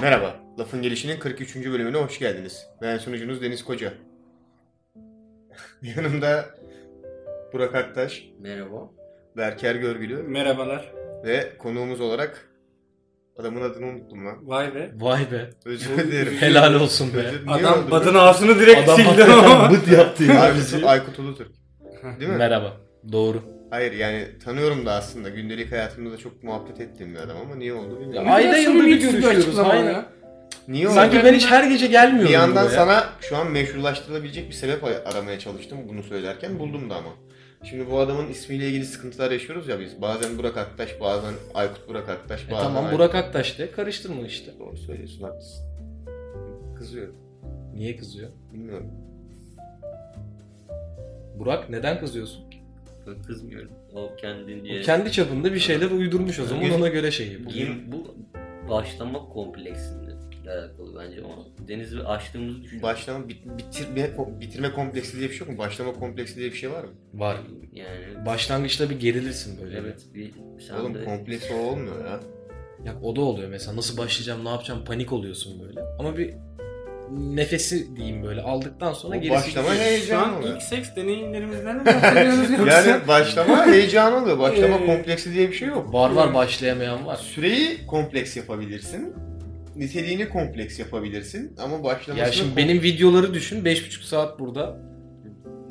Merhaba, Lafın Gelişi'nin 43. bölümüne hoş geldiniz. Ben sunucunuz Deniz Koca. Yanımda Burak Aktaş, Merhaba. Berker Görgülü Merhabalar. ve konuğumuz olarak adamın adını unuttum lan. Vay be. Vay be. Özür dilerim. Helal olsun be. Özür- niye Adam öldürdün? badın ağasını direkt Adam sildi hakikaten ama. bıt yaptı ya. Aykut, Aykut Ulutürk. Değil mi? Merhaba. Doğru. Hayır yani tanıyorum da aslında gündelik hayatımda da çok muhabbet ettiğim bir adam ama niye oldu bilmiyorum. Ya, Ayda yılda bir görüşüyoruz, aynen. niye oldu? Sanki ben hiç her gece gelmiyorum bir yandan buraya. sana şu an meşrulaştırılabilecek bir sebep aramaya çalıştım bunu söylerken buldum da ama. Şimdi bu adamın ismiyle ilgili sıkıntılar yaşıyoruz ya biz. Bazen Burak Aktaş, bazen Aykut Burak Aktaş, E bazen tamam Aykut- Burak Aktaş de karıştırma işte. Doğru söylüyorsun haklısın. Kızıyorum. Niye kızıyor? Bilmiyorum. Burak neden kızıyorsun? Ben kızmıyorum. O kendin diye. O kendi çapında bir şeyler uydurmuş o zaman Bugün- ona göre şey yapıyor. Giyim- bu başlamak kompleksinde alakalı bence ama Deniz'i aştığımızı düşünüyorum. Başlama, bit- bitirme, bitirme kompleksi diye bir şey yok mu? Başlama kompleksi diye bir şey var mı? Var. Yani Başlangıçta bir gerilirsin böyle. evet bir sen Oğlum de kompleks o olmuyor ya. Ya o da oluyor mesela nasıl başlayacağım ne yapacağım panik oluyorsun böyle. Ama bir nefesi diyeyim böyle aldıktan sonra O gerisi başlama gidiyor. Şu heyecanı an oluyor. ilk seks deneyimlerimizden mi bahsediyoruz yoksa? Yani başlama heyecanı oluyor. Başlama Ee, kompleksi diye bir şey yok. Var var başlayamayan var. Süreyi kompleks yapabilirsin. Niteliğini kompleks yapabilirsin ama başlamasını Ya şimdi kom- benim videoları düşün 5,5 saat burada.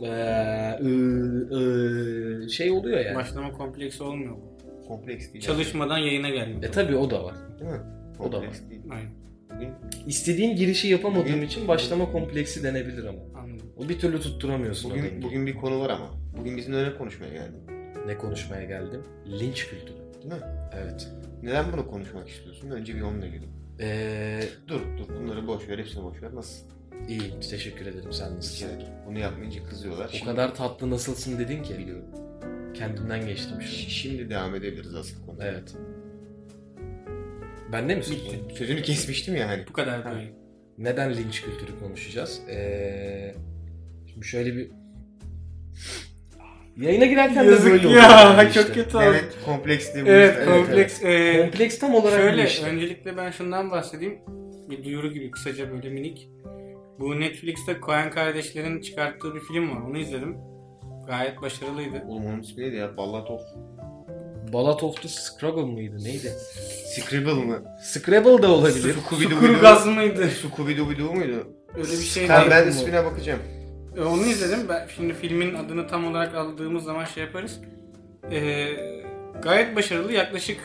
Ee, ıı, ıı, şey oluyor yani. Başlama kompleksi olmuyor bu. kompleks değil. Çalışmadan yayına gelmiyor. E tabi o da var. yani. o da kompleks değil. Aynen İstediğin girişi yapamadığım için başlama kompleksi denebilir ama. anladım. O bir türlü tutturamıyorsun. Bugün adamı. bugün bir konu var ama. Bugün bizim öyle konuşmaya geldik. Ne konuşmaya geldim? Linç kültürü. Değil mi? Evet. Neden bunu konuşmak istiyorsun? Önce bir onunla ilgili. Ee, Dur dur bunları boş ver hepsini boş ver. Nasıl? iyi teşekkür ederim sen Bir nasılsın? kere Bunu yapmayınca kızıyorlar. O kadar tatlı nasılsın dedin ki biliyorum. kendimden geçtim şu Ş- an. Şimdi devam edebiliriz asıl konuya. Evet. Ben de mi söz- Sözünü kesmiştim ya hani. Bu kadar böyle. Neden linç kültürü konuşacağız? Ee, şimdi şöyle bir yayına girerken de Yazık böyle ya oluyor yani işte. çok kötü oldu. Evet, Evet kompleks diye bu işte. kompleks. e, Kompleks tam olarak şöyle bu işte. öncelikle ben şundan bahsedeyim. Bir duyuru gibi kısaca böyle minik. Bu Netflix'te Coen kardeşlerin çıkarttığı bir film var. Onu izledim. Gayet başarılıydı. Oğlum onun ismi neydi ya? Ballatov. Ballad of the Scrabble mıydı neydi? Scribble mı? Scrabble da olabilir. Çukur gaz mıydı? Scooby-Dooby-Doo muydu? Öyle bir şey Tamam var. ben mı? ismine bakacağım. E, Onu izledim. Ben şimdi filmin adını tam olarak aldığımız zaman şey yaparız. E, gayet başarılı. Yaklaşık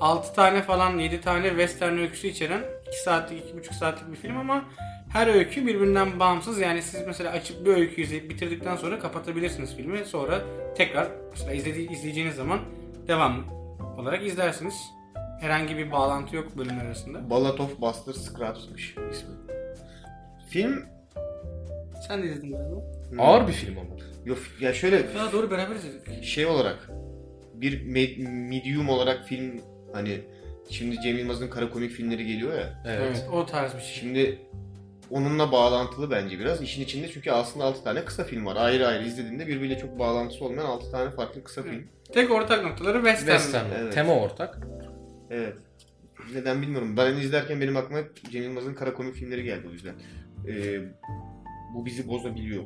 6 tane falan 7 tane western öyküsü içeren 2 saatlik 2,5 saatlik bir film ama her öykü birbirinden bağımsız. Yani siz mesela açıp bir öykü izleyip bitirdikten sonra kapatabilirsiniz filmi. Sonra tekrar mesela izledi- izleyeceğiniz zaman devam olarak izlersiniz. Herhangi bir bağlantı yok bölümler arasında. Ballad of Buster Scrapps'mış ismi. Film... Sen de izledin galiba. Ağır bir film ama. Yok, ya şöyle Ya doğru beraber izledik. şey olarak bir me- medium olarak film hani şimdi Cem Yılmaz'ın kara komik filmleri geliyor ya. Evet. Evet, o tarz bir şey. Şimdi onunla bağlantılı bence biraz. İşin içinde çünkü aslında 6 tane kısa film var. Ayrı ayrı izlediğinde birbiriyle çok bağlantısı olmayan 6 tane farklı kısa Hı. film. Tek ortak noktaları western. Western. Evet. Tema ortak. Evet. Neden bilmiyorum. Ben izlerken benim aklıma Cem Yılmaz'ın kara komik filmleri geldi o yüzden. Ee, bu bizi bozabiliyor.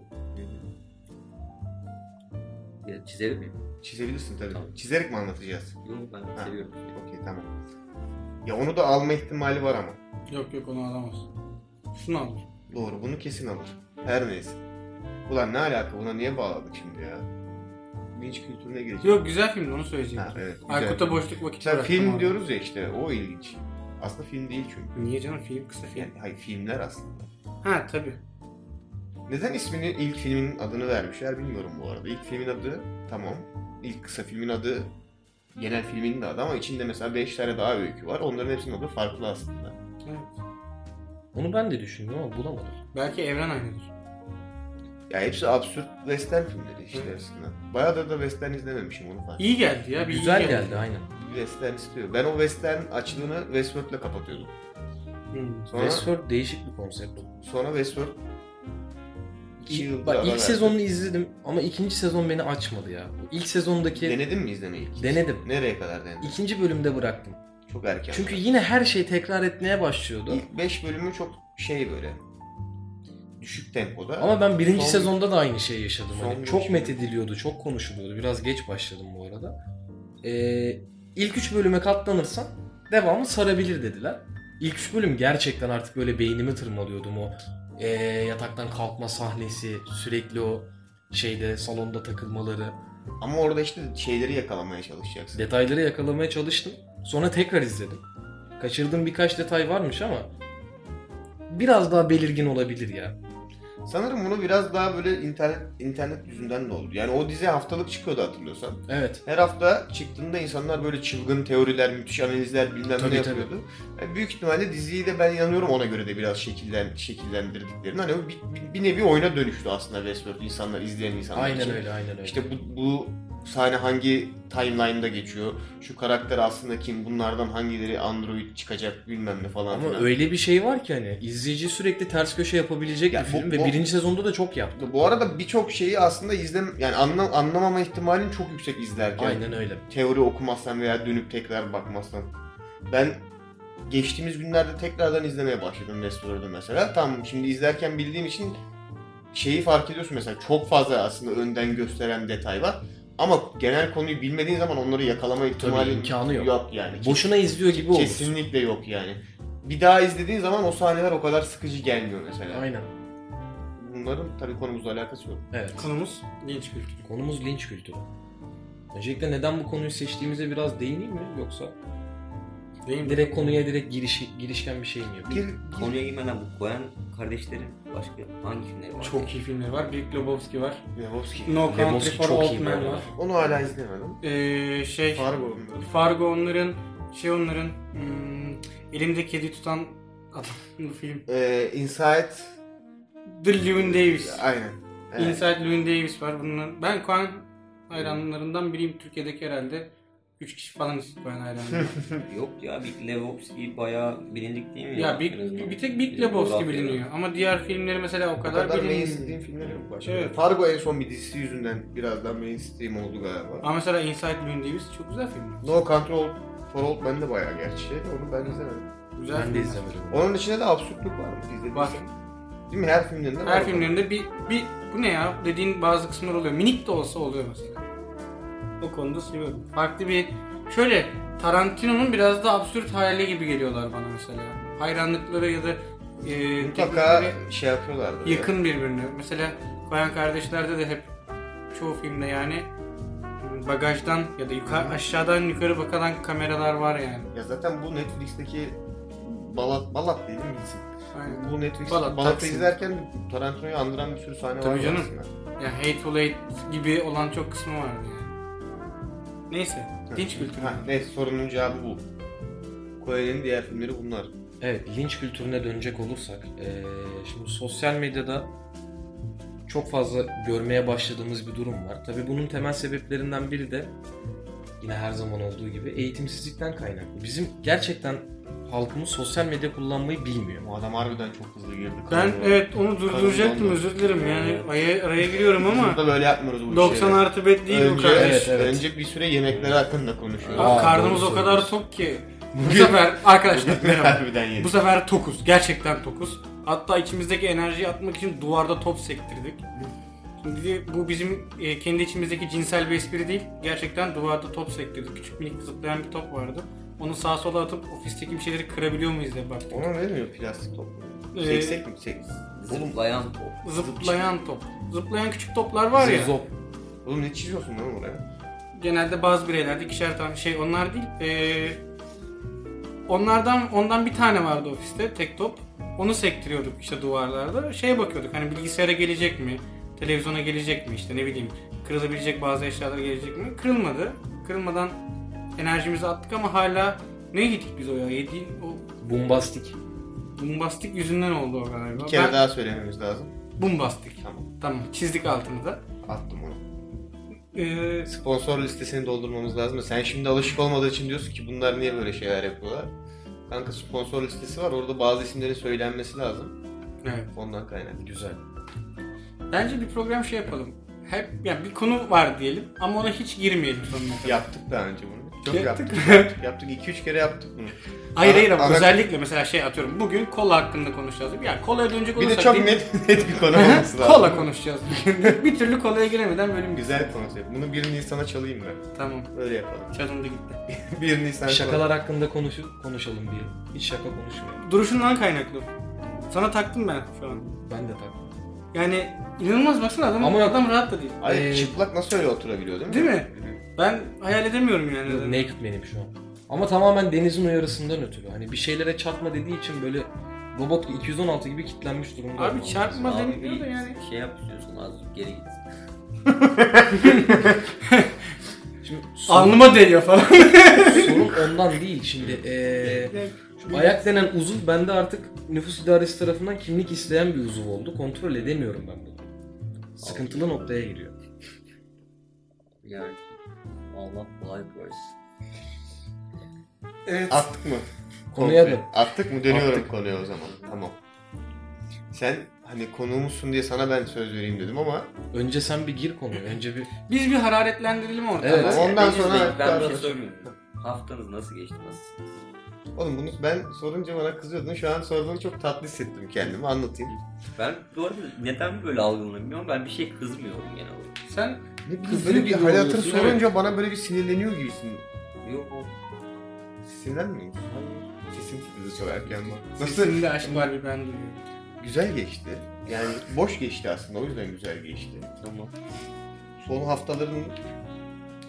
Ya çizelim mi? Çizebilirsin tabii. Tamam. Çizerek mi anlatacağız? Yok ben Ha. seviyorum. Okey tamam. Ya onu da alma ihtimali var ama. Yok yok onu alamaz. Şunu alır. Doğru bunu kesin alır. Her neyse. Ulan ne alaka buna niye bağladık şimdi ya? Linç kültürüne girecek. Yok güzel filmdi onu söyleyeceğim. Ha, evet, güzel. Aykut'a boşluk vakit Mesela bıraktım. film abi. diyoruz ya işte o ilginç. Aslında film değil çünkü. Niye canım film kısa film. Yani, hayır filmler aslında. Ha tabii. Neden ismini ilk filmin adını vermişler bilmiyorum bu arada. İlk filmin adı tamam. İlk kısa filmin adı genel filmin de adı ama içinde mesela 5 tane daha öykü var. Onların hepsinin adı farklı aslında. Evet. Onu ben de düşündüm ama bulamadım. Belki evren aynıdır. Ya hepsi absürt western filmleri işte Hı. aslında. Bayağıdır da western izlememişim onu fark İyi geldi ya. Bir iyi Güzel geldi aynen. Western istiyor. Ben o Western açlığını Westworld'le kapatıyordum. Hmm. Sonra, Westworld değişik bir konsept. sonra Westworld 2 yılda Bak ara ilk verdi. sezonunu izledim ama ikinci sezon beni açmadı ya. İlk sezondaki Denedin mi izlemeyi? denedim. Nereye kadar denedin? İkinci bölümde bıraktım. Çok erken. Çünkü yine her şey tekrar etmeye başlıyordu. İlk 5 bölümü çok şey böyle düşük tempoda. Ama ben birinci Son- sezonda da aynı şeyi yaşadım. Hani Son çok beş methediliyordu, çok konuşuluyordu. Biraz geç başladım bu arada. Ee, ilk üç bölüme katlanırsan devamı sarabilir dediler. İlk üç bölüm gerçekten artık böyle beynimi tırmalıyordum o. ee, yataktan kalkma sahnesi, sürekli o şeyde salonda takılmaları. Ama orada işte şeyleri yakalamaya çalışacaksın. Detayları yakalamaya çalıştım. Sonra tekrar izledim. Kaçırdığım birkaç detay varmış ama biraz daha belirgin olabilir ya. Sanırım bunu biraz daha böyle internet internet yüzünden de oldu. Yani o dizi haftalık çıkıyordu hatırlıyorsan. Evet. Her hafta çıktığında insanlar böyle çılgın teoriler, müthiş analizler bilmem Tabii, ne yapıyordu. E, Büyük ihtimalle diziyi de ben inanıyorum ona göre de biraz şekillen, şekillendirdiklerini. Hani o bir, bir, bir nevi oyuna dönüştü aslında Westworld insanlar, izleyen insanlar için. Aynen öyle, aynen öyle. İşte bu, bu sahne hangi timeline'da geçiyor? Şu karakter aslında kim? Bunlardan hangileri android çıkacak bilmem ne falan Ama filan. öyle bir şey var ki hani izleyici sürekli ters köşe yapabilecek Ya bir bu- film ve bu- birinci sezonda da çok yaptı. Bu arada birçok şeyi aslında izlem yani anlam anlamama ihtimalin çok yüksek izlerken. Aynen öyle. Teori okumazsan veya dönüp tekrar bakmazsan. Ben geçtiğimiz günlerde tekrardan izlemeye başladım Westworld'u mesela. Tam şimdi izlerken bildiğim için şeyi fark ediyorsun mesela çok fazla aslında önden gösteren detay var. Ama genel konuyu bilmediğin zaman onları yakalama ihtimali imkanı yok. yani. Kesin- Boşuna izliyor gibi olursun. Kesinlikle yok yani. Bir daha izlediğin zaman o sahneler o kadar sıkıcı gelmiyor mesela. Aynen. Bunların tabii konumuzla alakası yok. Evet. Konumuz linç kültürü. Konumuz linç kültürü. Öncelikle neden bu konuyu seçtiğimize biraz değineyim mi yoksa Değil mi? direkt konuya direkt giriş, girişken bir şey mi yapayım? Gir, gir. Konuya girmeden bu Koyan kardeşlerin başka hangi filmleri var? Çok iyi filmler var. Big Lebowski var. Lebowski. No Country Lebowski for çok Old iyi bu Men arada. var. Onu hala izlemedim. Ee, şey Fargo. Fargo onların şey onların hmm, elimde kedi tutan adam film. Ee, Inside. The Llewyn Davis. Aynen. Evet. Inside Llewyn Davis var. Bunlar, ben Coen hayranlarından biriyim. Türkiye'deki herhalde 3 kişi falan işte Coen hayranları. Yok ya Big Lebowski bayağı bilindik değil mi? ya Big, En azından bir tek Big bizim Lebowski coğrafyada. biliniyor. Ama diğer filmleri mesela o O kadar, kadar mainstream bilinmiyor. filmleri yok başka. Evet. Fargo en son bir dizisi yüzünden biraz daha mainstream oldu galiba. Ama mesela Inside Llewyn Davis çok güzel film. No Country for Old Men de bayağı gerçi. Onu ben izlemedim. Güzel Ben de filmler. izlemedim. Onun içinde de absürtlük var mı? İzlediysen. Var. Değil mi? Her filmlerinde var. Her filmlerinde bir, bir bu ne ya dediğin bazı kısımlar oluyor. Minik de olsa oluyor mesela. O konuda seviyorum. Farklı bir şöyle Tarantino'nun biraz da absürt hali gibi geliyorlar bana mesela. Hayranlıkları ya da e, Mutlaka teknikleri şey yapıyorlardı. yakın birbirine. Mesela Koyan kardeşlerde de hep çoğu filmde yani bagajdan ya da yukarı aşağıdan yukarı bakılan kameralar var yani. Ya zaten bu Netflix'teki Balat, Balat değil mi dizi? Aynen. Bu Netflix Balat, Balat, Taksim. izlerken Tarantino'yu andıran bir sürü sahne Tabii var canım. aslında. Yani Hateful Eight gibi olan çok kısmı vardı yani. Neyse. Dinç kültürü. Ha, neyse sorunun cevabı bu. Koyan'ın diğer filmleri bunlar. Evet, linç kültürüne dönecek olursak, eee, şimdi sosyal medyada çok fazla görmeye başladığımız bir durum var. Tabii bunun temel sebeplerinden biri de yine her zaman olduğu gibi eğitimsizlikten kaynaklı. Bizim gerçekten halkımız sosyal medya kullanmayı bilmiyor. Bu adam harbiden çok hızlı girdi. Ben Kanalına. evet onu durduracaktım Kanalına. özür dilerim yani Ee, araya, araya giriyorum ama Biz burada böyle yapmıyoruz bu 90 işleri. artı bet değil bu şey. önce, kardeş. Evet, evet. önce bir süre yemekleri hakkında konuşuyoruz. Abi Aa, karnımız doğru o kadar söylüyorsun. tok ki. Bu sefer arkadaşlar merhaba. harbiden yedik. Bu sefer tokuz. Gerçekten tokuz. Hatta içimizdeki enerjiyi atmak için duvarda top sektirdik. Şimdi bu bizim e, kendi içimizdeki cinsel bir espri değil. Gerçekten duvarda top sektirdik. Küçük minik zıplayan bir top vardı. Onu sağa sola atıp ofisteki bir şeyleri kırabiliyor muyuz diye baktık. Ona vermiyor plastik top. Ee, Seksek mi? Seks. Oğlum, Zıplayan top. Zıplayan top. Zıplayan küçük toplar var ya. Zop. oğlum ne çiziyorsun lan oraya? genelde bazı bireylerde ikişer tane şey onlar değil. Ee, onlardan ondan bir tane vardı ofiste tek top. Onu sektiriyorduk işte duvarlarda. Şeye bakıyorduk hani bilgisayara gelecek mi? Televizyona gelecek mi? işte ne bileyim kırılabilecek bazı eşyalar gelecek mi? Kırılmadı. Kırılmadan enerjimizi attık ama hala ne gittik biz o ya? Yedi, o Bombastik. bombastik yüzünden oldu o galiba. Bir kere Ben- daha söylememiz lazım. Bombastik. Tamam. Tamam çizdik altını da. Attım onu. Ee, Sponsor listesini doldurmamız lazım. da Sen şimdi alışık olmadığı için diyorsun ki bunlar niye böyle şeyler yapıyorlar? Kanka sponsor listesi var. Orada bazı isimlerin söylenmesi lazım. evet. Ondan kaynaklı. Güzel. Bence bir program şey yapalım. Hep yani bir konu var diyelim ama ona hiç girmeyelim sonuna kadar. Yaptık daha önce bunu. Çok yaptık. yaptık. 2-3 kere yaptık bunu. Hayır hayır ama Ara- özellikle mesela şey atıyorum bugün kola hakkında konuşacağız. Yani kolaya dönecek Bir olursak de çok değil- net net bir konu olması lazım. kola konuşacağız. bugün. bir türlü kolaya giremeden bölüm güzel. Güzel konsept. Bunu 1 Nisan'a çalayım ben. Tamam. Öyle yapalım. Çalındı gitti. 1 Nisan Şakalar hakkında konuşu konuşalım diyelim. Hiç şaka konuşmayalım. Duruşundan kaynaklı. Sana taktım ben şu an. Ben de tabii. Yani inanılmaz baksana adam, Ama- adam rahat da değil. Ay Ee, çıplak nasıl öyle oturabiliyor değil mi? Değil mi? Ben hayal edemiyorum yani. zaten. Naked benim şu an. Ama tamamen denizin uyarısından ötürü. Hani bir şeylere çarpma dediği için böyle robot 216 gibi kilitlenmiş durumda. Abi olmam lazım. çarpma Abi demiyor da bir yani. şey yap istiyorsan az geri git. Şimdi sorun, Alnıma değiyor falan. sorun ondan değil. Şimdi eee Şu Ayak denen uzuv bende artık nüfus idaresi tarafından kimlik isteyen bir uzuv oldu. Kontrol edemiyorum ben bunu. Sıkıntılı noktaya giriyor. Yani Allah kolay koysun. evet. Attık mı? Konuya Komple. dön. Attık mı? Dönüyorum Attık. konuya o zaman. Tamam. Sen hani konuğumuzsun diye sana ben söz vereyim dedim ama Önce sen bir gir konuya. Önce bir Biz bir hararetlendirelim ortamı. Evet. Ondan Deniz sonra- Bey, ben Tamam. biraz sormuyorum. Haftanız nasıl geçti? Nasılsınız? oğlum bunu ben sorunca bana kızıyordun. Şu an sorduğunu çok tatlı hissettim kendimi. Anlatayım. Ben bu arada neden böyle algılanamıyorum? Ben bir şey kızmıyorum genel olarak. Sen Ne bileyim, Kızıyor böyle bir gibi hal hatır oluyorsun, sorunca bana böyle bir sinirleniyor gibisin. Yok o. Sinirlenmiyor musun? Hayır. Sesin titriyor sorarken bak. Nasıl? sesinde aşk var bir ben duyuyorum. Güzel geçti. Yani boş geçti aslında. O yüzden güzel geçti. Tamam. Son haftaların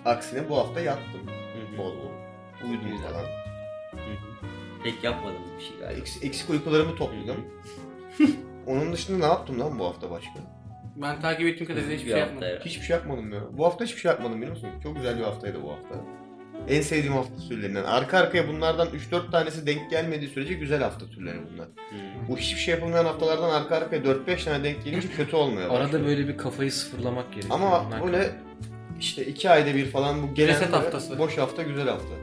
aksine bu hafta yattım. Hı hı. Bol bol. Uyudum Güzel. falan. Pek yapmadınız bir şey galiba. Eks- eksik uykularımı topladım. Onun dışında ne yaptım lan bu hafta başka? Ben takip ettiğim kadarıyla hiçbir Bir şey hafta yapmadım. herhalde. Hiçbir şey yapmadım ya. Bu hafta hiçbir şey yapmadım biliyor musun? Çok güzel bir haftaydı bu hafta. En sevdiğim hafta türlerinden. Arka arkaya bunlardan 3-4 tanesi denk gelmediği sürece güzel hafta türleri bunlar. Hı. Bu hiçbir şey yapılmayan haftalardan arka arkaya 4-5 tane denk gelince kötü olmuyor. arada böyle bir kafayı sıfırlamak gerekiyor. Ama Bundan böyle işte 2 ayda bir falan bu gelen Reset böyle haftası. boş hafta güzel hafta.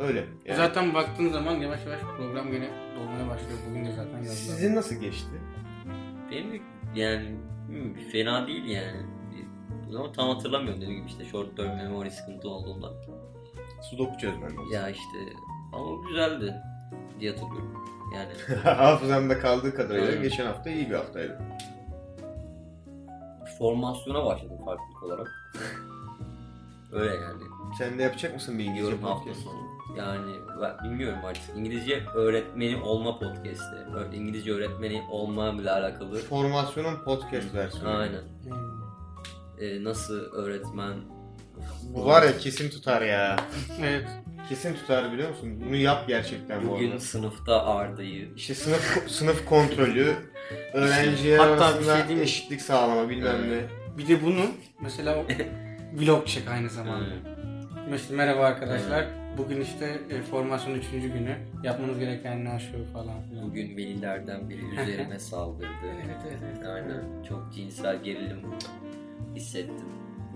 Öyle. Yani. Zaten baktığın zaman yavaş yavaş program gene dolmaya başlıyor. Bugün de zaten yazdı. Sizin nasıl geçti? Benim de yani hı, fena değil yani. Bir- Ama tam hatırlamıyorum dediğim gibi işte short term memory sıkıntı olduğundan. Sudoku çözmen lazım. Ya işte ama güzeldi diye hatırlıyorum. Yani Hafızamda kaldığı kadarıyla Evet. geçen hafta iyi bir haftaydı. formasyona başladım farklılık olarak. Öyle yani. Sen de yapacak mısın bir İngilizce Diyorum hafta Şey podcast? sonu. Yani ben bilmiyorum artık. İngilizce öğretmeni olma podcast'i. Öyle İngilizce öğretmeni olmamla alakalı. Formasyonun podcast versiyonu. Aynen. Ee, nasıl öğretmen Bu var ya kesin tutar ya. Evet. Kesin tutar biliyor musun? Bunu yap gerçekten bu Bugün arada. sınıfta Arda'yı İşte sınıf sınıf kontrolü, öğrenciler Hatta bir arasında şey diyeyim mi? eşitlik sağlama bilmem ne. Bir de bunu mesela o- vlog çek aynı zamanda. Mesela merhaba arkadaşlar. Bugün işte e, formasyon 3. günü. Yapmanız gerekenler şu falan filan. Bugün velilerden biri üzerime saldırdı. Evet, evet, evet. Aynen. Çok cinsel gerilim hissettim.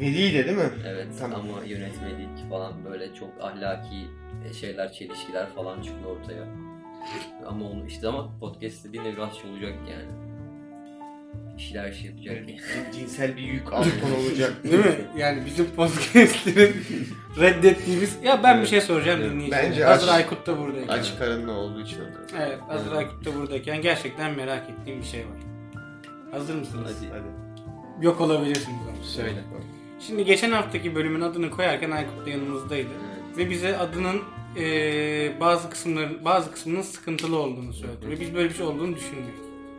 Veliydi değil mi? Evet Tamam. ama yönetmelik falan böyle çok ahlaki e, şeyler, çelişkiler falan çıktı ortaya. ama onu işte ama podcast dediğin de biraz şey olacak yani. Bir şeyler şey yapacak yani. Cinsel bir yük alttan olacak. Değil mi? Yani bizim podcastlerin reddettiğimiz... Ya ben bir şey soracağım Evet. dinleyicilere. Bence Hazır aç- Aykut da buradayken. Açık karınlı olduğu için. Evet, hazır Evet. Aykut da buradayken gerçekten merak ettiğim bir şey var. Hazır mısınız? Hadi. Hadi. Yok olabilirsiniz ama. Söyle. Şimdi geçen haftaki bölümün adını koyarken Aykut da yanımızdaydı. Evet. Ve bize adının eee, bazı kısımların bazı kısmının sıkıntılı olduğunu söyledi. Ve biz böyle bir şey olduğunu düşündük.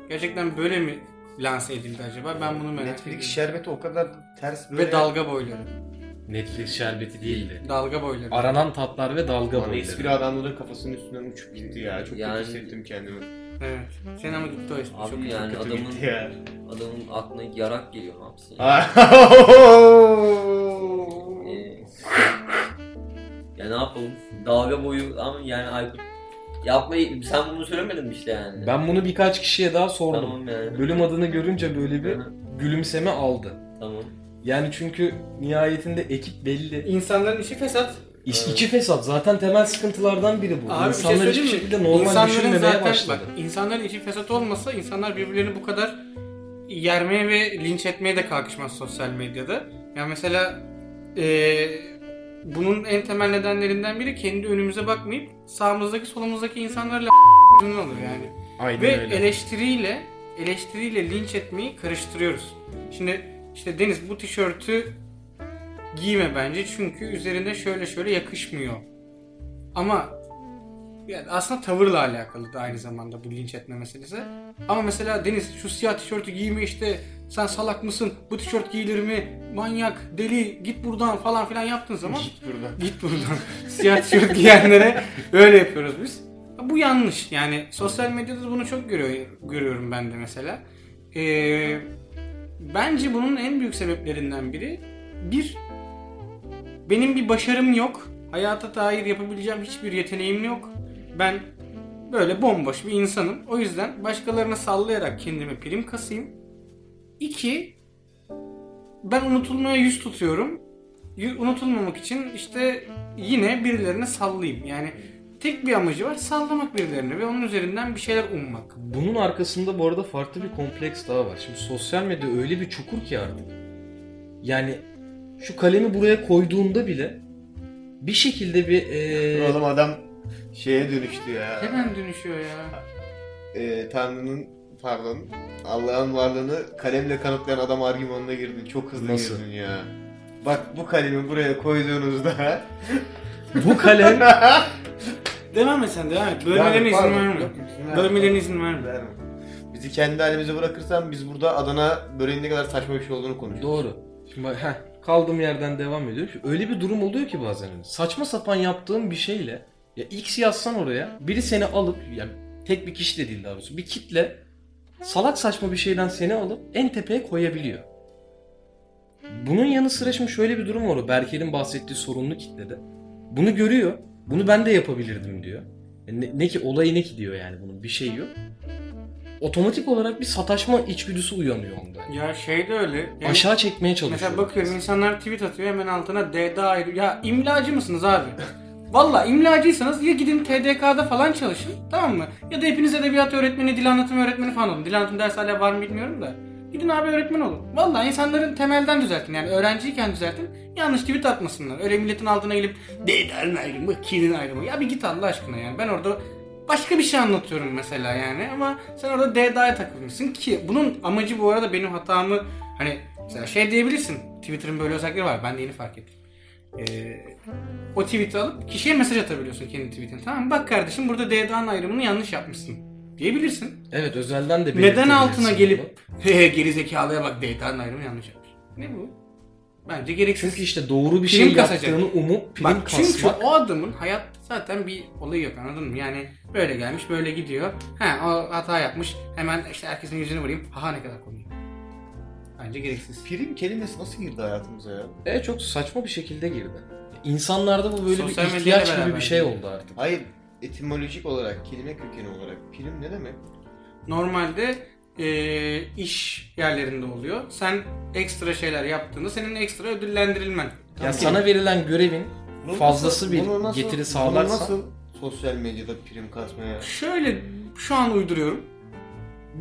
Gerçekten böyle mi lanse edildi acaba? Ben bunu merak ediyorum. Netflix şerbeti o kadar ters böyle. Ve dalga boyları. Netflix şerbeti değildi. Dalga boyları. Aranan tatlar ve dalga Bana espri boyları. adamların kafasının üstünden uçup gitti ya. Çok Yani- kötü hissettim kendimi. Evet. Sen ama gitti o espri. Abi Çok iyi. yani Kötü adamın gitti ya. adamın aklına yarak geliyor hamsi. Ee, ya ne yapalım? Dalga boyu ama yani Aykut yapmayı sen bunu söylemedin mi işte yani? Ben bunu birkaç kişiye daha sordum. Tamam yani. Bölüm adını görünce böyle bir Hı hı, gülümseme aldı. Tamam. Yani çünkü nihayetinde ekip belli. İnsanların işi fesat. İş, Evet. iki fesat zaten temel sıkıntılar birden biri bu. Abi bir şey İnsanlar hiçbir söyleyeyim mi? şekilde normal İnsanların düşünmemeye zaten başladı. bak insanların içi fesat olmasa insanlar birbirlerini bu kadar yermeye ve linç etmeye de kalkışmaz sosyal medyada. Ya mesela eee, e, Bunun en temel nedenlerinden biri kendi önümüze bakmayıp sağımızdaki solumuzdaki insanlarla oluyor yani. Aynen Ve öyle. eleştiriyle eleştiriyle linç etmeyi karıştırıyoruz. Şimdi işte Deniz bu tişörtü giyme bence çünkü üzerinde şöyle şöyle yakışmıyor. Ama yani aslında tavırla alakalı da aynı zamanda bu linç etme meselesi. Ama mesela Deniz şu siyah tişörtü giyme işte sen salak mısın bu tişört giyilir mi manyak deli git buradan falan filan yaptığın zaman Git buradan. Git buradan. Siyah tişört giyenlere öyle yapıyoruz biz. Bu yanlış. Yani sosyal medyada da bunu çok görüyor, görüyorum ben de mesela. Ee, bence bunun en büyük sebeplerinden biri bir benim bir başarım yok. Hayata dair yapabileceğim hiçbir yeteneğim yok. Ben böyle bomboş bir insanım. O yüzden başkalarına sallayarak kendime prim kasayım. İki, ben unutulmaya yüz tutuyorum. Y- Unutulmamak için işte yine birilerine sallayayım. Yani tek bir amacı var sallamak birilerine ve onun üzerinden bir şeyler ummak. Bunun arkasında bu arada farklı bir kompleks daha var. Şimdi sosyal medya öyle bir çukur ki artık. Yani şu kalemi buraya koyduğunda bile bir şekilde bir eee, Oğlum adam şeye dönüştü ya. Ee, Hemen dönüşüyor ya. Ee, Tanrı'nın pardon Allah'ın varlığını kalemle kanıtlayan adam argümanına girdin. Çok hızlı Nasıl? girdin ya. Bak bu kalemi buraya koyduğunuzda bu kalem Devam et sen devam et. Bölmelerine izin pardon, verme. yok, izin verme. Bölmelerine izin verme. Verme. Bizi kendi halimize bırakırsan biz burada Adana böreğin ne kadar saçma bir şey olduğunu konuşuyoruz. Doğru. Şimdi bak, heh, kaldığım yerden devam ediyor. Öyle bir durum oluyor ki bazen. hani. Saçma sapan yaptığın bir şeyle ya X yazsan oraya biri seni alıp yani tek bir kişi de değil daha doğrusu bir kitle salak saçma bir şeyden seni alıp en tepeye koyabiliyor. Bunun yanı sıra şimdi şöyle bir durum var o Berkel'in bahsettiği sorunlu kitlede. Bunu görüyor. Bunu ben de yapabilirdim diyor. E Ne, ne ki olayı ne ki diyor yani bunun bir şey yok. Otomatik olarak bir sataşma içgüdüsü uyanıyor onda. Ya şey de öyle. Yani Aşağı çekmeye çalışıyor. Mesela bakıyorum insanlar tweet atıyor hemen altına DD ayrı. Ya imlacı mısınız abi? Valla imlacıysanız ya gidin TDK'da falan çalışın tamam mı? Ya da hepiniz edebiyat öğretmeni, dil anlatımı öğretmeni falan olun. Dil anlatım dersi hala var mı bilmiyorum da. Gidin abi öğretmen olun. Valla insanların temelden düzeltin yani öğrenciyken düzeltin. Yanlış tweet atmasınlar. Öyle milletin altına gelip DD'nin ayrımı, kinin ayrımı. Ya bir git Allah aşkına yani. Ben orada başka bir şey anlatıyorum mesela yani ama sen orada DDA'ya takılmışsın ki bunun amacı bu arada benim hatamı hani mesela şey diyebilirsin Twitter'ın böyle özellikleri var ben de yeni fark ettim. Ee, o tweet'i alıp kişiye mesaj atabiliyorsun kendi tweet'ini tamam mı? Bak kardeşim burada DDA'nın ayrımını yanlış yapmışsın diyebilirsin. Evet özelden de şey Neden altına belirtebilirsin gelip bunu. he geri zekalıya bak DDA'nın ayrımı yanlış yapmış. Ne bu? Bence gereksiz. Çünkü işte doğru bir Prim şey kasacak. yaptığını umup prim Bak çünkü kasmak o adamın hayatta zaten bir olayı yok anladın mı? Yani böyle gelmiş böyle gidiyor. He o hata yapmış. Hemen işte herkesin yüzünü vurayım. Aha ne kadar komik. Bence gereksiz. Prim kelimesi nasıl girdi hayatımıza ya? e, çok saçma bir şekilde girdi. İnsanlarda bu böyle Sosyal bir medyayla ihtiyaç gibi beraber bir şey girdi. oldu artık. Hayır etimolojik olarak kelime kökeni olarak prim ne demek? Normalde e, iş yerlerinde oluyor. Sen ekstra şeyler yaptığında senin ekstra ödüllendirilmen. Ya sana verilen görevin Bunu fazlası bir bunu getiri bunu sağlarsa- nasıl sosyal medyada prim kasmaya? Şöyle şu an uyduruyorum.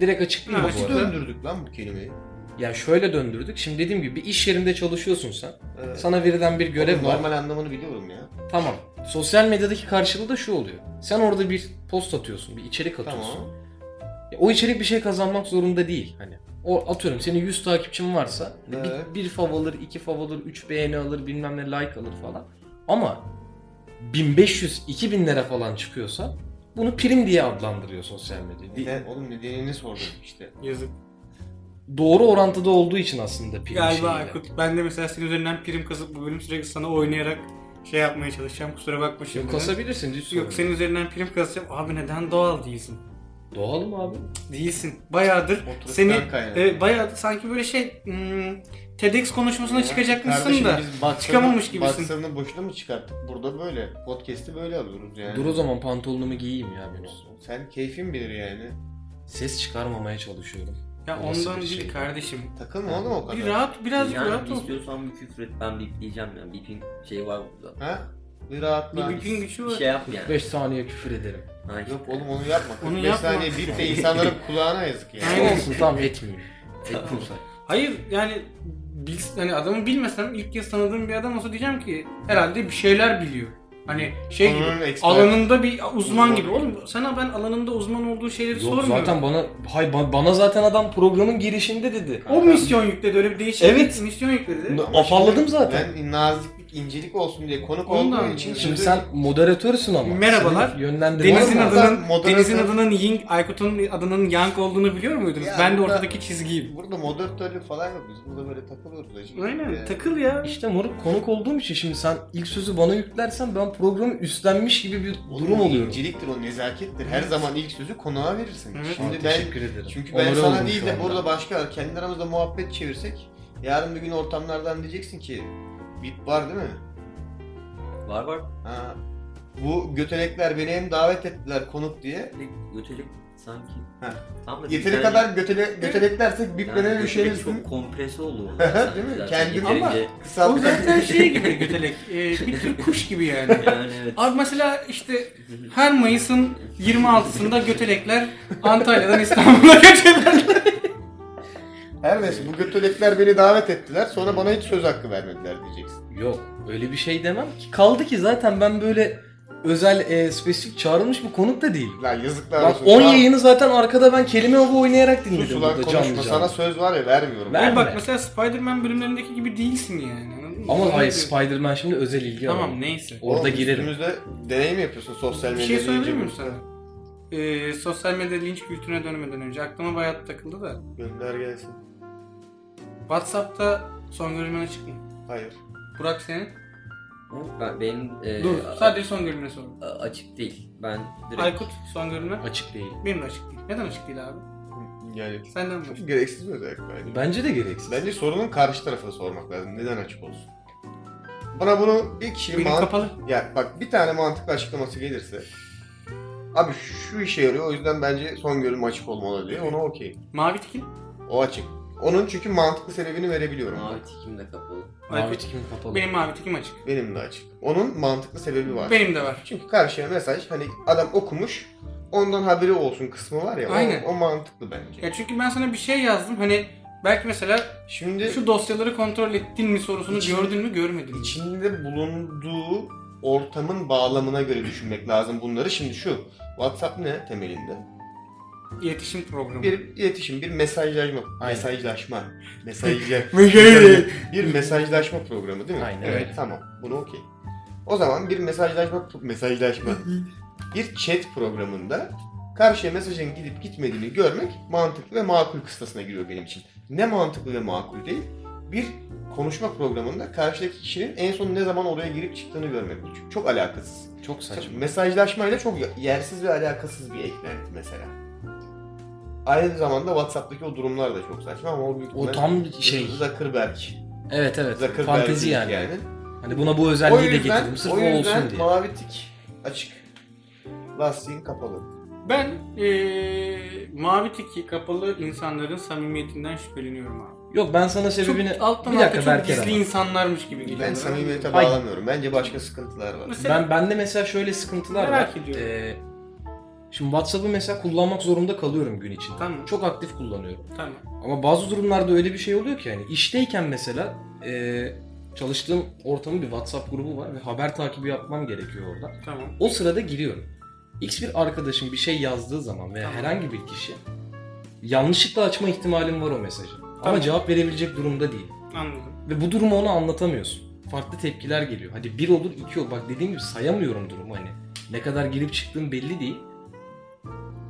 direkt açık değil mi Ha, bu Nasıl arada? döndürdük lan bu kelimeyi? Ya şöyle döndürdük. Şimdi dediğim gibi bir iş yerinde çalışıyorsun sen. Evet. Sana verilen bir görev Oğlum, var. Normal anlamını biliyorum ya. Tamam. Sosyal medyadaki karşılığı da şu oluyor. Sen orada bir post atıyorsun, bir içerik atıyorsun. Tamam. Ya O içerik bir şey kazanmak zorunda değil hani. O atıyorum senin 100 takipçin varsa hani Evet. bir, bir fav alır, iki fav alır, 3 beğeni alır, bilmem ne like alır falan. Ama 1500 2000 lira falan çıkıyorsa bunu prim diye adlandırıyor sosyal medya. Di- Ne, oğlum nedenini sordum işte. Yazık. Doğru orantıda olduğu için aslında prim Galiba şeyiyle. Aykut ben de mesela senin üzerinden prim kasıp bu bölüm sürekli sana oynayarak şey yapmaya çalışacağım. Kusura bakma şimdi. Yok kasabilirsin hiç sorun Yok senin üzerinden prim kasacağım. Abi neden doğal değilsin? Doğal mı abi? Değilsin. Bayağıdır Oturuştan seni kaynaklı. e, bayağıdır sanki böyle şey hmm, TEDx konuşmasına çıkacakmışsın Kardeşim da biz Baksır'ın- çıkamamış gibisin. Baksır'ın boşuna mı çıkarttık? Burada böyle. Podcast'i böyle alıyoruz yani. Dur o zaman pantolonumu giyeyim ya ben. Sen keyfin bilir yani. Ses çıkarmamaya çalışıyorum. Ya Nasıl ondan bir değil şey? kardeşim. Takılma oğlum o kadar. Bir rahat birazcık rahat Yani ol. istiyorsan bir küfür et ben bipleyeceğim yani. Bipin şey var burada. Ha? Bir rahatla. Bir gün gücü Bir var. şey yap yani. 45 saniye küfür ederim. Ha, işte. Yok oğlum onu yapma. Onu 45 yapma. saniye bir de insanların kulağına yazık yani. Aynen. Olsun tamam etmiyor. Etmiyor. Hayır yani bil- hani adamı bilmesem ilk kez tanıdığım bir adam olsa diyeceğim ki herhalde bir şeyler biliyor. Hani şey gibi Konunun expert. alanında bir uzman, Uzman. gibi. Oğlum sana ben alanında uzman olduğu şeyleri Yok, sormuyorum. zaten bana hay ba- bana zaten adam programın girişinde dedi. O misyon yükledi öyle bir değişik Evet. bir misyon yükledi. N- Afalladım zaten. Ben naziklik, incelik olsun diye konuk Ondan olduğu için yani. Şimdi sen moderatörsün ama. Merhabalar. Senin yönlendirmen Deniz'in var. Modern- adının Modern- Deniz'in adının Ying, Aykut'un adının Yang olduğunu biliyor muydunuz? Ya ben de burada- ortadaki çizgiyim. Burada moderatörlük falan yok. Biz burada böyle takılıyoruz. acı. Aynen. Ee, Takıl ya. İşte moruk konuk olduğum için şimdi sen ilk sözü bana yüklersen ben programı üstlenmiş gibi bir Oğlum, durum o oluyorum. İnceliktir o nezakettir. Her Evet. zaman ilk sözü konuğa verirsin. Evet. Şimdi Aa, ben teşekkür ederim. çünkü ben Onore sana oldum değil şey, şu de anda. burada başka kendi aramızda muhabbet çevirsek yarın bir gün ortamlardan diyeceksin ki bip var değil mi? Var var. Ha. Bu götelekler beni hem davet ettiler konuk diye. Götelik sanki. Ha. Tam da bir Yeteri tane- kadar götele, göteleklersek yani biplere götelik üşenirsin. Çok komprese olur. şey Değil mi? Zaten Kendin ama yeterince- kısa O zaten şey gibi götelek. Ee, bir tür kuş gibi yani. Yani evet. Abi mesela işte her Mayıs'ın 26'sında götelekler Antalya'dan İstanbul'a göçerler. Her neyse bu götelekler beni davet ettiler sonra bana hiç söz hakkı vermediler diyeceksin. Yok öyle bir şey demem ki. Kaldı ki zaten ben böyle özel e, spesifik çağrılmış bir konuk da değil. Lan yazıklar Bak olsun. 10 Şu an yayını zaten arkada ben kelime avı oynayarak Sus dinledim ulan burada konuşma canlı sana canlı. söz var ya vermiyorum. Ver- Yani bak Verme. mesela Spider-Man bölümlerindeki gibi değilsin yani. anladın mı? Ama hayır Spider-Man şimdi özel ilgi alanı. Tamam neyse. Orada Oğlum, girerim. Üstümüzde deney mi yapıyorsun sosyal Bir medyada? şey söyleyebilir iyice miyim sana? Ee, sosyal medya linç kültürüne dönmeden önce aklıma bayağı takıldı da. Gönder gelsin. Whatsapp'ta son görünmene çıkma. Hayır. Burak senin. Ben, benim Ee, e, Dur a- sadece son görünme sor. a- açık değil. Ben direkt Aykut son görünme. Açık değil. Benim de açık değil. Neden açık değil abi? Yani Senden mi? çok gereksiz bir özellik bence. Bence de gereksiz. Bence sorunun karşı tarafına sormak lazım. Neden açık olsun? Bana bunu bir kişi Benim mant- kapalı. ya bak bir tane mantıklı açıklaması gelirse abi şu işe yarıyor o yüzden bence son görünüm açık olmalı diye ona okey. Mavi tikin. O açık. Onun çünkü mantıklı sebebini verebiliyorum. mavi tikimle kapalı. Mavi Aykut. tikim kapalı. Benim mavi tikim açık. Benim de açık. Onun mantıklı sebebi var. Benim de var. Çünkü karşıya mesaj hani adam okumuş ondan haberi olsun kısmı var ya o- Aynen. O, mantıklı bence. Ya çünkü ben sana bir şey yazdım hani belki mesela Şimdi şu dosyaları kontrol ettin mi sorusunu İçinde- gördün mü görmedin mi? içinde bulunduğu ortamın bağlamına göre düşünmek lazım bunları. Şimdi şu WhatsApp ne temelinde? İletişim programı. Bir iletişim, bir mesajlaşma, Aynen. mesajlaşma, mesajlaşma, Mükemmel. bir mesajlaşma programı değil mi? Aynen Evet, öyle. tamam. Bunu okey. O zaman bir mesajlaşma mesajlaşma bir chat programında karşıya mesajın gidip gitmediğini görmek mantıklı ve makul kıstasına giriyor benim için. Ne mantıklı ve makul değil? Bir konuşma programında karşıdaki kişinin en son ne zaman oraya girip çıktığını görmek. Bu çok- Çok alakasız. Çok saçma. Mesajlaşmayla çok yersiz ve alakasız bir eklenti mesela. Aynı zamanda WhatsApp'taki o durumlar da çok saçma ama o büyük O ihtimal tam şey. Zuckerberg. Evet evet. Zuckerberg Fantezi yani. Hani buna bu O özelliği de yüzden, getirdim. Sırf o o, yüzden olsun diye. mavi tik açık. Lastiğin kapalı. Ben eee mavi tiki kapalı insanların samimiyetinden şüpheleniyorum abi. Yok ben sana sebebini... Çok alttan bir dakika alta çok Berker gizli ama. insanlarmış gibi geliyor. Ben bana. samimiyete Hayır. bağlamıyorum. Bence başka sıkıntılar var. Mesela Ben bende mesela şöyle sıkıntılar Merak var. ediyorum. Ee, şimdi WhatsApp'ı mesela kullanmak zorunda kalıyorum gün içinde. Tamam. Çok aktif kullanıyorum. tamam. Ama bazı durumlarda öyle bir şey oluyor ki hani işteyken mesela ee, çalıştığım ortamın bir WhatsApp grubu var ve haber takibi yapmam gerekiyor orada. Tamam. O sırada giriyorum. X bir arkadaşım bir şey yazdığı zaman veya Tamam. herhangi bir kişi yanlışlıkla açma ihtimalim var o mesajı. Tamam. Ama cevap verebilecek durumda değil. Anladım. Ve bu durumu ona anlatamıyorsun. Farklı tepkiler geliyor. Hadi bir olur iki olur. Bak dediğim gibi sayamıyorum durumu hani. Ne kadar girip çıktığım belli değil.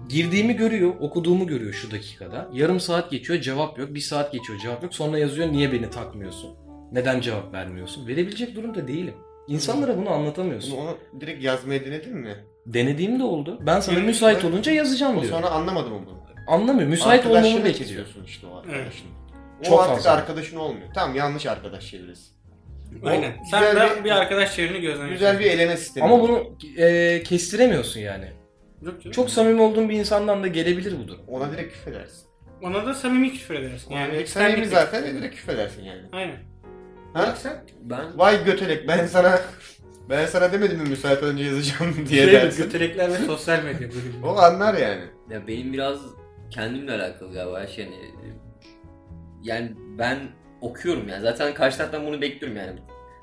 Girdiğimi görüyor, okuduğumu görüyor şu dakikada. Yarım saat geçiyor cevap yok. Bir saat geçiyor cevap yok. Sonra yazıyor niye beni takmıyorsun? Neden cevap vermiyorsun? Verebilecek durumda değilim. İnsanlara bunu anlatamıyorsun. Bunu onu direkt yazmaya denedin mi? Denediğim de oldu. Ben sana Evet, müsait işte. olunca yazacağım O diyor. sonra anlamadım mı bunu? Anlamıyor. Müsait olmamı Arkadaşını bekliyor. kesiyorsun işte o arkadaşın. O Çok artık fazla. arkadaşın olmuyor. Tamam yanlış arkadaş çevirisi. O Aynen. Sen güzel ben bir, bir arkadaş çevreni gözlemliyorsun. Güzel bir eleme sistemi. Ama bunu e, kestiremiyorsun yani. Yok canım. Çok samimi olduğun bir insandan da gelebilir bu durum. Ona direkt küfedersin. Ona da samimi küfür edersin. Yani Yani içtenlikle sen küfür emin zaten edersin. direkt küfedersin yani. Aynen. Ha sen? Ben Vay götelek ben sana ben sana demedim mi müsait önce yazacağım diye Şey, dersin. götelekler ve sosyal medya bölümü. O anlar yani. ya benim biraz kendimle alakalı galiba her şey hani, yani ben okuyorum yani. Zaten karşı taraftan bunu bekliyorum yani.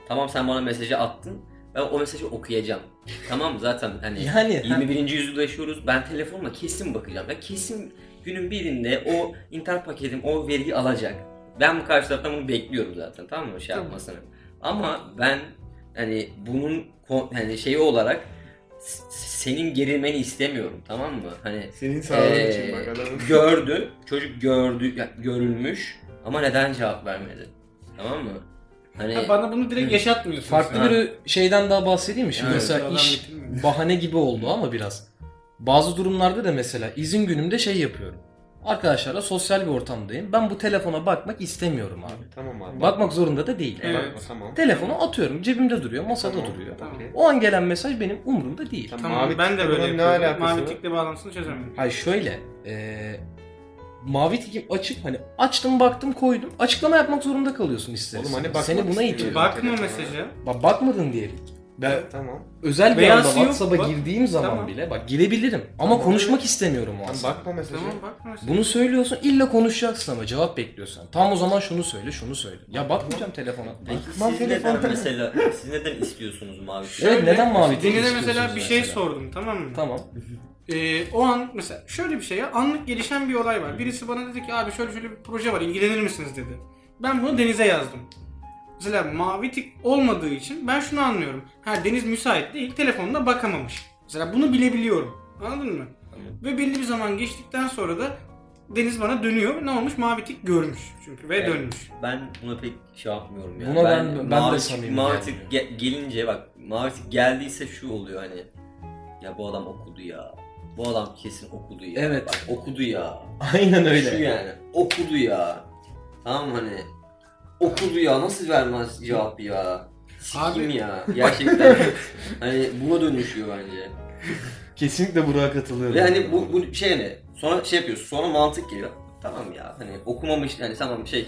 Tamam sen bana mesajı attın. Ben o mesajı okuyacağım. tamam zaten hani Yani 21. yüzyılda yaşıyoruz. Ben telefonla kesin bakacağım. Ben kesin günün birinde o internet paketim o veriyi alacak. Ben bu karşı taraftan bunu bekliyorum zaten tamam mı şey Tamam. yapmasını. Ama ben hani bunun kon- hani şeyi olarak s- senin gerilmeni istemiyorum tamam mı? Hani Senin sağlığın Ee, için bak adamın. gördü. Çocuk gördü, ya- görülmüş ama neden cevap vermedi? Tamam mı? Hani Ha, bana bunu direkt Hı. yaşatmıyorsun. Farklı Ha. bir şeyden daha bahsedeyim mi? Şimdi Evet. mesela iş bahane gibi oldu ama biraz. Bazı durumlarda da mesela izin günümde şey yapıyorum. Arkadaşlarla sosyal bir ortamdayım. Ben bu telefona bakmak istemiyorum abi. Tamam abi. Bakmak zorunda da değilim. Evet. Bakma, Tamam. Telefonu atıyorum. Cebimde duruyor. Masada Tamam, duruyor. tamam. Tamam. O an gelen mesaj benim umurumda değil. Tamam, Tamam mavi ben de tikle böyle bunun ne yapıyorum. alakası Mavi var? tikle bağlantısını çözemiyorum. Hayır şöyle. eee, mavi tikim açık. Hani açtım baktım koydum. Açıklama yapmak zorunda kalıyorsun istersen. Oğlum hani bakmak Seni buna istiyorum. itiyor. Bakma telefona. mesaja. Bak bakmadın diyelim. Ben Tamam. özel bir Beyaz anda yok, WhatsApp'a bak. girdiğim zaman Tamam. bile bak girebilirim ama Tamam. konuşmak istemiyorum o an. Tamam bakma mesajı. Tamam bakma mesaja. Bunu söylüyorsun illa konuşacaksın ama cevap bekliyorsan. Tam o zaman şunu söyle şunu söyle. Ya bakmayacağım telefona. peki siz Bakmam telefonu. neden mesela siz neden istiyorsunuz mavi? Evet, neden mavi tikli Denize mesela istiyorsunuz bir şey mesela? sordum tamam mı? Tamam. Ee, o an mesela şöyle bir şey ya anlık gelişen bir olay var. Birisi bana dedi ki abi şöyle şöyle bir proje var ilgilenir misiniz dedi. Ben bunu Deniz'e yazdım. Mesela mavi tik olmadığı için ben şunu anlıyorum. Ha Deniz müsait değil telefonuna bakamamış. Mesela bunu bilebiliyorum. Anladın mı? Tamam. Ve belli bir zaman geçtikten sonra da Deniz bana dönüyor. Ne olmuş? Mavi tik görmüş çünkü ve Evet. dönmüş. Ben buna pek şey yapmıyorum yani. Buna ben- ben de mavi tik- samimi mavi yani. tik ge- gelince bak mavi tik geldiyse şu oluyor hani ya bu adam okudu ya. Bu adam kesin okudu ya. Evet. Bak, okudu ya. Aynen öyle. Şu yani okudu ya. Tamam mı hani okudu ya nasıl vermez cevap ya. Sikim Abi- ya. Gerçekten hani buna dönüşüyor bence. Kesinlikle buraya katılıyorum. Ve hani bu, bu şey hani sonra şey yapıyorsun sonra mantık geliyor. Tamam ya hani okumamış yani tamam şey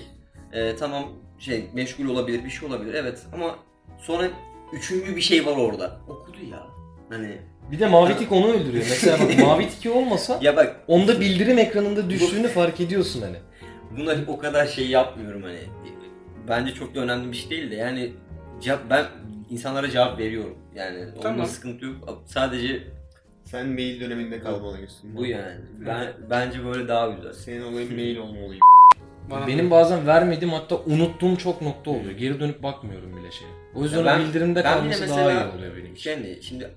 e, tamam şey meşgul olabilir bir şey olabilir evet ama sonra üçüncü bir şey var orada. Okudu ya. Hani Bir de mavi tik onu öldürüyor. Mesela bak, mavi tiki olmasa ya bak onda bildirim ekranında düştüğünü fark ediyorsun hani. Buna o kadar şey yapmıyorum hani. Bence çok da önemli bir şey değil de yani cevap, ben insanlara cevap veriyorum. Yani Tamam. onda sıkıntı yok. Sadece Sen mail döneminde kalmalıymışsın. bu yani. Ben ben,ce böyle daha güzel. Senin olayın mail olmalıyım. Bana Hmm. Benim bazen vermediğim hatta unuttuğum çok nokta oluyor. Geri dönüp bakmıyorum bile şeye. O yüzden Ya ben- o bildirimde ben bile kalması daha mesela- iyi oluyor benim için. Yani Şey hani şimdi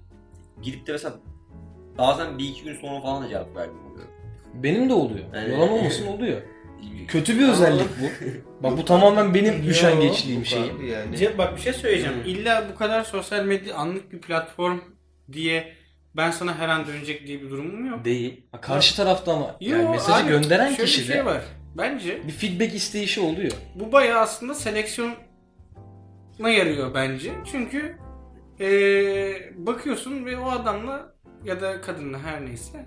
gidip de mesela bazen bir iki gün sonra falan da cevap verdim oluyor. Benim de oluyor. Yani- Yalan olmasın oluyor. Kötü bir özellik bu. Bak bu tamamen benim Yo, üşengeçliğim Bu şeyim. kadar Yani. Ce- Bak bir şey söyleyeceğim. Hı. İlla bu kadar sosyal medya anlık bir platform diye ben sana her an dönecek diye bir durumum yok. Değil. Ha, Karşı tarafta ama Yo, yani mesajı abi, gönderen şöyle bir kişi de şey var. Bence bir feedback isteyişi oluyor. bu bayağı aslında seleksiyona yarıyor bence. Çünkü eee, bakıyorsun ve o adamla ya da kadınla her neyse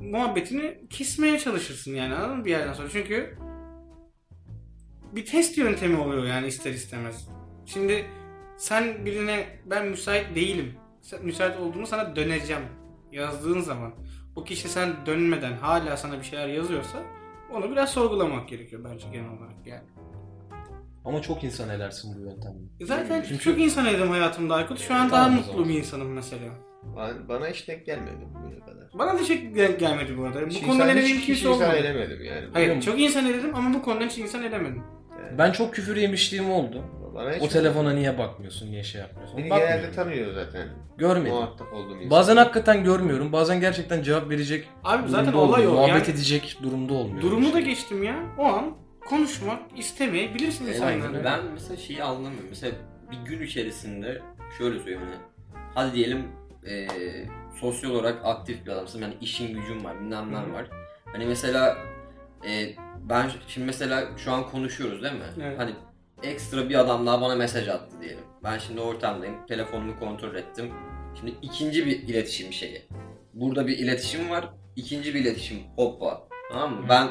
muhabbetini kesmeye çalışırsın yani anladın mı bir yerden sonra. Çünkü bir test yöntemi oluyor yani ister istemez. Şimdi sen birine ben müsait değilim. sen- Müsait olduğumu sana döneceğim yazdığın zaman o kişi sen dönmeden hala sana bir şeyler yazıyorsa onu biraz sorgulamak gerekiyor bence genel olarak yani. Ama çok insan elersin bu yöntemle. E Zaten Çünkü- çok insan edim hayatımda Aykut. Şu an daha Tamam o mutlu zaman. bir insanım mesela. Ben- Bana hiç denk gelmedi bugüne kadar. Bana da şey gel- gelmedi bu arada. Bu Şey, Hiç konuda insan- ne dediğim hiç- kimse hiç insan olmadı. elemedim yani. Hayır Biliyor çok insan eledim ama bu konuda hiç insan elemedim. Ben çok küfür yemişliğim oldu. Bana hiç O telefona niye bakmıyorsun, niye şey yapmıyorsun? Beni Bakmıyorum. genelde tanıyor zaten. Görmedim. Muhatap olduğum insan. Bazen hakikaten görmüyorum. Bazen gerçekten cevap verecek Abi zaten durumda olay olmuyor, o. Muhabbet Yani edecek durumda olmuyor. durumu da geçtim ya. O an konuşmak istemeyebilirsin Evet, insanlardan. ben mesela şeyi anlamıyorum. Mesela bir gün içerisinde şöyle söyleyeyim hani. Hadi diyelim eee sosyal olarak aktif bir adamsın. Yani işin gücün var, bilmem Hı ne hı. var. Hani mesela eee, ben şimdi mesela şu an konuşuyoruz değil mi? Evet. Hani ekstra bir adam daha bana mesaj attı diyelim. Ben şimdi ortamdayım, telefonumu kontrol ettim. Şimdi ikinci bir iletişim şeyi. Burada bir iletişim var, ikinci bir iletişim hoppa. Tamam mı? Hı. Ben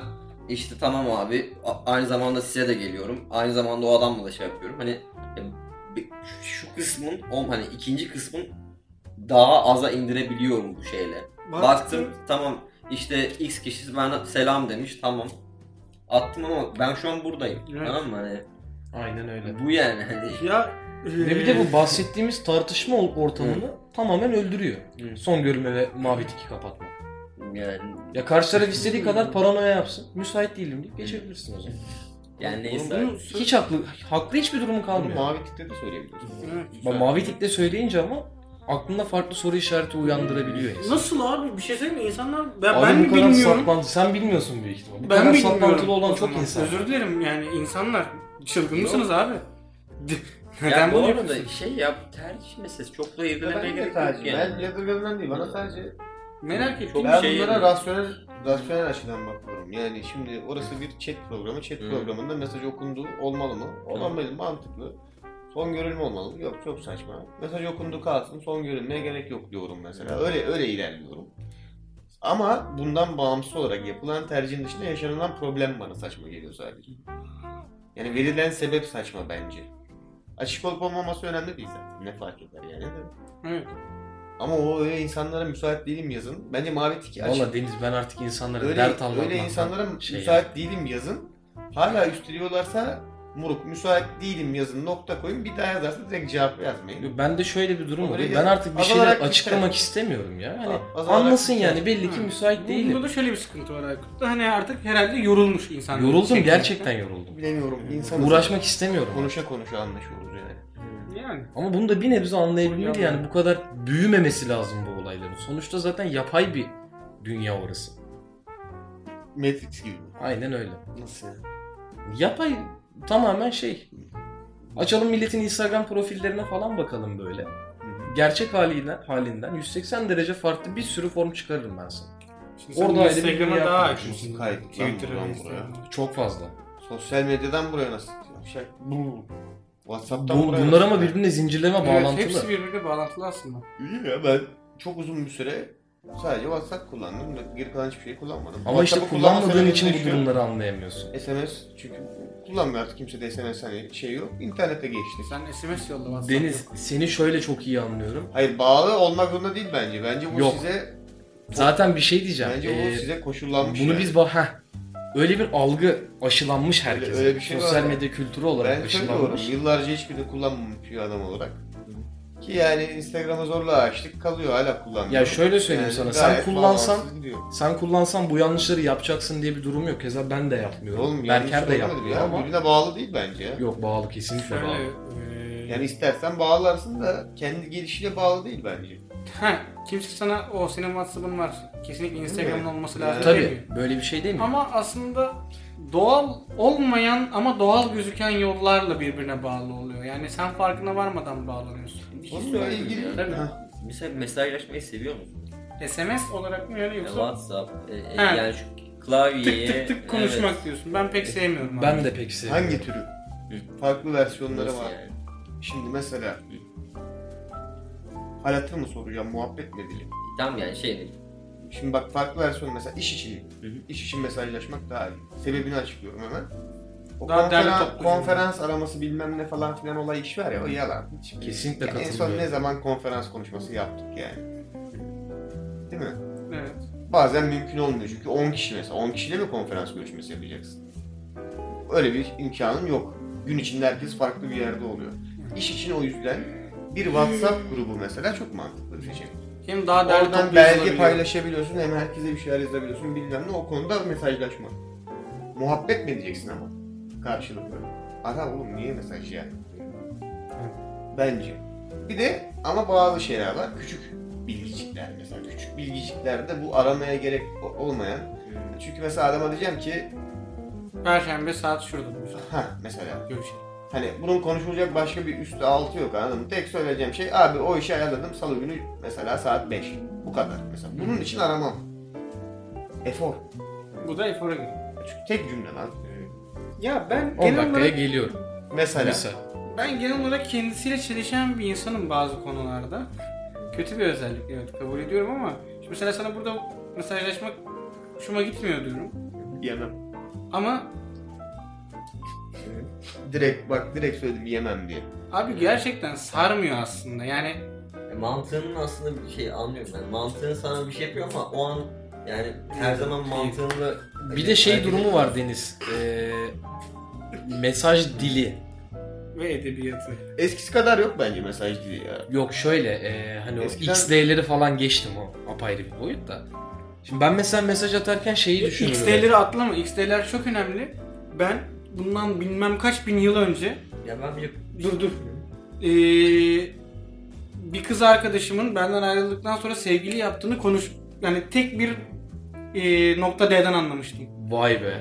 işte tamam abi a- aynı zamanda size de geliyorum. Aynı zamanda o adamla da şey yapıyorum. Hani ya, bi- şu- şu kısmın o hani ikinci kısmın daha aza indirebiliyorum bu şeyle. Baktım tamam işte X kişisi bana selam demiş tamam. attım ama ben şu an buradayım. Evet. Tamam mı? Hani Aynen öyle. bu yani hani. Ya e, Ve bir de bu bahsettiğimiz tartışma ol- ortamını tamamen öldürüyor. Hı. Son görülme ve mavi tiki kapatmak. Yani, Ya karşı taraf istediği kadar paranoya yapsın. Müsait değilim deyip geçebilirsin o zaman. yani Oğlum neyse. bunu Hiç haklı, haklı hiçbir durumu Bunu kalmıyor. mavi tikte de söyleyebiliyorsun. Evet. Ma- mavi tikle söyleyince ama aklında farklı soru işareti uyandırabiliyor insan. Nasıl abi bir şey söyleyeyim mi? İnsanlar ben, Abi ben bu mi kadar bilmiyorum. saplantı- sen bilmiyorsun büyük ihtimal. Bu ben kadar bilmiyorum. saplantılı olan o çok zaman. insan. Özür dilerim yani insanlar çılgın Yok. mısınız abi? De- Yani Neden bu bunu arada yapıyorsunuz? şey ya tercih meselesi çok da irdelemeye Ben de gerek yok tercih. Ben yani. yadırgadığımdan değil. Bana sadece Merak ettim. ben şey bunlara yani. rasyonel rasyonel açıdan bakıyorum. Yani şimdi orası bir chat programı. Chat Hı. programında mesaj okundu olmalı mı? Olmamalı mantıklı. Son görülme olmalı mı? Yok çok saçma. Mesaj okundu kalsın. Son görülmeye gerek yok diyorum mesela. Öyle öyle ilerliyorum. Ama bundan bağımsız olarak yapılan tercihin dışında yaşanılan problem bana saçma geliyor sadece. Yani verilen sebep saçma bence. Açık olup olmaması önemli değil zaten. Ne fark eder yani değil mi? Evet. Ama o öyle insanlara müsait değilim yazın. Bence mavi tiki açık. Valla Deniz ben artık insanlara Öyle, dert anlatmaktan... öyle insanlara şey müsait değilim yazın. Hala üstleniyorlarsa Muruk müsait değilim yazın nokta koyun. Bir daha yazarsa direkt cevap yazmayın. Yo, Ben de şöyle bir durum var. Öyle Ben artık bir şeyler azalarak bir açıklamak şey. istemiyorum ya. Hani A- azalarak anlasın bir şey. yani belli ki Hı. müsait Bunda değilim. da şöyle bir sıkıntı var Aykut'ta. Hani artık herhalde yorulmuş insanlar. Yoruldum Şey- gerçekten yoruldum. Bilemiyorum. İnsan Uğraşmak istemiyorum. konuşa konuşa anlaşıyoruz yani. Yani. Ama bunu da bir nebze anlayabilmeli yani bu kadar büyümemesi lazım bu olayların. Sonuçta zaten yapay bir dünya orası. Matrix gibi. Aynen öyle. Nasıl ya? Yapay tamamen şey. Açalım milletin Instagram profillerine falan bakalım böyle. Gerçek halinden, halinden 180 derece farklı bir sürü form çıkarırım ben sana. Şimdi sen Orada Orada aile Instagram'a birliği daha yapmış. açmışsın. Kayıt lan Twitter'a, buradan Instagram'a. Çok fazla. Sosyal medyadan buraya nasıl? Şey, bu- Whatsapp'tan Bu, buraya bunlar nasıl? ama birbirine zincirleme Evet, bağlantılı. hepsi birbirine bağlantılı aslında. İyi ya ben çok uzun bir süre sadece WhatsApp kullandım. Geri kalan hiçbir şey kullanmadım. Ama işte WhatsApp'ı kullanma kullanmadığın için bu sebebini şu- durumları anlayamıyorsun. SMS çünkü kullanmıyor artık kimse de SMS hani şey yok. İnternete geçti. Sen SMS yolla WhatsApp'ta. Deniz seni şöyle çok iyi anlıyorum. Hayır bağlı olmak zorunda değil bence. Bence bu Yok. size Zaten bir şey diyeceğim. bence Ee, bu size koşullanmış. bunu yani. biz bah heh. öyle bir algı aşılanmış herkese. öyle bir şey var Sosyal ya. medya kültürü olarak ben söylüyorum. aşılanmış. Yıllarca hiçbirini kullanmamış bir adam olarak. Ki yani Instagram'a zorla açtık kalıyor hala kullanmıyor. Ya şöyle söyleyeyim sana, sen gayet kullansan- bağımsız gidiyor. Sen kullansan bu yanlışları yapacaksın diye bir durum yok. Keza ben de yapmıyorum. Oğlum Berker de yapmıyor yapmıyor ya. ama Birbirine bağlı değil bence ya. yok bağlı kesinlikle Şöyle, bağlı. eee, Yani istersen bağlarsın da kendi gelişiyle bağlı değil bence. Ha, kimse sana o senin WhatsApp'ın var. Kesinlikle Instagram'ın mi? olması Yani- lazım. demiyor. Tabii böyle bir şey değil mi? Ama aslında doğal olmayan ama doğal gözüken yollarla birbirine bağlı oluyor. Yani sen farkına varmadan bağlanıyorsun. Bir şey Onunla söyleyeyim ilgili ya. Tabii. Ha. Mesela mesajlaşmayı seviyor musun? SMS olarak mı yani Yani yoksa WhatsApp, e, e, Ha. yani şu klavyeye... tık tık tık konuşmak diyorsun. Ben pek sevmiyorum. abi. E, Ben de pek sevmiyorum. Hangi türü? Farklı Evet. versiyonları Nasıl var. yani? Şimdi mesela halatı mı soracağım, muhabbet mi bileyim? Tam yani şey Şimdi bak farklı versiyon mesela iş için. Hı hı. İş için mesajlaşmak daha iyi. Sebebini açıklıyorum hemen. O Daha konferans, derli toplu konferans araması bilmem ne falan filan olay iş var ya o yalan. Hiç- Kesinlikle Yani en son katılıyorum. ne zaman konferans konuşması yaptık yani. Değil mi? Evet. Bazen mümkün olmuyor çünkü 10 kişi mesela. 10 kişiyle mi konferans görüşmesi yapacaksın? Öyle bir imkanın yok. Gün içinde herkes farklı bir yerde oluyor. İş için o yüzden bir WhatsApp grubu mesela çok mantıklı bir seçenek. Hem daha derli Oradan toplu belge yazılabiliyor. paylaşabiliyorsun hem herkese bir şeyler yazabiliyorsun bilmem ne o konuda mesajlaşma. Muhabbet mi edeceksin ama karşılıklı. Ara oğlum niye mesaj yani? Bence. Bir de ama bazı şeyler var. Küçük bilgicikler mesela. Küçük bilgiciklerde bu aramaya gerek o- olmayan. Çünkü mesela adama diyeceğim ki Perşembe saat şurada buluşalım. ha mesela Görüşelim. hani bunun konuşulacak başka bir üstü altı yok anladın mı? Tek söyleyeceğim şey abi o işi ayarladım salı günü mesela saat 5. Bu kadar mesela. Hmm. Bunun için aramam. Efor. Bu da efora giriyor. Çünkü tek cümle lan. Ya ben 10 genel dakikaya olarak, geliyorum. Mesela. Mesela. ben genel olarak kendisiyle çelişen bir insanım bazı konularda. Kötü bir özellik evet kabul ediyorum ama şimdi mesela sana burada mesajlaşmak şuma gitmiyor diyorum. Yemem. Ama Direkt bak direkt söyledim yemem diye. Abi gerçekten sarmıyor aslında. Yani e, mantığının aslında bir şey anlıyorum ben. Mantığın sana bir şey yapıyor ama o an Yani her zaman mantığında... Bir de şey durumu var Deniz. Ee, mesaj dili. Ve edebiyatı. Eskisi kadar yok bence mesaj dili ya. Yok şöyle ee, hani o Eskiden- XD'leri falan geçtim o apayrı bir boyut da. Şimdi ben mesela mesaj atarken şeyi düşünüyorum. XD'leri atlama. XD'ler çok önemli. Ben bundan bilmem kaç bin yıl önce Ya ben bir... Dur, dur. Ee, bir kız arkadaşımın benden ayrıldıktan sonra sevgili yaptığını konuş yani tek bir e, nokta D'den anlamıştım. Vay be.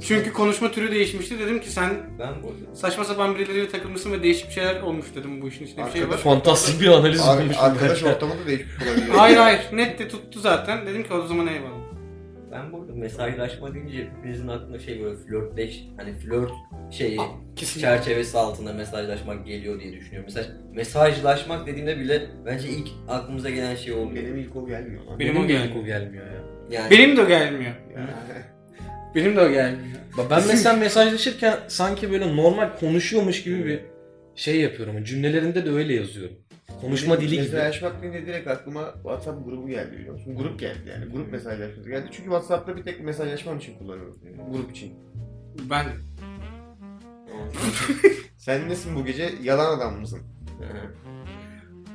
Çünkü konuşma türü değişmişti. Dedim ki sen Ben bu... saçma sapan birileriyle takılmışsın ve değişik bir şeyler olmuş dedim bu işin içinde bir şey var. Arkadaş- Fantastik bir analiz Ar- olmuş. arkadaş ortamı da değişmiş olabilir. Hayır hayır net de tuttu zaten. Dedim ki o zaman eyvallah. Ben bu arada mesajlaşma deyince hepinizin aklına şey böyle flörtleş, hani flört şeyi Kesinlikle. çerçevesi altında mesajlaşmak geliyor diye düşünüyorum. Mesela mesajlaşmak dediğimde bile bence ilk aklımıza gelen şey oluyor. Benim ilk o gelmiyor lan. Benim Benim, o de gelmiyor. ilk o gelmiyor ya. Yani Benim de o gelmiyor. Ya. Benim de o gelmiyor. Ba- Ben mesela mesajlaşırken sanki böyle normal konuşuyormuş gibi bir şey yapıyorum. Cümlelerinde de öyle yazıyorum. Konuşma Benim dili gibi. Mesajlaşmak deyince direkt aklıma WhatsApp grubu geldi biliyor musun? Grup geldi yani. Grup mesajlaşması geldi. Çünkü WhatsApp'ta bir tek mesajlaşmam için kullanıyorum. Grup için. Ben Sen nesin bu gece? Yalan adam mısın?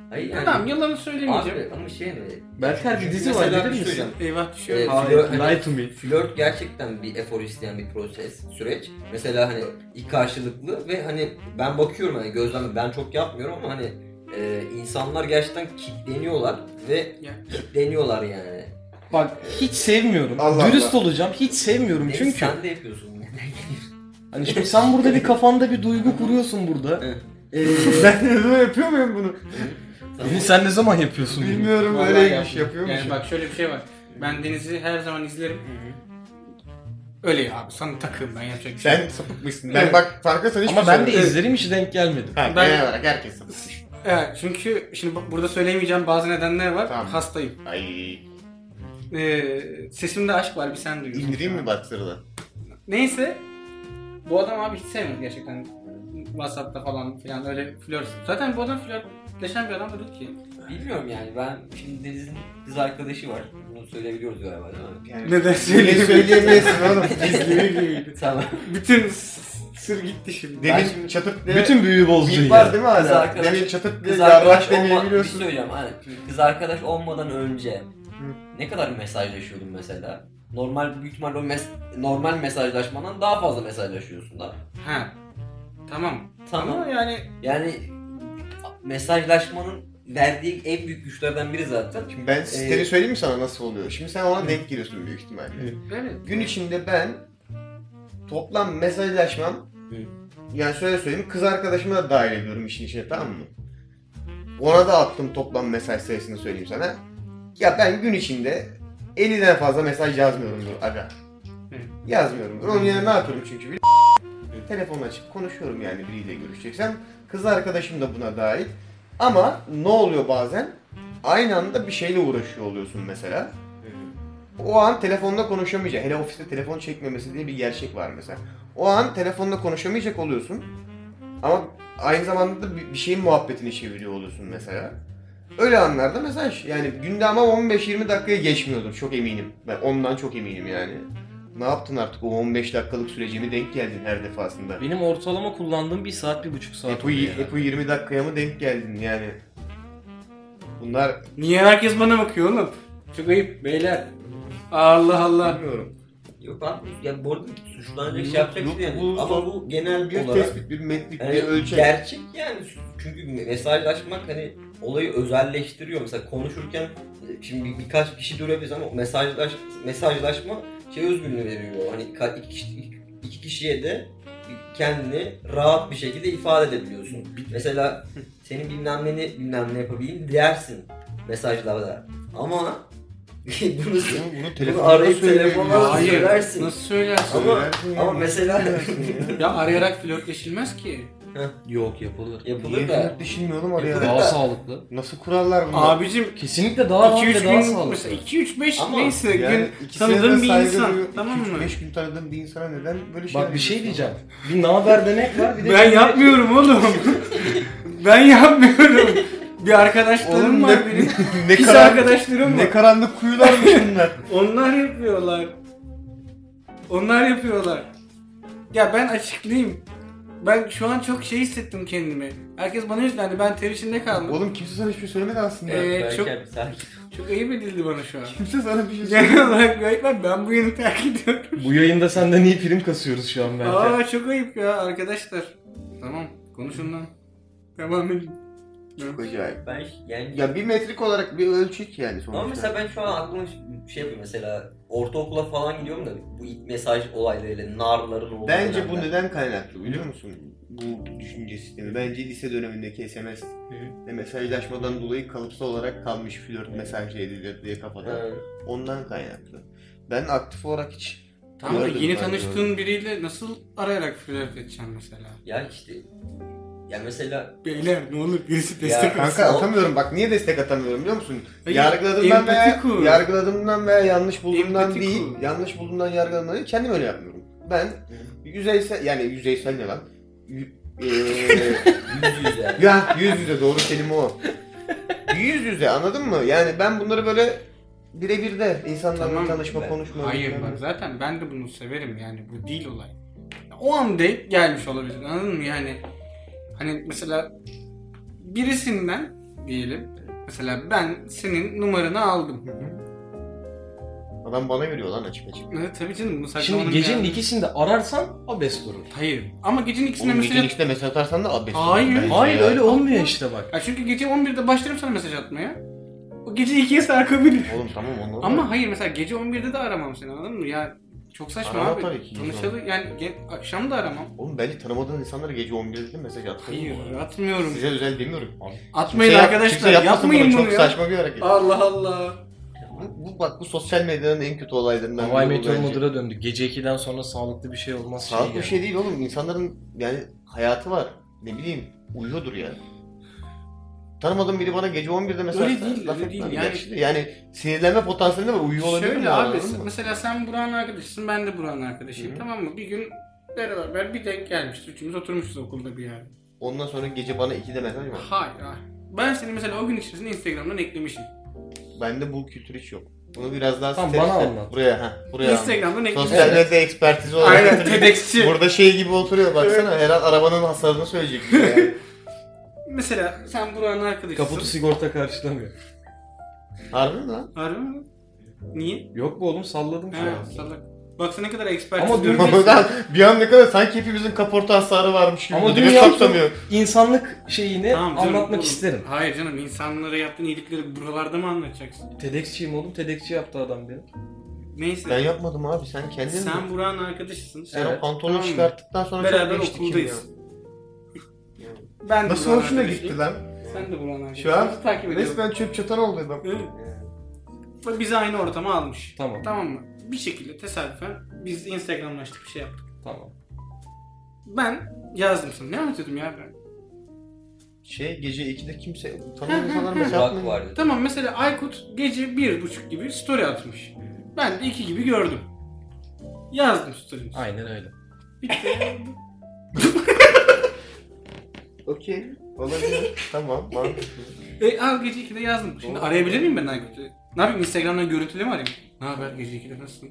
Hayır yani. tamam yalanı söylemeyeceğim. Abi ama şey mi? Berker bir dizi var Mesela bilir bir misin? söyleyeyim. şey Eyvah düşüyor. Ee, Hayır, flört, hani Lie to me. flört gerçekten bir efor isteyen bir proses, süreç. Mesela hani ilk karşılıklı ve hani ben bakıyorum hani gözlem ben çok yapmıyorum ama hani e, insanlar gerçekten kilitleniyorlar ve Ya. kilitleniyorlar yani. Bak hiç sevmiyorum. Allah Dürüst Allah. olacağım. Hiç sevmiyorum Neyse, çünkü. sen de yapıyorsun. Hani şimdi sen burada bir kafanda bir duygu kuruyorsun burada. Evet. Ee, ben ne zaman yapıyor muyum bunu? Deniz, sen ne zaman yapıyorsun bunu? Bilmiyorum Vallahi böyle yapmıyorum. iş yapıyormuşum. Yani bak şöyle bir şey var. Ben Deniz'i her zaman izlerim. Öyle ya abi sana takığım ben yapacak bir şey. Sen yok. sapık mısın? Evet. Ben bak farkı sen hiç Ama ben de izlerim hiç denk gelmedim. Ha, Ben- genel olarak herkes sapıkmış. Evet, çünkü şimdi bak burada söyleyemeyeceğim bazı nedenler var. Tamam. Hastayım. Ay Ee, sesimde aşk var bir sen duyuyorsun. indireyim mi baksırı Neyse. Bu adam abi hiç sevmez gerçekten. Whatsapp'ta falan filan öyle flört. Zaten bu adam flörtleşen bir adam da değil ki. Bilmiyorum yani ben şimdi Deniz'in kız arkadaşı var. Bunu söyleyebiliyoruz galiba değil mi? Yani Neden Niye söyleyemiyorsun oğlum? Tamam. Bütün s- sır gitti şimdi. Demin Ben şimdi, çatırt diye Bütün büyüyü bozdun bip var ya. değil mi Kız hala? arkadaş- Demin çatırt diye Kız arkadaş yarrak demeyi olma, bir şey biliyorsun. söyleyeceğim. Hani kız arkadaş olmadan önce ne kadar mesajlaşıyordun mesela? Normal büyük ihtimalle o mes- normal mesajlaşmadan daha fazla mesajlaşıyorsun da. Ha. Tamam. Ama Tamam. yani Yani mesajlaşmanın verdiği en büyük güçlerden biri zaten. Şimdi ben siteni Ee, söyleyeyim mi sana nasıl oluyor? Şimdi sen ona Hı. denk geliyorsun büyük ihtimalle. evet. Gün içinde ben toplam mesajlaşmam yani şöyle söyleyeyim kız arkadaşımı da dahil ediyorum işin içine tamam mı? Ona da attım toplam mesaj sayısını söyleyeyim sana. Ya ben gün içinde 50'den fazla mesaj yazmıyorumdur aga. Hı. Yazmıyorumdur. Onun yerine ne yapıyorum çünkü bir telefonla açıp konuşuyorum yani biriyle görüşeceksem. Kız arkadaşım da buna dahil. Ama ne oluyor bazen? Aynı anda bir şeyle uğraşıyor oluyorsun mesela. O an telefonda konuşamayacak. Hele ofiste telefon çekmemesi diye bir gerçek var mesela. O an telefonda konuşamayacak oluyorsun. Ama aynı zamanda da bir bir şeyin muhabbetini çeviriyor oluyorsun mesela. Öyle anlarda mesaj. Yani günde ama 15-20 dakikaya geçmiyordur. Çok eminim. Ben ondan çok eminim yani. Ne yaptın artık o 15 dakikalık sürecimi denk geldin her defasında. Benim ortalama kullandığım bir saat, bir buçuk saat Hep E bu, oluyor yani. hep bu 20 dakikaya mı denk geldin yani? Bunlar Niye herkes bana bakıyor oğlum? Çok ayıp beyler. Allah Allah. bilmiyorum. Yok abi ya bu arada suçlanacak Yok, şey yapacak yok, şey yani. bu- Ama bu genel Bir olarak tespit, bir metrik, Yani bir ölçek. Hani Gerçek yani çünkü mesajlaşmak hani olayı özelleştiriyor. Mesela konuşurken e, şimdi bir- birkaç kişi durabiliriz ama mesajlaş, mesajlaşma şey özgürlüğü veriyor. Hani ka- iki, kişi- iki- iki kişiye de kendini rahat bir şekilde ifade edebiliyorsun. Mesela senin bilmem neni bilmem ne yapabileyim dersin mesajlarda. Ama bunu, Bunu bunu telefonda arayıp söyleyeyim ya. telefonla Hayır. söylersin. Nasıl söylersin? Ama- Söylersin ama ya. mesela- Ya arayarak flörtleşilmez ki. Yok yapılır. Niye Yapılır da. flört düşünmüyorum oraya? Yapılır. Daha sağlıklı. Nasıl kurallar bunlar? Abicim Kesinlikle daha rahat 2-3 ve daha gün şey. sağlıklı. mesela 2-3 5 Ama neyse Yani gün iki tanıdığın senede bir saygı insan duyuyor. tamam İki, üç, mı? Beş gün tanıdığın bir insana neden böyle şey Bak bir şey yapıyorsun? diyeceğim. Bir naber demek var bir de Ben yapmıyorum oğlum. ben yapmıyorum. Bir arkadaşlarım var benim. ne Pis karan- arkadaşlarım Ne var. karanlık kuyularmış bunlar. Onlar yapıyorlar. Onlar yapıyorlar. Ya ben açıklayayım. Ben şu an çok şey hissettim kendimi. Herkes bana yüklendi. Ben ter içinde kaldım. Oğlum kimse sana hiçbir şey söylemedi aslında. Ee, çok- Berker, sakin. Çok ayıp edildi bana şu an. Kimse sana bir şey söylemedi. Genel olarak gayet ben, ben bu yeni terk ediyorum. Bu yayında senden iyi prim kasıyoruz şu an belki. Aa çok ayıp ya arkadaşlar. Tamam konuşun lan. Devam edin. Çok acayip. Ben ş- yani Ya bir metrik olarak bir ölçek yani sonuçta. ama mesela ben şu an aklıma ş- şey yapıyor mesela ortaokula falan gidiyorum da bu ilk mesaj olaylarıyla narların olduğu Bence bu dönemler. neden kaynaklı biliyor musun? Bu düşünce sistemi. Bence lise dönemindeki SMS ve mesajlaşmadan dolayı kalıpsal olarak kalmış flört mesajı edilir diye kafada. Evet. Ondan kaynaklı. Ben aktif olarak hiç Tamam da Gördüm yeni ben, tanıştığın biriyle nasıl arayarak flört edeceksin mesela? Ya işte ya mesela Beyler ne olur birisi destek Ya, olsun. Kanka atamıyorum bak niye destek atamıyorum biliyor musun? Hayır, yargıladığımdan veya empati kur. yargıladığımdan veya yanlış bulduğumdan Empati değil, kur. yanlış bulduğumdan yargıladığımdan değil, kendim öyle yapmıyorum. Ben yüzeysel yani yüzeysel ne lan? Yü- eee, yüz yüz yani. ya yüz yüze doğru kelime o. Yüz yüze anladın mı? Yani ben bunları böyle birebir de insanlarla Tamam, tanışma, ben- konuşma. Hayır bilmem bak ne. zaten ben de bunu severim yani bu değil olay. Ya, O an denk gelmiş olabilir anladın mı yani? Hani mesela birisinden diyelim mesela ben senin numaranı aldım. Hı hı. Adam bana veriyor lan açık açık. Evet, E, tabii canım bunu saklamanın Şimdi bir gecenin anlamı- ikisinde ararsan abes durur. Hayır ama gecenin ikisinde Onun mesela... mesela... işte mesaj atarsan da abes. Hayır. Bence Hayır ya. öyle olmuyor işte bak. Ya çünkü gece 11'de başlarım sana mesaj atmaya. O gece 2'ye sarkabilir. Oğlum tamam onları. Ama hayır mesela gece 11'de de aramam seni anladın mı? Ya çok saçma Aramam abi. tabii ki. Tanışalı yani ge- akşam da aramam. Oğlum bence tanımadığın insanlara gece 11'de de mesaj atmayın. Hayır atmıyorum. Size özel demiyorum. Atmayın Kimse yap- kimse arkadaşlar yapmasın yapmayın bunu, Çok ya. saçma bir şey. hareket. Allah Allah. Bu, bu, bak bu sosyal medyanın en kötü olaylarından Havai biri bu meteor bence. moduna döndük. Gece 2'den sonra sağlıklı bir şey olmaz. şey Sağlıklı bir yani. şey değil oğlum. İnsanların yani hayatı var. Ne bileyim uyuyordur yani. Tanımadığım biri bana gece 11'de mesaj Öyle atar, değil, laf öyle etmem. değil. Yani, Yani- işte yani sinirlenme potansiyeli de var. Uyuyor olabilir Şöyle mi? abi anladın mı? mesela sen Burak'ın arkadaşısın ben de Burak'ın arkadaşıyım Hı. tamam mı? Bir gün beraber bir denk gelmişiz. Üçümüz oturmuşuz okulda bir yerde. Ondan sonra gece bana 2'de mesaj var. Hayır hayır. Ben seni mesela o gün içerisinde Instagram'dan eklemişim. Bende bu kültür hiç yok. Bunu biraz daha Tamam, step bana step- anlat. Buraya ha. Buraya anlat. Instagram'dan eklemişim. Sosyal medya ekspertizi olarak. Aynen TEDx'çi. Burada şey gibi oturuyor baksana her an arabanın hasarını söyleyecek gibi yani. Mesela sen Burak'ın arkadaşısın. Kaputu sigorta karşılamıyor. Harbi mi lan? Harbi mi? Niye? Yok bu oğlum salladım şu He an. salak. Baksana ne kadar expert. Ama görüyorsun. Lan bir an ne kadar sanki hepimizin kaporta hasarı varmış gibi. Ama Ama dünya- dünya kapsamıyor. İnsanlık şeyini Tamam canım, anlatmak oğlum. isterim. Hayır canım insanlara yaptığın iyilikleri buralarda mı anlatacaksın? TEDx'çiyim oğlum. TEDx'çi yaptı adam beni. Neyse. Ben yapmadım abi sen kendin sen mi? Burak'ın arkadaşısın. Sen Evet, o pantolonu tamam mı? çıkarttıktan sonra Beraber çok değiştik okuldayız. ya. Ben de Nasıl Burak'ın hoşuna arkadaşıyım. gitti lan? Sen de Burak'ın arkadaşısın. Şu an Bizi takip ediyorum. Resmen çöp çatan oldu adam. Evet. Ve Bizi aynı ortama almış. Ee, Tamam. Tamam mı? Bir şekilde tesadüfen biz Instagramlaştık bir şey yaptık. Tamam. Ben yazdım sana. Ne anlatıyordum ya ben? Şey gece 2'de kimse tanımayan insanlar mesaj Burak atmıyor. vardı. Tamam mesela Aykut gece bir buçuk gibi story atmış. Ben de iki gibi gördüm. Yazdım story'ini. Aynen öyle. Bitti. Okey. Olabilir. tamam. mantıklı. e, al gece 2'de yazdım. Şimdi Doğru. arayabilir miyim ben Aykut'u? Ne yapayım Instagram'dan görüntülü mü arayayım? Ne haber gece 2'de nasılsın?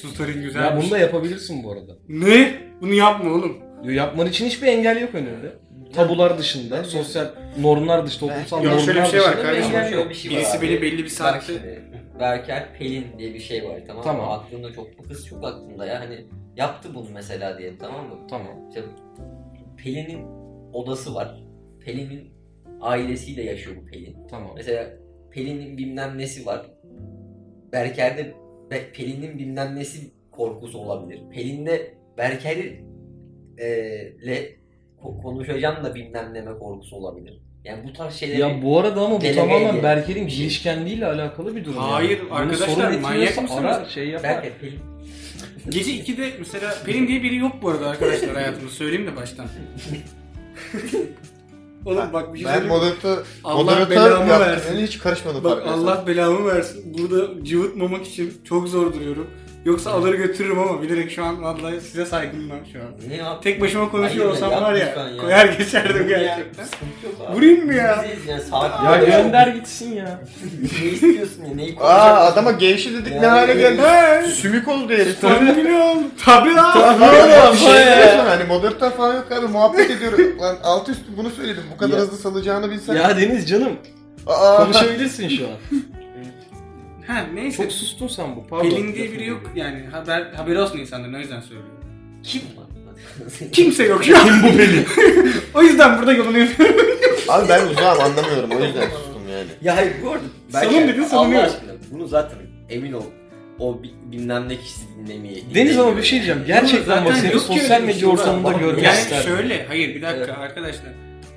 Şu story'in Ya güzelmiş. bunu da yapabilirsin bu arada. Ne? Bunu yapma oğlum. Yapman için hiçbir engel yok önünde. Tabular dışında, sosyal normlar dışında, toplumsal Yok, normlar şöyle bir şey var dışında. kardeşim. engel yok. Şöyle bir şey var Birisi abi. beni belli bir Bak saatte... şimdi, Berker Pelin diye bir şey var tamam mı? Tamam. Aklımda çok, bu kız çok aklımda ya hani yaptı bunu mesela diyelim tamam mı? Tamam. İşte Pelin'in odası var. Pelin'in ailesiyle yaşıyor bu Pelin. Tamam. Mesela Pelin'in bilmem nesi var. Berker'de Be- Pelin'in bilmem nesi korkusu olabilir. Pelin'de Berker'i e, le ko- konuşacağım da bilmem neme korkusu olabilir. Yani bu tarz şeyleri... Ya bu arada ama bu Delegeyle tamamen Berker'in bir şey. girişkenliğiyle alakalı bir durum. Hayır, yani. Bunu arkadaşlar, sorun manyak etmiyorsa mısınız? Ara, şey yapar. Berker Pelin... Gece 2'de mesela Pelin diye biri yok bu arada arkadaşlar hayatımda. Söyleyeyim de baştan. oğlum bak bir şey ben söyleyeyim. mi? moderatör, Allah moderatör belamı yaptım. versin. Hiç karışmadım Bak farkındaysan. Allah belamı versin. Burada cıvıtmamak için çok zor duruyorum. Yoksa alır götürürüm ama bilerek şu an vallahi size saygımdan şu an. Ne yap? Tek başıma konuşuyor Hayır, olsam yap var lütfen ya, ya. koyar geçerdim Vur ya, gerçekten. sıkıntı yok abi. Vurayım mı ya? Biziz yani saat. Ya Ya gönder gitsin ya. ne istiyorsun ya? Neyi konuşacaksın? Aa adama gevşe dedik ne Ya, hale evet. geldi. He, Sümük oldu herif. Tabii lan. Tabii lan. Abi ya, Tabii bir şey ya. diyorsun hani moderatör falan yok abi muhabbet ediyoruz. Lan altı üstü bunu söyledim bu kadar Ya. hızlı salacağını bilsen. Ya Deniz canım Aa, konuşabilirsin şu an. Ha neyse. Çok sustun sen bu pardon. Pelin diye biri yok yani haber haber olsun insanların o yüzden söylüyorum. Kim? Kimse yok şu an. Kim bu Pelin? o yüzden burada yolunu yapıyorum. abi ben uzağım anlamıyorum o yüzden sustum yani. Ya hayır bu arada. Salın dedin, salınıyor. Allah aşkına bunu zaten emin ol. O bi- bilmem ne kişisi dinlemeye. Deniz ama bir şey diyeceğim. Gerçekten bak Zaten seni yok ki sosyal öyle bir medya şey. ortamında Bak, görmek Yani isterdim. şöyle hayır bir dakika Evet. arkadaşlar.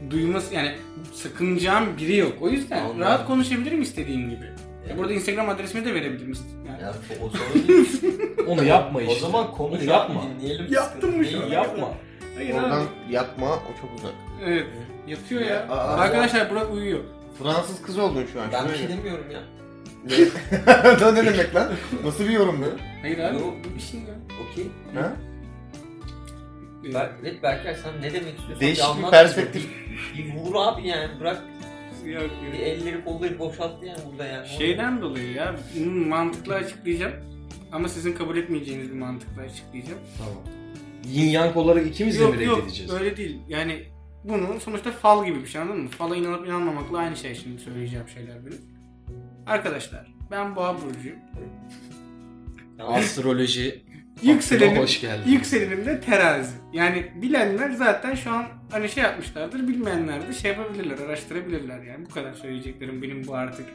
Duyması yani sakınacağım biri yok. O yüzden Anladım. rahat konuşabilirim istediğim gibi. E, Ya Burada Instagram adresimi de verebilirim. ist- Yani. Ya, o sorun değil. Onu yapma O işte. zaman konuş Onu abi, yapma. Dinleyelim. Yaptın mı şu Neyi an? Yapma. Hayır Oradan abi. yapma o çok uzak. Evet. Yatıyor ya. Aa, arkadaşlar Burak uyuyor. Fransız kız oldun şu an. Ben bir şuna şey bak. demiyorum ya. Ne- ne demek lan? Nasıl bir yorum bu? Hayır abi. Yok. Bir şey yok. Okey. Ha? Ber evet Berker sen ne demek istiyorsun? Değişik bir anlat. perspektif. Bir, bir vur abi yani bırak. Yok, Bir yok. elleri kolları boşalttı yani burada yani. Şeyden dolayı ya bunun mantıklı açıklayacağım. Ama sizin kabul etmeyeceğiniz bir mantıkla açıklayacağım. Tamam. Yin yang olarak ikimiz de mi yok yok reddedeceğiz? öyle değil. Yani bunun sonuçta fal gibi bir şey anladın mı? Fala inanıp inanmamakla aynı şey şimdi söyleyeceğim şeyler benim. Arkadaşlar ben boğa burcuyum. Tamam. Astroloji. Yükselenim- Hoş geldin. Yükselenim de terazi. Yani bilenler zaten şu an hani şey yapmışlardır. Bilmeyenler de şey yapabilirler, araştırabilirler yani. Bu kadar söyleyeceklerim benim bu artık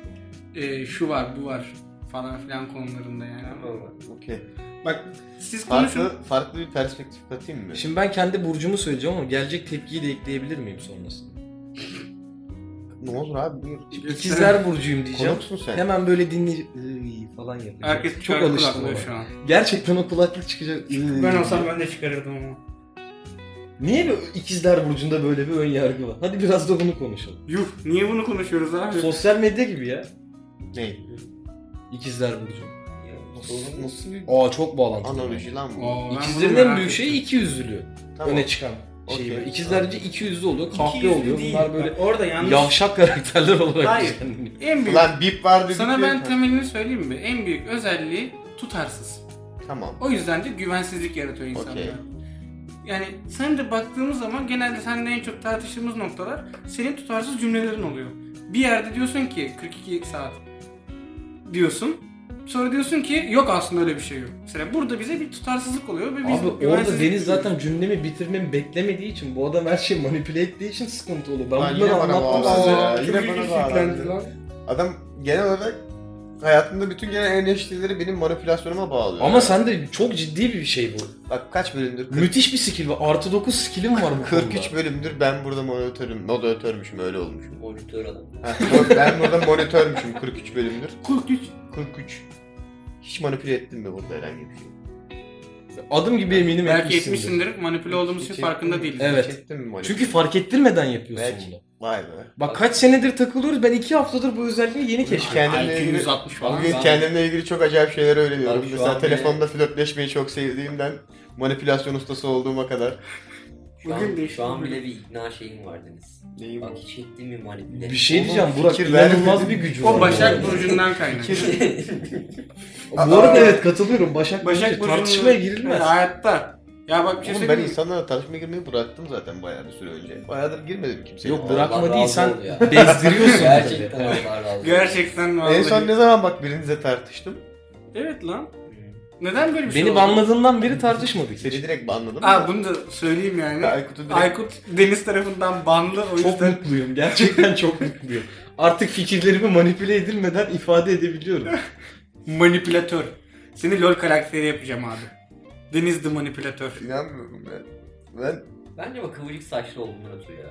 e, şu var, bu var falan filan konularında yani. Ama Okey. Bak siz konuşun. Farklı, farklı bir perspektif katayım mı? Şimdi ben kendi burcumu söyleyeceğim ama gelecek tepkiyi de ekleyebilir miyim sonrasında? Ne olur abi buyur. İkizler burcuyum diyeceğim. Konuksun sen. Hemen böyle dinle Iy falan yapacak. Herkes Çok çok alıştım alıştı ona. Ee, şu an. Gerçekten o kulaklık çıkacak. Iy. Ben olsam ben de çıkarırdım ama. Niye bu ikizler burcunda böyle bir ön yargı var? Hadi biraz da bunu konuşalım. Yuh niye bunu konuşuyoruz abi? Sosyal medya gibi ya. Ne? İkizler burcu. Nasıl, nasıl bir Aa çok bağlantılı. analoji lan bu? Oo, ben İkizlerin bunu merak en büyük şeyi ettim. iki yüzlülüğü. Tamam. Öne çıkan şey. Okey. İkizlerce iki yüzlü oluyor, İki kahpe yüzlü oluyor. değil. Bunlar böyle Bak, orada yanlış. yavşak karakterler olarak Hayır. düzenleniyor. En büyük. Lan bip var dedik. sana de- ben temelini söyleyeyim mi? En büyük özelliği tutarsız. Tamam. O yüzden de güvensizlik yaratıyor insanlara. Okey. Yani sen de baktığımız zaman genelde seninle en çok tartıştığımız noktalar senin tutarsız cümlelerin oluyor. Bir yerde diyorsun ki 42 saat diyorsun. Sonra diyorsun ki yok aslında öyle bir şey yok. Mesela burada bize bir tutarsızlık oluyor ve biz Abi orada Deniz güvensizlik duyuyoruz. zaten cümlemi bitirmemi beklemediği için bu adam her şeyi manipüle ettiği için sıkıntı oluyor. Ben Lan bunları yine bana anlattım bağlandı size. ya, Çok yine ilginç bana bağlandı. yüklendi lan. Adam genel olarak hayatımda bütün genel enerjileri benim manipülasyonuma bağlıyor. Ama sende çok ciddi bir şey bu. Bak kaç bölümdür? Kırk- Müthiş bir skill var. Artı 9 skillim var bu 43 konuda. bölümdür ben burada monitörüm. Moderatörmüşüm öyle olmuşum. Monitör adam. Ha, mo- ben burada monitörmüşüm 43 bölümdür. 43 43. Hiç manipüle ettin mi burada herhangi bir şey? Adım gibi eminim Belki etmişsindir. etmişsindir. Manipüle olduğumuz için Hiç farkında ettin mi? değiliz. Evet. Hiç ettin mi manipüle? Çünkü fark ettirmeden yapıyorsun Belki. bunu. Vay be. Bak kaç senedir takılıyoruz. Ben 2 haftadır bu özelliği yeni keşfettim. Kendimle ilgili, 260 falan. bugün Ben- kendimle ilgili çok acayip şeyler öğreniyorum. Abi şu Mesela an telefonda flörtleşmeyi çok sevdiğimden manipülasyon ustası olduğuma kadar. Şu an, Bugün de şu an işte- bile bir ikna şeyin var Deniz. Neyim? Bak hiç ettiğin bir manipüle. Bir şey diyeceğim Oğlum, Burak fikir inanılmaz bir vermedim. gücü var. O Başak bu. arada. Burcu'ndan kaynaklı. şey- Bu arada Aa. evet katılıyorum. Başak, Başak Burcu Burcu'nun tartışmaya girilmez. Yani hayatta. Ya bak bir şey Oğlum ben söyleyeyim mi? insanlarla tartışmaya girmeyi bıraktım zaten bayağı bir süre önce. Bayağıdır girmedim kimseye. Yok Vallahi. bırakma Allah değil razı sen ol ya. bezdiriyorsun. Gerçekten Allah razı olsun. Gerçekten vallahi. En son ne zaman bak birinizle tartıştım? Evet lan. Neden böyle bir şey Beni oldu? banladığından beri tartışmadık. Seni direkt banladım. Aa bunu da söyleyeyim yani. Aykut'u direkt... Aykut Deniz tarafından banlı o Çok yüzden. mutluyum. Gerçekten çok mutluyum. Artık fikirlerimi manipüle edilmeden ifade edebiliyorum. Manipülatör. Seni LOL karakteri yapacağım abi. Deniz de manipülatör. İnanmıyorum ben. Ben Bence bak kıvırcık saçlı olduğundan ötürü ya.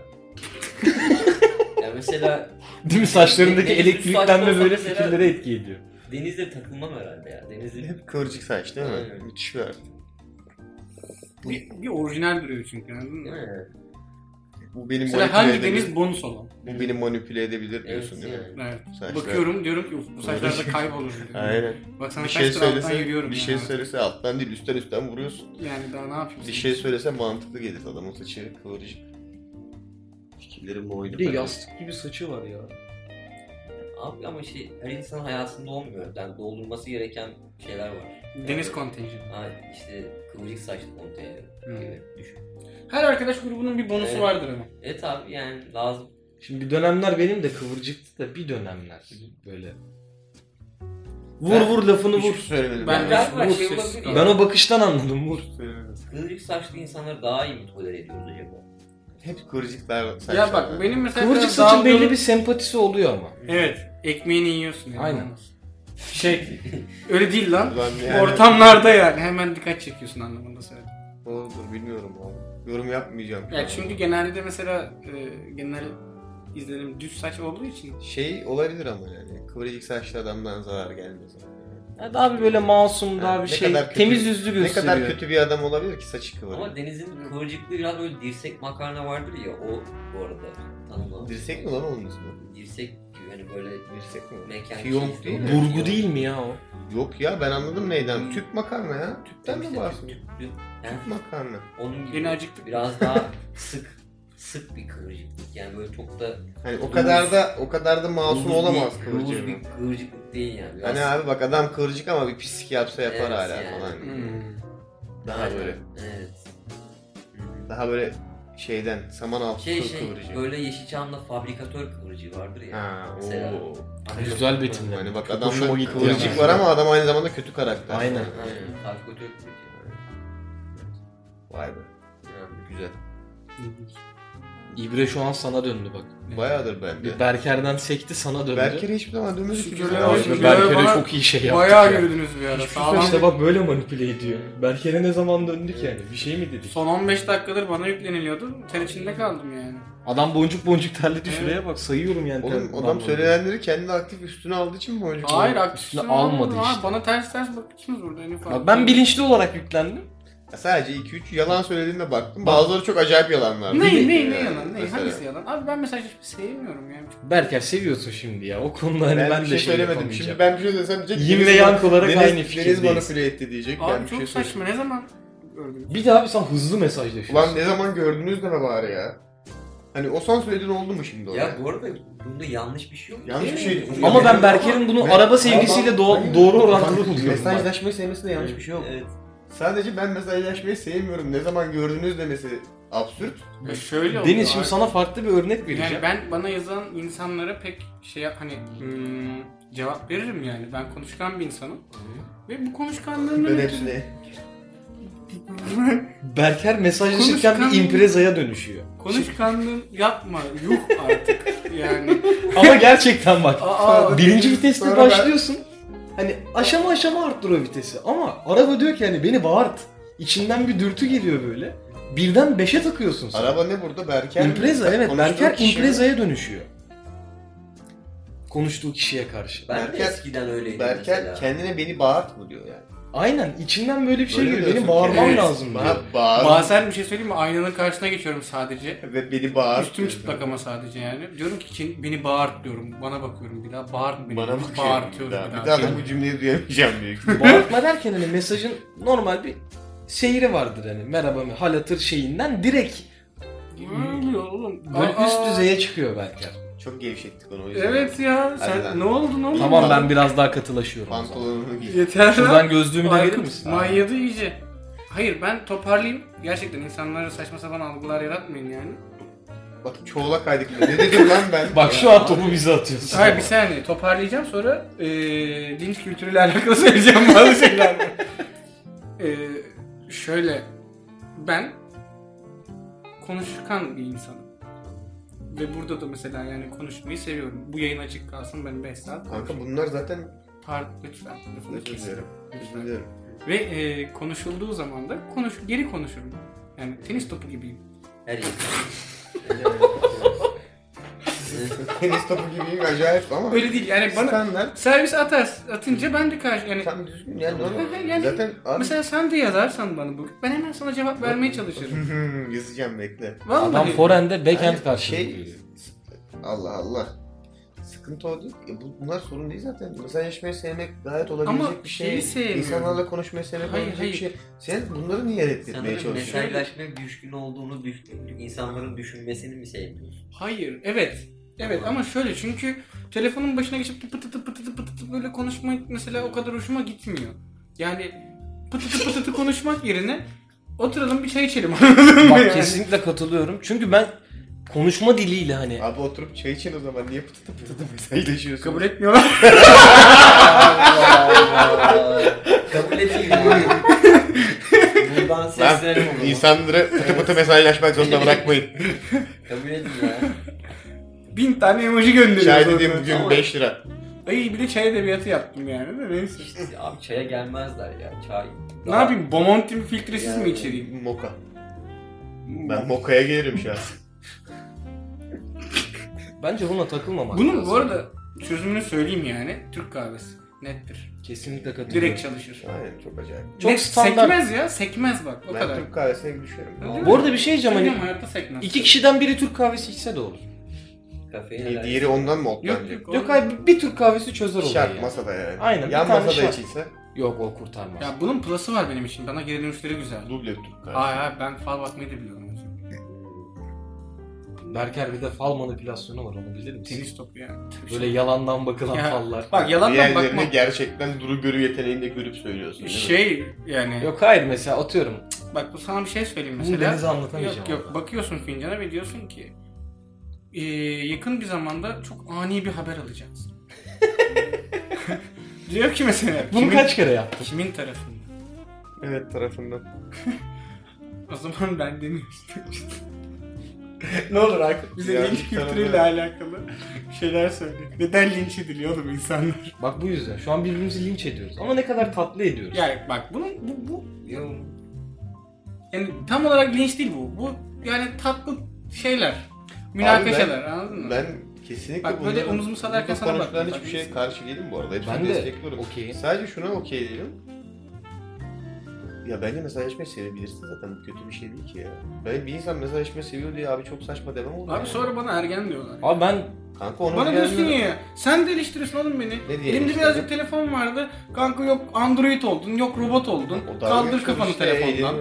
ya mesela Değil mi? Saçlarındaki Deniz elektriklenme saçma böyle sapan fikirlere şeyler- etki ediyor. Deniz'le takılmam herhalde ya. Deniz'le hep kıvırcık saç değil mi? Aynen. Müthiş bir art. Bir, bir orijinal duruyor çünkü anladın mı? Evet. bu benim Mesela manipüle hangi edebilir. deniz bonus olan? Bu beni manipüle edebilir diyorsun Evet, değil mi? yani. Evet. Saçlar. Bakıyorum diyorum ki "Uf, bu saçlar da kaybolur. diyor. Aynen. Bak sana Bir kaç şey tur alttan söylese, yürüyorum. bir ya. şey söylese alttan değil üstten üstten vuruyorsun. Yani daha ne yapayım? Bir şey söylese mantıklı gelir adamın saçı kıvırcık. Fikirlerim bu oyunu. Bir de yastık gibi saçı var ya. Abi ama şey her insanın hayatında olmuyor. Yani doldurması gereken şeyler var. Deniz kontenjanı. Ha işte kıvırcık saçlı konteyner Hı. gibi düşün. Her arkadaş grubunun bir bonusu Evet. vardır ama. Evet abi yani lazım. Şimdi bir dönemler benim de kıvırcıktı da bir dönemler böyle. Vur Ben- vur lafını Hiçbir şey vur. söylemedim. Ben- Ben, şey Galiba bu şey ses- olabilir ya. Ben o bakıştan anladım vur. söylemedim. Kıvırcık saçlı insanları daha iyi mi tolere ediyoruz acaba? Hep kıvırcıklar saçlar. Ya bak benim mesela Kıvırcık biraz saçın belli dalgalı- bir sempatisi oluyor ama. Evet. Ekmeğini yiyorsun. Yani. Aynen. Şey öyle değil lan. Ulan yani- Ortamlarda yani hemen dikkat çekiyorsun anlamında söyledim. Ne olur bilmiyorum abi. Yorum yapmayacağım. Ya çünkü genelde mesela e, genel izlenim düz saç olduğu için Şey olabilir ama yani. Kıvırcık saçlı adamdan zarar gelmez. Ya daha bir böyle masum daha Ha, bir ne şey kadar kötü- temiz yüzlü Ne gösteriyor. kadar kötü bir adam olabilir ki saçı kıvırcık. Ama denizin kıvırcıklığı biraz böyle dirsek makarna vardır ya o bu arada tanımlı. Dirsek mi lan onun ismi? Dirsek gibi hani böyle Dirsek mi? mekan Fiyonk değil mi? Burgu değil mi ya o? Yok ya ben anladım Hmm. neyden. Tüp makarna ya. Tüpten mi bahsediyorsun? Tüplü. Yani Tüp makarna. onun gibi Yine acıktık. biraz daha sık sık bir kıvırcıklık yani böyle çok da Hani o kadar da o kadar da masum Ruhuz olamaz bir- kıvırcık. ruhuz bir kıvırcıklık değil yani. Biraz Hani abi bak adam kıvırcık ama bir pislik yapsa yapar Evet hala yani. falan. hmm. Daha Aynen, böyle Evet. daha böyle şeyden saman altı Şey kıvır- şey kıvırcık. böyle Yeşilçam'da fabrikatör kıvırcığı vardır ya. Ha, Mesela. o. Fabrikatör- Güzel betimleme. Hani bak Çok adamda hoşuma bir gitti kıvırcık yani. var ama adam aynı zamanda kötü karakter. Aynen. Aynen fabrikatör kıvırcığı. Vay be. Yani. Güzel. İbre şu an sana döndü bak. Bayağıdır bende. Bir Berker'den sekti sana döndü. Berker'e hiçbir zaman dönmedik ki. Şükürler Abi, olsun. ben- Berker- Berker'e bana çok iyi şey yaptık Bayağı ya. gördünüz bir ara. Hiçbir şey Sağlam. işte bak böyle manipüle ediyor. Berker'e ne zaman döndük yani? Bir şey mi dedik? Son 15 dakikadır bana yükleniliyordu. Ter içinde kaldım yani. Adam boncuk boncuk terledi Evet. şuraya bak sayıyorum yani. Oğlum ter- adam damlaları. söylenenleri kendi aktif üstüne aldığı için mi oyuncu? Hayır Ya aktif almadı işte. Bana ters ters bakıyorsunuz burada. hani en ufak. Ya ben bilinçli olarak yüklendim. Sadece 2-3 yalan söylediğinde baktım. Bazıları çok acayip yalanlar. Ne Bir- ne ne yalan ne Mesela. hangisi yalan? Abi ben mesela hiçbir şey sevmiyorum yani. Berker seviyorsun şimdi ya. O konuda hani ben, ben, bir de şey şey söylemedim. yapamayacağım. Şimdi ben bir şey desem diyecek. Yin Deniz ve bana- yank olarak Deniz, aynı Deniz fikirdeyiz. manipüle etti diyecek. ben Abi bir şey çok söyleyeyim. saçma şey. ne zaman gördünüz? Bir daha bir sen hızlı mesajlaşıyorsun. Ulan ne zaman gördünüz deme bari ya. Hani o son söylediğin oldu mu şimdi oraya? Ya bu arada bunda yanlış bir şey yok. Yanlış bir şey yok. Ama ben Berker'in bunu Ben- araba sevgisiyle Ama- doğ- Hayır. doğru Bak, orantılı buluyorum. Mesajda... Mesajlaşmayı sevmesi de yanlış bir şey yok. Evet. Sadece ben mesajlaşmayı sevmiyorum. Ne zaman gördünüz demesi absürt. Ya şöyle oluyor Deniz şimdi abi. sana farklı bir örnek vereceğim. Yani ben bana yazan insanlara pek şey hani hmm, cevap veririm yani. Ben konuşkan bir insanım. Ve bu konuşkanlığımın Ben hepsine. Berker mesajlaşırken bir Konuşkan- imprezaya dönüşüyor. konuşkanlığım yapma yuh artık yani. Ama gerçekten bak. Aa, Birinci viteste Sonra ben- başlıyorsun. Hani aşama aşama arttır o vitesi. Ama araba diyor ki hani beni bağırt. İçinden bir dürtü geliyor böyle. Birden beşe takıyorsun sen. Araba ne burada? Berker mi? impreza evet. Konuştuğun Berker kişi mi? imprezaya dönüşüyor. Konuştuğu kişiye karşı. Ben de Berker- eskiden öyleydim mesela. Berker kendine beni bağırt mı diyor yani. Aynen içinden böyle bir şey Öyle geliyor. Benim diyorsun bağırmam ki. Evet. lazım diyor. Bana bağır. Bazen bir şey söyleyeyim mi? Aynanın karşısına geçiyorum sadece. Ve beni bağır. Üstüm çıplak ama sadece yani. Diyorum ki "Çin, beni bağırt diyorum. Bana bakıyorum bir daha. Bağırt beni. Bana bak. Bağırtıyor Bir daha, bir bir daha. daha da bu cümleyi duyamayacağım büyük. Bağırtma derken hani mesajın normal bir seyri vardır hani merhaba mı hal hatır şeyinden direkt Ne oluyor oğlum? böyle Aa! üst düzeye çıkıyor Berker. Çok gevşettik onu o yüzden. Evet ya. Sen Hadi lan. ne oldu ne oldu? Tamam ben biraz daha katılaşıyorum. o zaman. Pantolonunu giy. Yeter lan. Şuradan gözlüğümü de verir Aykut, misin? Manyadı iyice. Hayır ben toparlayayım. Gerçekten insanlara saçma sapan algılar yaratmayın yani. Bak çoğula kaydık. Ne dedim lan ben? Bak şu an topu bize atıyorsun. Hayır bir saniye toparlayacağım sonra eee linç kültürüyle alakalı söyleyeceğim bazı şeyler. var. Eee, şöyle ben konuşkan bir insanım. Ve burada da mesela yani konuşmayı seviyorum. Bu yayın açık kalsın ben 5 saat. Kanka bunlar zaten Pardon lütfen. Lafını özür kesin. dilerim. Lütfen. Özür dilerim. Ve eee, konuşulduğu zaman da konuş, geri konuşurum. Yani tenis topu gibiyim. Her insan. Tenis topu gibiyim acayip ama. Öyle değil yani bana Standart. servis atar, atınca ben de karşı yani Tam düzgün yani. normal. Yani- Zaten abi. mesela sen de yazarsan bana bu ben hemen sana cevap vermeye çalışırım. Hmm, Yazacağım bekle. Vallahi Adam forende backhand Yani karşılığı şey- veriyor. Allah Allah. Sıkıntı o değil. E, bu- bunlar sorun değil zaten. Mesajlaşmayı sevmek gayet olabilecek Ama bir şeyi şey. sevmiyorum. İnsanlarla konuşmayı sevmek Hayır, olabilecek bir hayır. şey. Sen bunları niye şey reddetmeye Sanırım çalışıyorsun? mesajlaşmaya düşkün olduğunu düşkün, insanların düşünmesini mi sevmiyorsun? Hayır, evet. Evet ama şöyle çünkü telefonun başına geçip pıtı pıtı pıtı pıtı pıtı pıtı böyle konuşmak mesela o kadar hoşuma gitmiyor. Yani pıtı pıtı pıtı konuşmak yerine oturalım bir çay içelim. Bak kesinlikle katılıyorum. Çünkü ben konuşma diliyle hani Abi oturup çay için o zaman niye pıtı pıtı pıtı mesajlaşıyorsun? Kabul etmiyorlar. Kabul edilmiyor. Buradan seslenelim o zaman. İnsanları pıtı pıtı mesajlaşmak zorunda bırakmayın. Kabul edin ya. Bin tane emoji gönderiyor. Çay zaten. dediğim bugün 5 lira. Ay bir de çay edebiyatı yaptım yani de neyse. İşte abi çaya gelmezler ya çay. Ne yapayım? Bomonti mi filtresiz mi Yani içeriyim? Moka. Ben mokaya gelirim şu an. bence buna takılmamak Bunun lazım. bu arada çözümünü söyleyeyim yani. Türk kahvesi. Nettir. kesinlikle katılıyorum. Direkt çalışır. Aynen çok acayip. Çok Net, standart. Sekmez ya. Sekmez bak. O ben kadar. Türk kahvesine düşerim. Öyle mi? Bu arada bir şey diyeceğim Söylüyorum, hani hayatta sekmez. iki kişiden biri Türk kahvesi içse de olur. Kafein Niye, alerjisi. diğeri ondan mı Yok otlanacak? yok. Yok olmaz. abi bir Türk kahvesi çözer olayı. Şart ya. masada yani. Aynen, bir Yan tane masada şart. içilse Yok o kurtarmaz. Ya bunun plus'ı var benim için. Bana geri dönüşleri güzel. duble Türk kahvesi. Ay ay ben fal bakmayı da biliyorum. hocam. Berker bir de fal manipülasyonu var onu bilir misin? Tenis topu yani. Böyle yalandan bakılan Ya, fallar. Bak yalandan Diğerlerini bakma. gerçekten duru görü yeteneğini de görüp söylüyorsun değil mi? Şey yani. Yok hayır mesela atıyorum. Bak bu sana bir şey söyleyeyim Bunu mesela. Deniz'e anlatamayacağım. Yok yok orada. bakıyorsun fincana ve diyorsun ki "Ee, yakın bir zamanda çok ani bir haber alacaksın. Diyor ki mesela Bunu kimin, kaç kere yaptın? kimin tarafında? Evet tarafından. O zaman ben deniyorum. ne olur Aykut bize Ya, linç tamam, kültürüyle alakalı bir şeyler söyle. Neden linç ediliyor oğlum insanlar? Bak bu yüzden şu an birbirimizi linç ediyoruz. Ama ne kadar tatlı ediyoruz. Yani bak bunun bu, bu Yok. yani tam olarak linç değil bu. Bu yani tatlı şeyler. Münakaşalar anladın mı? Ben kesinlikle Bak böyle bunların- omzumu salarken bu sana bak. konuşmaların Bak, hiçbir şeye bak. karşı değilim bu arada. Hepsini Ben de destekliyorum. okeyim. Sadece şuna okey değilim. Ya bence mesajlaşmayı sevebilirsin zaten bu kötü bir şey değil ki ya. Ben bir insan mesajlaşmayı seviyor diye abi çok saçma demem olur. Abi sonra bana ergen diyorlar. Abi ben Kanka onu Bana diyorsun ya, sen de eleştiriyorsun oğlum Ne beni. diye Elimde eleştirdin? birazcık telefon vardı. Kanka yok Android oldun, yok robot oldun. Kaldır kafanı telefondan.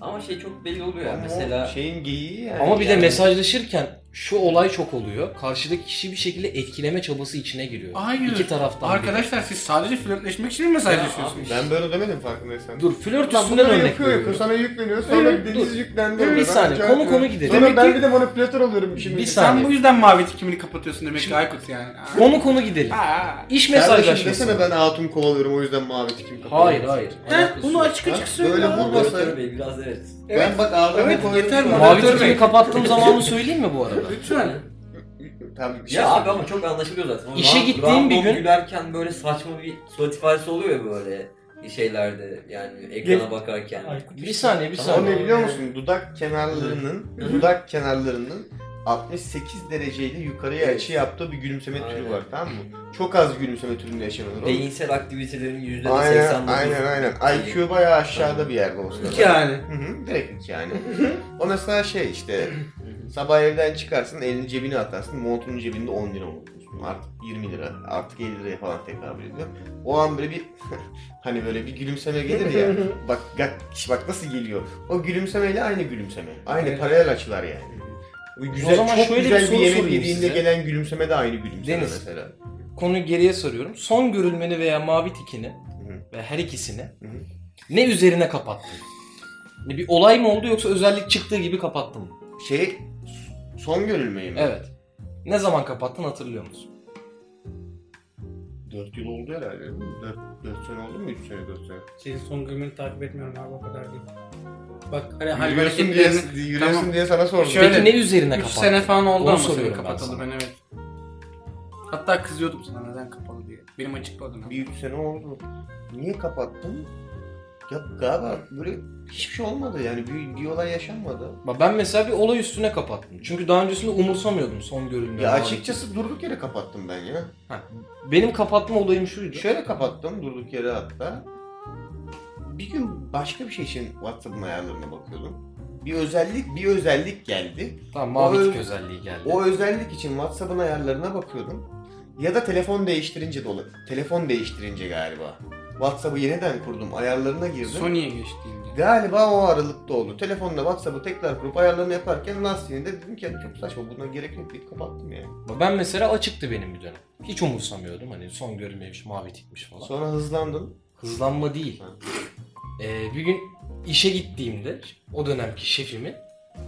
Ama şey çok belli oluyor ya. Mesela Mesela şey şeyin geyiği yani. ama bir de Yani mesajlaşırken şu olay çok oluyor. Karşıdaki kişi bir şekilde etkileme çabası içine giriyor. Hayır. İki taraftan. biri. Arkadaşlar siz sadece flörtleşmek için mi mesajlaşıyorsunuz? Ben böyle demedim farkındaysan. Dur flört Lan üstünden bunları örnek yapıyor, veriyorum. sana yükleniyor, sonra Evet, deniz dur. yüklendi. Dur, bir oradan, saniye, acayip konu bir- konu gidelim. Sonra Demek ben ki- bir de manipülatör oluyorum şimdi. Bir Sen saniye. bu yüzden mavi tikimini kapatıyorsun demek Şimdi- ki Aykut yani. Ha. Konu konu gidelim. Ha. İş Kardeşim desene mesajlaşması. ben hatun kovalıyorum o yüzden mavi tikim kapalı. Hayır hayır. Heh, Alakası bunu yok. açık açık Ha, söyle. böyle lan. bu- Olmasa- moderatör bey biraz evet. Ben bak ağzına Evet, koyarım yeter sonra. şey mi? Mavi Moderatör tikimi Bey. kapattığım zamanı söyleyeyim mi bu arada? Lütfen. Tamam bir şey Ya abi ama çok anlaşılıyor zaten. O İşe Ram- gittiğim Rambo bir gün- gülerken böyle saçma bir surat ifadesi oluyor ya böyle şeylerde yani ekrana Gel- bakarken. Bir saniye bir O saniye. ne biliyor musun? Dudak kenarlarının, Hı. dudak kenarlarının 68 dereceyle yukarıya Evet. açı yaptığı bir gülümseme türü Aynen. var tamam mı? Çok az gülümseme türünde yaşanılır. o. Beyinsel aktivitelerin yüzde Aynen, 89'u. aynen, aynen. IQ bayağı aşağıda bir yerde olsun. İki yani. Hı hı, direkt hiç yani. o mesela şey işte sabah evden çıkarsın elini cebine atarsın montunun cebinde 10 lira unutursun. Artık 20 lira artık 50 liraya falan tekabül ediyor. O an böyle bir hani böyle bir gülümseme gelir ya. bak, bak, bak nasıl geliyor. O gülümsemeyle aynı gülümseme. Aynı Evet. paralel açılar yani. Bu güzel, zaman çok şöyle bir güzel bir, soru yemek sorayım yediğinde size. gelen gülümseme de aynı gülümseme Deniz. mesela. Konuyu geriye sarıyorum. Son görülmeni veya mavi tikini Hı. ve her ikisini hı. ne üzerine kapattın? Ne Bir olay mı oldu yoksa özellik çıktığı gibi kapattın mı? Şey son görülmeyi mi? Evet. Ne zaman kapattın hatırlıyor musun? 4 yıl oldu herhalde. 4, 4 sene oldu mu? 3 sene 4 sene. Senin son gününü takip etmiyorum abi o kadar değil. Bak hani Hani hareketlerini- yürüyorsun diye, yürüyorsun Tamam. diye sana sordum. Şöyle- Peki ne üzerine Üç kapattın? sene falan oldu Onu ama soruyorum seni ben kapatalı sana. ben evet. Hatta kızıyordum sana neden kapalı diye. Benim açıkladın. Bir üç sene oldu. Niye kapattın? Ya galiba böyle hiçbir şey olmadı yani bir, bir olay yaşanmadı. Bak Ben mesela bir olay üstüne kapattım. Çünkü daha öncesinde umursamıyordum son görünümü. Ya açıkçası durduk yere kapattım ben ya. Benim kapatma olayım şuydu. Şöyle kapattım durduk yere hatta. Bir gün başka bir şey için WhatsApp'ın ayarlarına bakıyordum. Bir özellik, bir özellik geldi. Tamam mavi O- tik özelliği geldi. O özellik için WhatsApp'ın ayarlarına bakıyordum. Ya da telefon değiştirince dolu. Telefon değiştirince galiba. WhatsApp'ı yeniden kurdum, ayarlarına girdim. Sony'ye geçtiğinde. Galiba o aralıkta oldu. Telefonla WhatsApp'ı tekrar kurup ayarlarını yaparken lastiğini de dedim ki "Yani çok saçma buna gerek yok deyip kapattım yani. Bak Ben mesela açıktı benim bir dönem. Hiç umursamıyordum hani son görünmeymiş mavi tikmiş falan. Sonra hızlandım. Hızlanma değil. Ha. Ee, bir gün işe gittiğimde o dönemki şefimi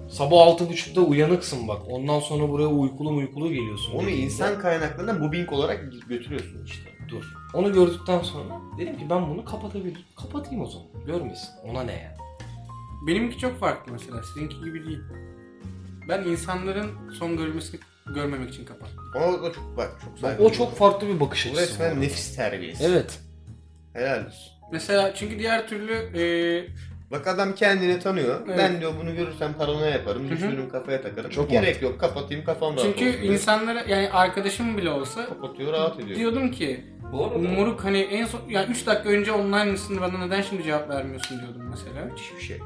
sabah altı buçukta uyanıksın bak ondan sonra buraya uykulu uykulu geliyorsun. Onu dediğinde- insan kaynaklarına mobbing olarak götürüyorsun işte. Dur. Onu gördükten sonra dedim ki ben bunu kapatabilirim. Kapatayım o zaman. Görmesin. Ona ne ya? Benimki çok farklı mesela. Sizinki gibi değil. Ben insanların son görmesini görmemek için kapattım. O da çok, bak, çok Bak, saygı o duyuyorum. çok farklı bir bakış Bu açısı. bu resmen arada. nefis terbiyesi. Evet. Helal olsun. Mesela çünkü diğer türlü e, eee Bak adam kendini tanıyor. Evet. Ben diyor bunu görürsem paranoya yaparım. Hı hı. Düşünürüm kafaya takarım. Çok Gerek yok kapatayım kafam rahat çünkü olsun diyor. insanlara yani arkadaşım bile olsa kapatıyor rahat ediyor. diyordum ki Bu arada Moruk hani en son yani 3 dakika önce online mısın bana neden şimdi cevap vermiyorsun diyordum mesela. Hiçbir şey.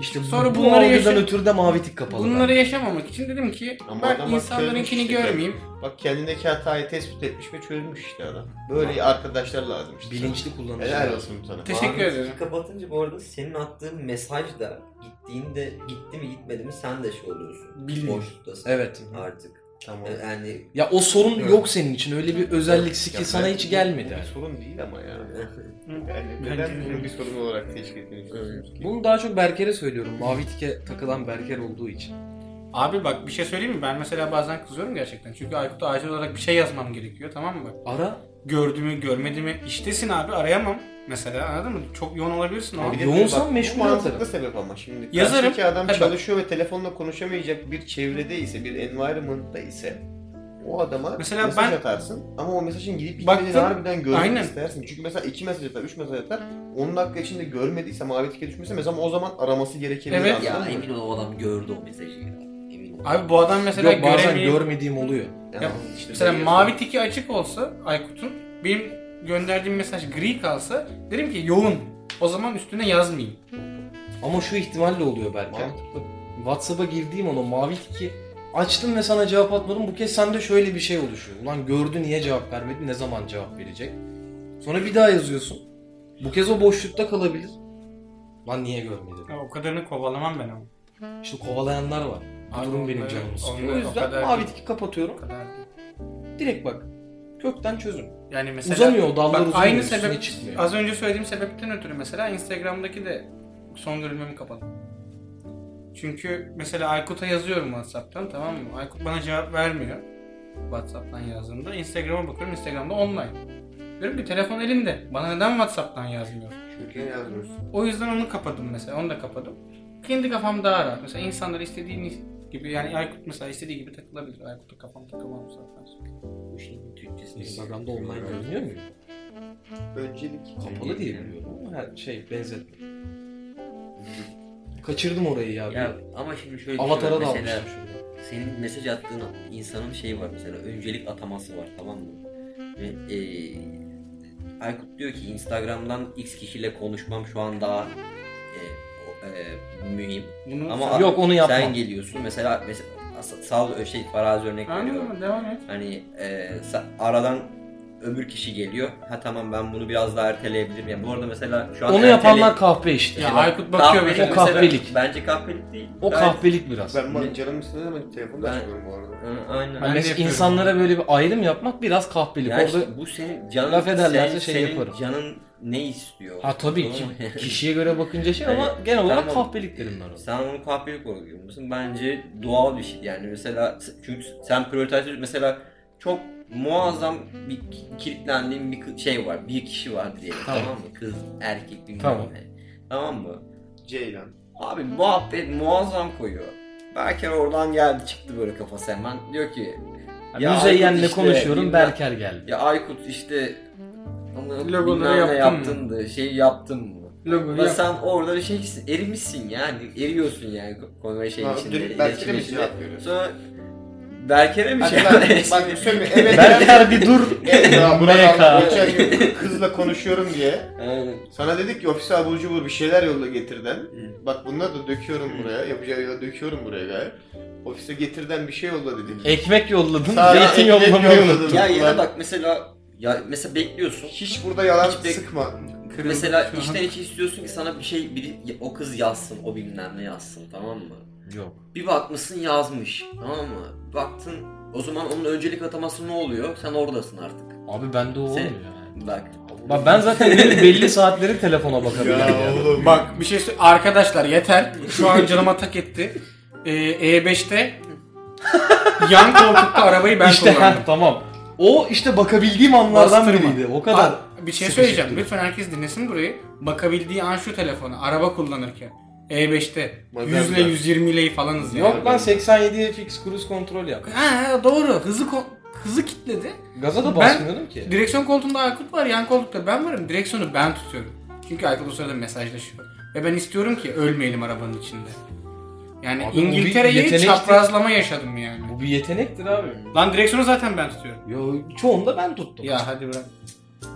İşte Sonra Sonra bu bunları bunları yaşa- ötürü de mavi tik kapalı. Bunları yaşamamak için dedim ki Ama adam ben bak insanlarınkini çözmüş işte. görmeyeyim. Bak kendindeki hatayı tespit etmiş ve çözmüş işte adam. Böyle arkadaşlar lazım işte. Bilinçli kullanıcı. Helal olsun sana. Teşekkür Mavi ederim. tiki Kapatınca bu arada senin attığın mesaj da gittiğinde gitti mi gitmedi mi sen de şey oluyorsun. Bilmiyorum. Boşluktasın Evet. artık. E, Tamam. Yani Ya o sorun Evet. yok senin için. Öyle bir Ee, özellik siki Ya sana belki hiç bu- gelmedi. bu bir şey yani. sorun değil ama ya. Hı. Yani Bence neden de. bunu bir sorun olarak teşkil ediyorsunuz ki? Bunu daha çok Berker'e söylüyorum. Mavi tike takılan Berker olduğu için. Abi bak bir şey söyleyeyim mi? Ben mesela bazen kızıyorum gerçekten. Çünkü Aykut'a acil olarak bir şey yazmam gerekiyor tamam mı? Ara. Gördü mü görmedi mi? İştesin abi arayamam. Mesela anladın mı? Çok yoğun olabilirsin Ama abi. bir de yoğunsan bak, bu meşgul mantıklı yazarım. sebep ama şimdi. Yazarım. Karşıdaki adam Ha, bak. çalışıyor ve telefonla konuşamayacak bir çevrede ise, bir environment'ta ise o adama Mesela mesaj ben- atarsın ama o mesajın gidip Baktım, gitmediğini harbiden görmek aynen. istersin. Çünkü mesela iki mesaj atar, üç mesaj atar. 10 dakika içinde görmediyse, mavi tike düşmüşse mesela o zaman araması gerekebilir Evet. anladın ya mı? emin ol o adam gördü o mesajı ya. Emin ol. Abi bu adam mesela Yok bazen göremeyip- görmediğim oluyor. Ya, işte Mesela böyle mavi tiki açık olsa Aykut'un benim gönderdiğim mesaj gri kalsa derim ki yoğun. O zaman üstüne yazmayayım. Ama şu ihtimalle oluyor yazıyor. Berker. Mantıklı. WhatsApp'a girdiğim an o mavi tiki açtım ve sana cevap atmadım. Bu kez sende şöyle bir şey oluşuyor. Ulan gördü niye cevap vermedi? Ne zaman cevap verecek? Sonra bir daha yazıyorsun. Bu kez o boşlukta kalabilir. Lan niye görmedi? Ya o kadarını kovalamam ben ama. İşte kovalayanlar var. Bu Abi durum benim onları- canımı sıkıyor. O onları o yüzden kadar mavi değil. tiki kapatıyorum. O kadar değil. Direkt bak. Kökten çözüm. Yani mesela uzanıyor, o dallar bak, uzanıyor. aynı üstüne sebep şey çıkmıyor. az önce söylediğim sebepten ötürü mesela Instagram'daki de son görülmemi kapattım. Çünkü mesela Aykut'a yazıyorum WhatsApp'tan tamam mı? Aykut bana cevap vermiyor. WhatsApp'tan yazdığımda Instagram'a bakıyorum. Instagram'da online. Diyorum ki telefon elimde. Bana neden WhatsApp'tan yazmıyor? Çünkü yazmıyorsun. O yüzden onu kapadım mesela. Onu da kapadım. Kendi kafam daha rahat. Mesela insanlar istediğini gibi yani Aykut mesela istediği gibi takılabilir. Aykut'a kafam takılmam zaten. bu şeyin Türkçesi. Instagram'da online görünüyor mu? Öncelik. Kapalı diye biliyorum ama her şey benzetme. Kaçırdım orayı ya. Ya ama şimdi şöyle Avatara düşünüyorum. da mesela almışım şurada. senin mesaj attığın insanın şeyi var mesela öncelik ataması var tamam mı? Ve, e, Aykut diyor ki Instagram'dan X kişiyle konuşmam şu an daha e, o- e, mühim. Bunu Ama Yok, abi, onu yapmam. Sen geliyorsun mesela, mesela as- sal şey farazi örnek Aynen veriyorum. ama devam et. Hani e, sa- aradan öbür kişi geliyor. Ha tamam ben bunu biraz daha erteleyebilirim. Ya bu arada mesela şu an Onu ertele- yapanlar kahpe işte. Ya Aykut bakıyor Kahvelik mesela. O kahvelik. Bence kahvelik değil. O Ben- kahpelik biraz. Ben bana canım istedi ama telefonu da Ben- açmıyorum bu arada. Hı, Aynen. Hani Ben de mesela yapıyorum. insanlara böyle bir ayrım yapmak biraz kahpelik. Ya Orada işte bu senin canın, laf ederlerse senin, şey senin yaparım. canın ne istiyor? ha tabii ki Anladın mı? kişiye göre bakınca şey ama Yani, genel olarak tamam. kahpelik derim ben ona. Sen onu kahpelik olarak görüyor musun? Bence doğal bir şey. Yani mesela çünkü sen prioritize mesela çok muazzam bir ki- kilitlendiğin bir kı- şey var. Bir kişi var diye. Tamam. Tamam. mı? Kız, erkek bilmem Tamam. ne. Tamam mı? Ceylan. Abi muhabbet muazzam koyuyor. Berker oradan geldi çıktı böyle kafası hemen. Diyor ki Ya Müzeyyen'le Aykut işte, konuşuyorum bilmem- Berker geldi. ya Aykut işte onu Logoları bilmem ne yaptın mı? yaptın da şey yaptın mı? Logoyu Ama yap. sen orada bir şey erimişsin yani. Eriyorsun yani konver şeyin Ha, içinde. dönüp Berker'e iletişim mi içinde. şey yapıyoruz? Sonra Berker'e mi Hadi şey lan, yapıyorsun? bak söyle evet Berker bir dur. evet ya MK. burada geçen gün kızla konuşuyorum diye Aynen. sana dedik ki ofise abur cubur bir şeyler yolla getirden. Bak bunları da döküyorum buraya. Yapacağı yola döküyorum buraya gayet. Ofise getirden bir şey yolla dedik. Ekmek yolladın, Sağ- zeytin ekmek yollamayı yolladın. unuttun. Ya ya Ulan. da bak mesela ya mesela bekliyorsun. Hiç burada yalan Hiç bek- sıkma. Kırıldı Mesela şu an. içten içe istiyorsun ki sana bir şey biri o kız yazsın, o bilmem ne yazsın tamam mı? Yok. Bir bakmışsın yazmış tamam mı? Baktın o zaman onun öncelik ataması ne oluyor? Sen oradasın artık. Abi bende o Sen- olmuyor yani. Bak. Bak ben zaten benim belli saatleri telefona bakabilirim. Ya yani. oğlum. Bak Bak bir şey söyle- Arkadaşlar yeter. Şu an canıma tak etti. Ee, E5'te yan koltukta arabayı ben işte kullandım. ha, tamam. O işte bakabildiğim anlardan Bastırma. biriydi. O kadar. Aa, bir şey sıkışık söyleyeceğim. durum. Lütfen herkes dinlesin burayı. Bakabildiği an şu telefonu araba kullanırken. E E5'te Modern 100 ile biraz. 120 ile falanız ya. Yok lan 87 fix cruise kontrol yap. Ha, doğru. Hızı ko- hızı kitledi. Gaza da Ben- basmıyorum ki. Direksiyon koltuğunda Aykut var, yan koltukta ben varım. Direksiyonu ben tutuyorum. Çünkü Aykut o sırada mesajlaşıyor. Ve ben istiyorum ki ölmeyelim arabanın içinde. Yani Abi bu bir İngiltere'yi yetenekti. çaprazlama yaşadım yani. Bu bir yetenektir abi. Lan direksiyonu zaten ben tutuyorum. Yo çoğunda ben tuttum. Ya hadi bırak.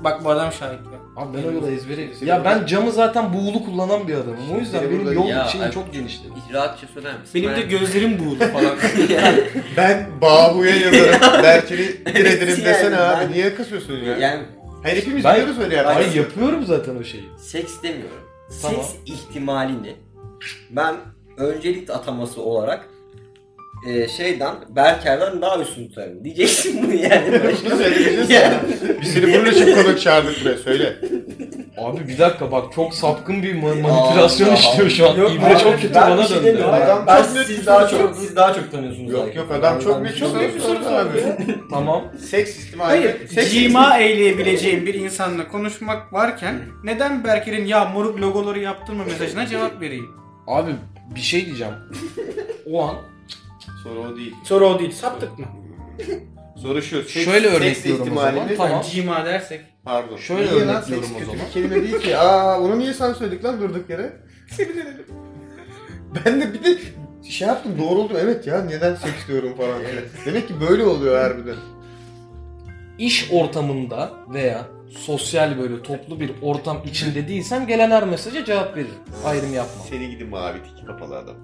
Bak bu adam şahit ya. Abi ben o yola ezbere... Seni Ya ben burada- camı zaten buğulu kullanan bir adamım. O yüzden Seni benim burada- yol Ya, şeyim abi- çok genişti. Rahatça söyler misin? Benim de gözlerim buğulu falan. yani, ben Babu'ya yazarım. Berker'i diredirim yani desene abi. ben- Niye kısıyorsun ya? yani Hayır hepimiz Ben- biliyoruz öyle yapmayı. Ay yapıyorum zaten o şeyi. seks demiyorum. Tamam. Seks ihtimalini ben öncelik ataması olarak e, şeyden Berker'den daha üstün tutarım. Diyeceksin bunu yani. Bunu söyleyeceğiz Yani- sana. Biz seni bunun için konuk çağırdık buraya söyle. Abi bir dakika bak çok sapkın bir ma- Allah manipülasyon işliyor şu an. Yok İbre abi, çok kötü ben bir bana şey döndü. demiyorum. Adam ben çok net bir siz daha soru çok sordu. siz daha çok tanıyorsunuz. Yok Aykut'u. yok adam Ben- çok ben bir net şey çok söyleyeyim. net sordu abi. Tamam. Seks ihtimali. Hayır, Seks cima eyleyebileceğim bir insanla konuşmak varken neden Berker'in ya moruk logoları yaptın mı mesajına cevap vereyim? Abi bir şey diyeceğim. o an Soru o değil. Soru o değil. Saptık mı? Soru şu. Seks, Şöyle seks örnekliyorum o ihtimalini- zaman. Tamam. Cima dersek. Pardon. Şöyle niye lan örnekliyorum seks o kötü zaman. bir kelime değil ki? Aa onu niye sen söyledik lan durduk yere? ben de bir de şey yaptım doğruldum evet ya neden seks diyorum falan. diye. Demek ki böyle oluyor harbiden. iş ortamında veya sosyal böyle toplu bir ortam içinde değilsem gelen her mesaja cevap veririm. Ayrım yapmam. Seni gidin mavi tiki kapalı adam.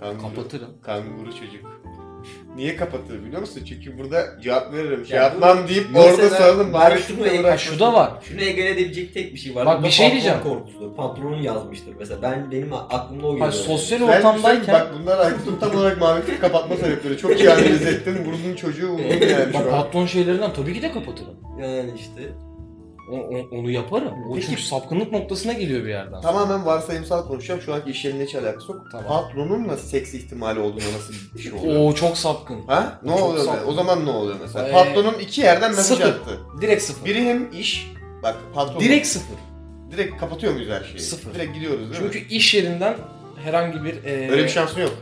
Kanguru, Kapatırım. kanguru çocuk. Niye kapatır biliyor musun? Çünkü burada cevap veririm. Şey Ya yapmam deyip mesela orada sarılın bari ben şunu şunu Ha bırak. şu da var. Şunu egeledebilecek tek bir şey var. Bak, Bu da bir şey patron diyeceğim. Korkusudur. Patronun yazmıştır mesela. Ben benim aklımda o Ha, geliyor. sosyal Ben şey ortamdayken Bak bunlar Aykut'un tam olarak mavi tiki kapatma sebepleri. Çok iyi analiz ettin. Burnun çocuğu vurdun yani bak şu an. patron şeylerinden tabii ki de kapatırım. Yani işte. O- o- onu yaparım. O Peki. çünkü sapkınlık noktasına geliyor bir yerden. Tamamen varsayımsal konuşacağım. Şu anki iş yerinde hiç alakası yok. Tamam. Patronunla seks ihtimali olduğunda nasıl bir şey oluyor? Oo çok sapkın. ha? Ne Çok oluyor? sağ- be? O zaman ne oluyor mesela? Ee, Patronun iki yerden mesaj sıfır. attı. Direkt sıfır. Biri hem iş, bak patron. Direkt sıfır. direkt kapatıyor muyuz her şeyi? Sıfır. Direkt gidiyoruz değil mi? Çünkü iş yerinden herhangi bir... e, Öyle bir şansın yok.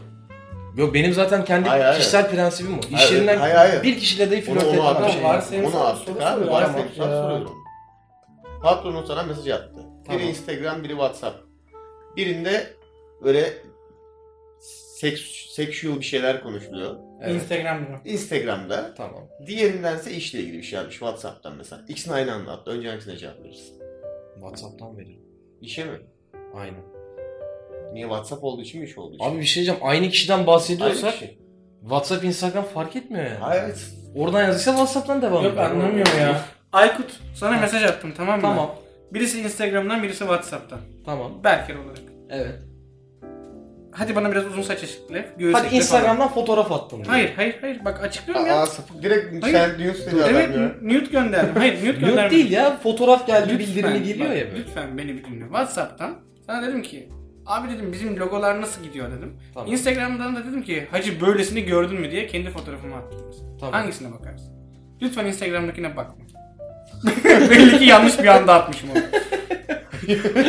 Yok benim zaten kendi Hayır, hayır. kişisel prensibim o. İş Hayır, yerinden hayır, hayır. bir kişiyle de Onu, flört onu etmem. attık. Şey. varsayım- onu attık soru abi. soruyor Varsayım ama soru ya. soruyorum. Ee, Patronun sana mesaj attı. Tamam. Biri Instagram, biri Whatsapp. Birinde böyle seks, seksüel bir şeyler konuşuluyor. Evet. Instagram'da. Instagram'da Tamam. Diğerindense işle ilgili bir şey yapmış. Whatsapp'tan mesela. İkisini aynı anda attı. Önce hangisine cevap verirsin? Whatsapp'tan veririm. İşe mi? Aynen. Niye Whatsapp olduğu için mi iş olduğu için? Abi bir şey diyeceğim. Aynı kişiden Aynı bahsediyorsak kişi. WhatsApp, Instagram fark etmiyor yani. Hayır. Oradan yazdıysa WhatsApp'tan devam Yok ediyor. anlamıyorum ya. Aykut sana mesaj attım tamam mı? Tamam. Birisi Instagram'dan birisi Whatsapp'tan. Tamam. Berker olarak. Evet. Hadi bana biraz uzun saç açıkla. Göğüs Hadi açıkla Instagram'dan fotoğraf attın. Falan. Hayır hayır hayır bak açıklıyorum ya. Aa sapık. Direkt Hayır. sen diyorsun dedi evet adam ya. nude gönderdim. Hayır nude gönderdim. Yok değil ya. Fotoğraf geldi bildirimi Lütfen, geliyor bak, ya böyle. Lütfen beni bir dinle. Whatsapp'tan sana dedim ki abi dedim bizim logolar nasıl gidiyor dedim. Tamam. Instagram'dan da dedim ki hacı böylesini gördün mü diye kendi fotoğrafımı attım. Tamam. Hangisine bakarsın? Lütfen Instagram'dakine bakma. Belli ki yanlış bir anda atmışım onu.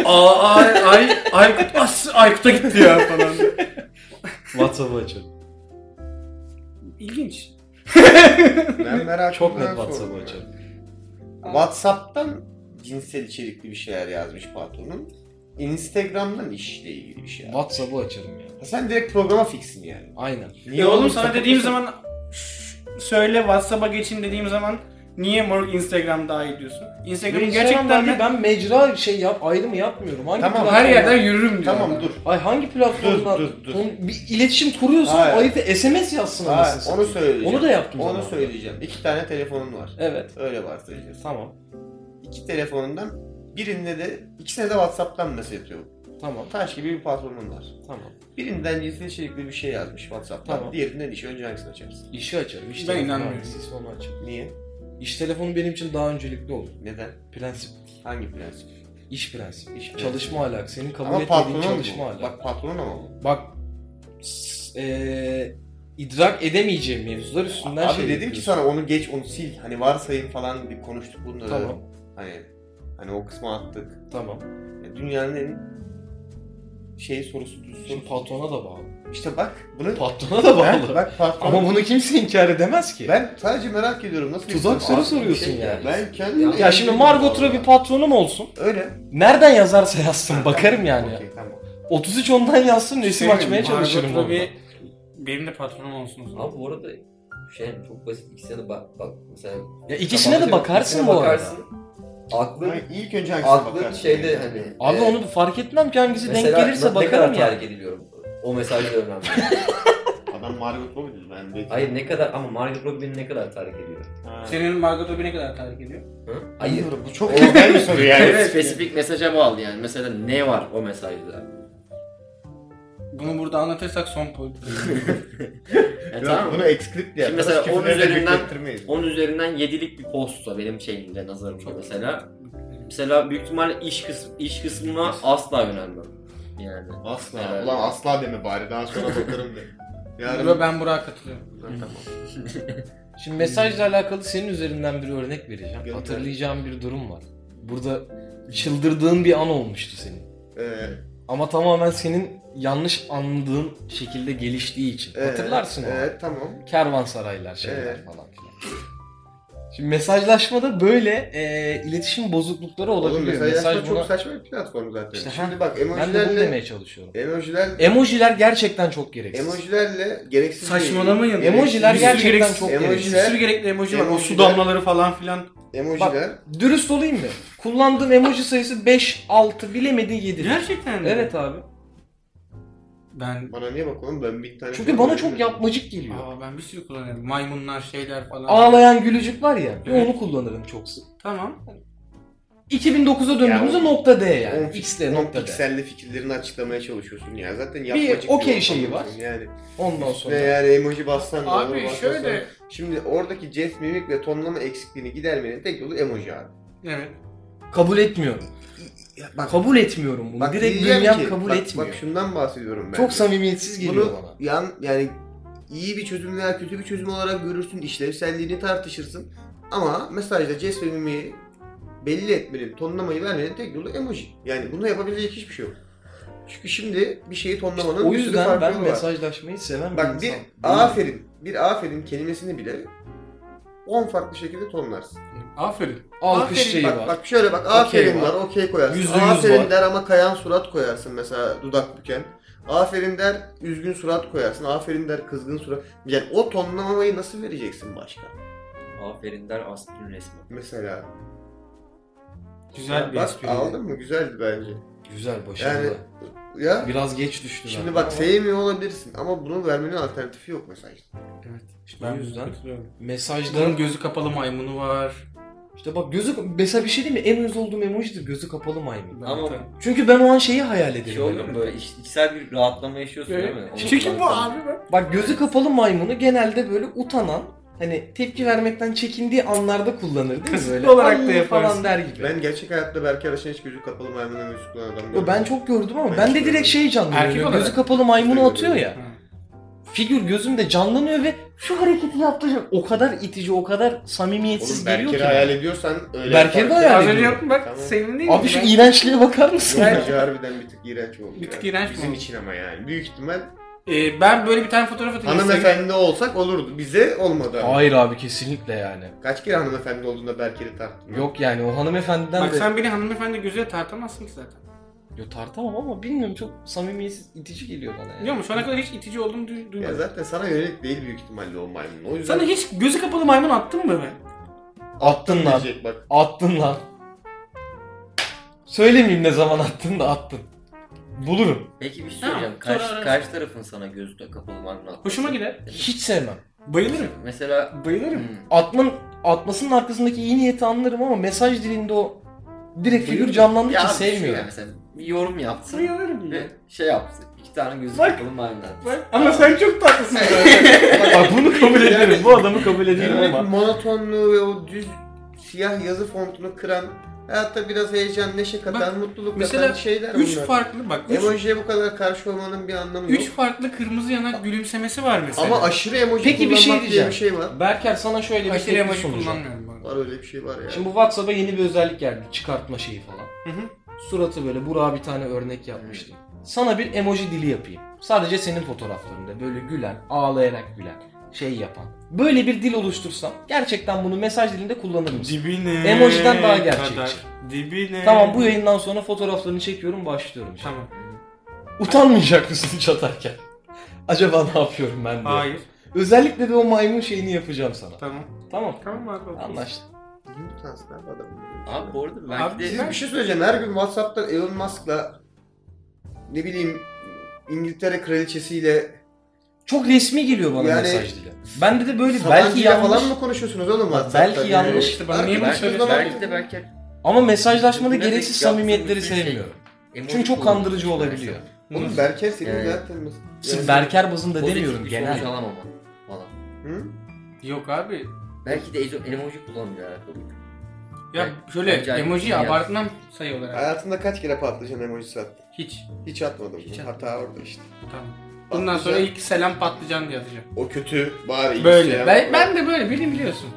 Aa, ay, ay, Aykut, as, Aykut'a gitti ya falan. WhatsApp'ı açın. İlginç. Ben merak Çok net WhatsApp'ı açın. Whatsapp'tan cinsel içerikli bir şeyler yazmış patronun. Instagram'dan işle ilgili bir şey. yazmış. WhatsApp'ı açarım ya. Ha, sen direkt programa fixsin yani. Aynen. Niye E oğlum sana sapık dediğim mısın? zaman "Şş, söyle WhatsApp'a geçin dediğim zaman niye moruk Instagram daha iyi diyorsun? Instagram'ın Gerçekten ben, gerçekten ben, ben mecra şey yap ayrımı yapmıyorum. Hangi Tamam, platformda- her yerden yürürüm diyor. Tamam dur. Ay hangi platformdan? Dur, dur, dur. Oğlum Bir iletişim kuruyorsan Hayır. ayıp SMS yazsın Ha, anasını onu satayım. söyleyeceğim. Onu da yaptım Onu zamanında. söyleyeceğim. İki tane telefonun var. Evet. Öyle varsayacağız. Tamam. İki telefonundan birinde de ikisine de WhatsApp'tan mesaj atıyor. Tamam. Taş gibi bir patronun var. Tamam. Birinden cinsel içerikli bir şey yazmış WhatsApp'tan. Tamam. Diğerinden işi önce hangisini açarsın? İşi açarım. İş Ben telefonu inanmıyorum. hangisi onu açarım. Niye? İş telefonu benim için daha öncelikli olur. Neden? Prensip. Hangi prensip? İş prensibi. İş Çalışma alakası. Senin kabul Ama etmediğin patronun çalışma bu. alakası. Bak, Bak patronun ama bu. s- eee, idrak edemeyeceğim mevzular üstünden Abi şey dedim ki yapıyorsun. sana onu geç onu sil. Hani varsayın falan bir konuştuk bunları. Tamam. Hani hani o kısma attık. Tamam. Ya Dünyanın en şey sorusu düz sorusu. Şimdi patrona da bağlı. İşte bak bunu Patrona da Ben- bağlı. bak patron. Ama bunu kimse inkar edemez ki. ben sadece merak ediyorum nasıl bir- Tuzak soru Abi, soruyorsun şey yani. Ben kendim Ya Ya şimdi Margot'ra bir patronum olsun. öyle. Nereden yazarsa yazsın bakarım yani. Okey, tamam. 33 ondan yazsın resim Şey, açmaya Margot çalışırım orada. Robbie benim de patronum olsun o zaman. Abi bu arada şey çok basit ikisine de bak bak mesela Ya ikisine de bakarsın bu arada. Aklın Ama ilk önce hangisine aklın bakarsın şeyde yani? hani Abi e, onu fark etmem ki hangisi denk mesela gelirse ne- bakarım Ne ya. kadar terk ediliyorum o mesajları önemli. Adam Margot Robbie dedi ben de. Hayır ne kadar ama Margot Robbie'ni ne kadar terk ediyor? Ha. Senin Margot Robbie ne kadar terk ediyor? Hı? Hayır. Bilmiyorum, Bu çok özel bir soru yani. Evet. Spesifik mesaja bağlı yani. Mesela ne var o mesajda? Bunu burada anlatırsak son politik. Yani Biraz tamam Bunu mı? ekskliple yaparız. mesela küfürleri onun de üzerinden- beklettirmeyiz. 10 üzerinden 7'lik bir postsa benim şeyimde nazarımda Çok mesela. Mesela büyük ihtimalle iş kısmı iş kısmına asla önemli. Yani. Asla. Evet. Ulan asla deme bari daha sonra bakarım de. Burada Yarın ben Burak'a katılıyorum. tamam. Şimdi mesajla alakalı senin üzerinden bir örnek vereceğim. Gönder. Hatırlayacağım bir durum var. Burada çıldırdığın bir an olmuştu senin. Ee, Ama tamamen senin yanlış anladığın şekilde geliştiği için. evet, Hatırlarsın onu. Evet e, tamam. Kervansaraylar şeyler Evet. falan filan. Şimdi mesajlaşmada böyle e, iletişim bozuklukları Oğlum olabiliyor. mesela Mesaj yaşta buna... çok saçma bir platform zaten. İşte Şimdi ha, bak Ben de bunu emojilerle demeye çalışıyorum. emojiler Emojiler gerçekten çok gereksiz. emojilerle gereksiz Saçmalamayın. Emojiler Bir sürü gerçekten gereksiz- çok emojiler- gereksiz. Bir sürü gerekli emoji var. O su Emojiler- damlaları falan filan. değil. Emojiler. Dürüst olayım mı? Kullandığım emoji sayısı 5, 6 bilemedi 7. Gerçekten mi? Evet abi. Ben Bana niye bak oğlum ben bin tane Çünkü bana çok yapmacık geliyor. Aa, ben bir sürü kullanıyorum. Maymunlar şeyler falan. Ağlayan gülücük var ya. Evet. Onu kullanırım çok sık. Tamam. 2009'a döndüğümüzde Ya, nokta D yani. 10 X'de piksel, nokta D. pikselli fikirlerini açıklamaya çalışıyorsun ya. Zaten yapmacık okey ortam şeyi var. Yani. Ondan sonra. Ve yani emoji bassan da olur, Abi basmasan da- şöyle. Şimdi oradaki jest, mimik ve tonlama eksikliğini gidermenin tek yolu emoji abi. Evet. Kabul etmiyorum. bak- kabul etmiyorum bunu. Direkt diyeceğim dünyam ki- kabul bak- etmiyor. Bak şundan bahsediyorum ben. çok samimiyetsiz geliyor Bunu bana. yan yani iyi bir çözüm veya kötü bir çözüm olarak görürsün, işlevselliğini tartışırsın. Ama mesajda jest ve mimiği belli etmenin, tonlamayı vermenin tek yolu emoji. Yani bunu yapabilecek hiçbir şey yok. Çünkü şimdi bir şeyi tonlamanın O bir sürü farklı yüzden ben yolu var. mesajlaşmayı seven Bak bir bir insan. aferin, bir aferin kelimesini bile 10 farklı şekilde tonlarsın. Aferin. Alkış Aferin. şeyi bak, Şey var. bak şöyle bak aferin var, okey koyarsın. Yüzde yüz aferin var. der ama kayan surat koyarsın mesela dudak büken. Aferin der üzgün surat koyarsın. Aferin der kızgın surat. Yani o tonlamamayı nasıl vereceksin başka? Aferin der aspirin resmi. Mesela. Güzel bir bak espri. aldın mı? Güzeldi bence. Güzel başarılı. Yani- Ya Biraz geç düştü. şimdi bende ama bak sevmiyor olabilirsin ama bunu vermenin alternatifi yok mesajda. işte Ben o yüzden katılıyorum. mesajların Bunun gözü kapalı maymunu var. işte bak gözü mesela bir şey değil mi? En uyuz olduğum emojidir gözü kapalı maymun. Ama Çünkü ben o an şeyi hayal ederim. şey oluyor mu böyle iç- içsel bir rahatlama yaşıyorsun değil mi? Onu Çünkü Ee, bu kullanırsan. abi bak. Bak gözü kapalı maymunu genelde böyle utanan hani tepki vermekten çekindiği anlarda kullanır değil mi? Kısıtlı Böyle olarak da "Ay" yaparsın. falan der gibi. Ben, Ben gerçek hayatta belki Araş'ın hiç gözü kapalı maymunla müzik kullanan adam görmedim. ben çok gördüm ama Ben ben, hiç de görmedim. direkt şey canlanıyor. Erkek Gözü olarak. kapalı maymunu Ben de atıyor ya. Ha. Figür gözümde canlanıyor ve şu hareketi yaptığı o kadar itici, o kadar samimiyetsiz Oğlum geliyor ki. Berker'i hayal ediyorsan öyle Berker'i yaparsın. de hayal Az ediyorum. önce yaptım bak. Tamam. Sevindin mi? Abi şu Ben- iğrençliğe bakar mısın? Bence harbiden bir tık iğrenç oldu. Bir tık ya. iğrenç mi Bizim oldu? için ama yani. Büyük ihtimal Ee, ben böyle bir tane fotoğraf atacağım. Hanımefendi olsak olurdu. Bize olmadı. abi. Hayır abi kesinlikle yani. Kaç kere hanımefendi olduğunda belki de tarttım. Yok yani o hanımefendiden Bak de... sen beni hanımefendi gözüyle tartamazsın ki zaten. Yo, tartamam ama bilmiyorum çok samimiyetsiz itici geliyor bana yani. Biliyor musun? Şu ana kadar hiç itici olduğumu duy- Ya duymadım. zaten sana yönelik değil büyük ihtimalle o maymun. O yüzden Sana hiç gözü kapalı maymun attın mı be? Attın lan. diyecek bak. Attın lan. Söylemeyeyim ne zaman attın da attın. Bulurum. Peki bir şey Tamam, söyleyeceğim. sonra Karşı, ararız. karşı tarafın sana gözü de kapalı magnum atması. Hoşuma gider. Hiç sevmem. Bayılırım. Mesela Bayılırım. hmm, Atman, atmasının arkasındaki iyi niyeti anlarım ama mesaj dilinde o direkt figür canlandığı ya için sevmiyor. sevmiyorum. Mesela bir yorum yapsın Bayılırım ya. ve şey yapsın. İki tane gözü Bak. kapalı magnum atması. Bak, Ama sen çok tatlısın zaten. Bak bunu kabul ederim. Bu adamı kabul ederim Yani ama. monotonluğu ve o düz siyah yazı fontunu kıran hayatta biraz heyecan, neşe katan, Bak, mutluluk mesela katan şeyler üç bunlar. farklı bak. Üç, Emojiye bu kadar karşı olmanın bir anlamı üç yok. farklı kırmızı yanak gülümsemesi var mesela. Ama aşırı emoji Peki bir şey kullanmak diye diyeceğim. bir şey var. Berker sana şöyle bir aşırı teklif emoji sunacağım. kullanmıyorum bu arada. Var öyle bir şey var ya. Şimdi bu WhatsApp'a yeni bir özellik geldi. Çıkartma şeyi falan. Hı hı. Suratı böyle Burak'a bir tane örnek yapmıştım. Sana bir emoji dili yapayım. Sadece senin fotoğraflarında böyle gülen, ağlayarak gülen, şey yapan. Böyle bir dil oluştursam gerçekten bunu mesaj dilinde kullanır mısın? Dibine Emojiden daha gerçekçi. Dibine. Tamam bu yayından sonra fotoğraflarını çekiyorum başlıyorum. şimdi. Tamam. Utanmayacak mısın hiç atarken? Acaba ne yapıyorum ben diye. Hayır. Özellikle de o maymun şeyini yapacağım sana. Tamam. Tamam. Tamam abi. okey. Anlaştık. Kim utansın abi adamı? Abi bu arada belki Abi de... Siz bir şey söyleyeceğim. Her gün Whatsapp'ta Elon Musk'la ne bileyim İngiltere kraliçesiyle Çok resmi geliyor bana Yani- mesaj dili. Bende de böyle belki Sabancı'yla yanlış. falan mı konuşuyorsunuz oğlum Whatsapp'ta? Belki Yani yanlış. İşte bana niye bunu Arkadaşlar Belki, zaman- söylüyorsun? belki de belki Ama mesajlaşmada Bugüne dek gereksiz yaptığım samimiyetleri bütün şey- sevmiyorum. Emoji Çünkü çok kullanılmış kandırıcı mesela. olabiliyor. Oğlum Berker senin Evet. zaten... Şimdi Yani- Berker bazında Pozitif demiyorum bir şey genel. sonuç alamama falan. Hı? Yok abi. Belki de ezo- emoji kullanmıyor alakalı. Ya Ben- şöyle bence aynı şey emoji yaz. abartmam sayı olarak. Hayatında kaç kere patlıcan emojisi attın? Hiç. Hiç atmadım. Hiç atmadım. Hata orada işte. Tamam. Bundan Patlıcan, sonra ilk selam patlıcan diye yazacağım. O kötü bari iyi Böyle. selam Ben, ver. ben de böyle bilin biliyorsun.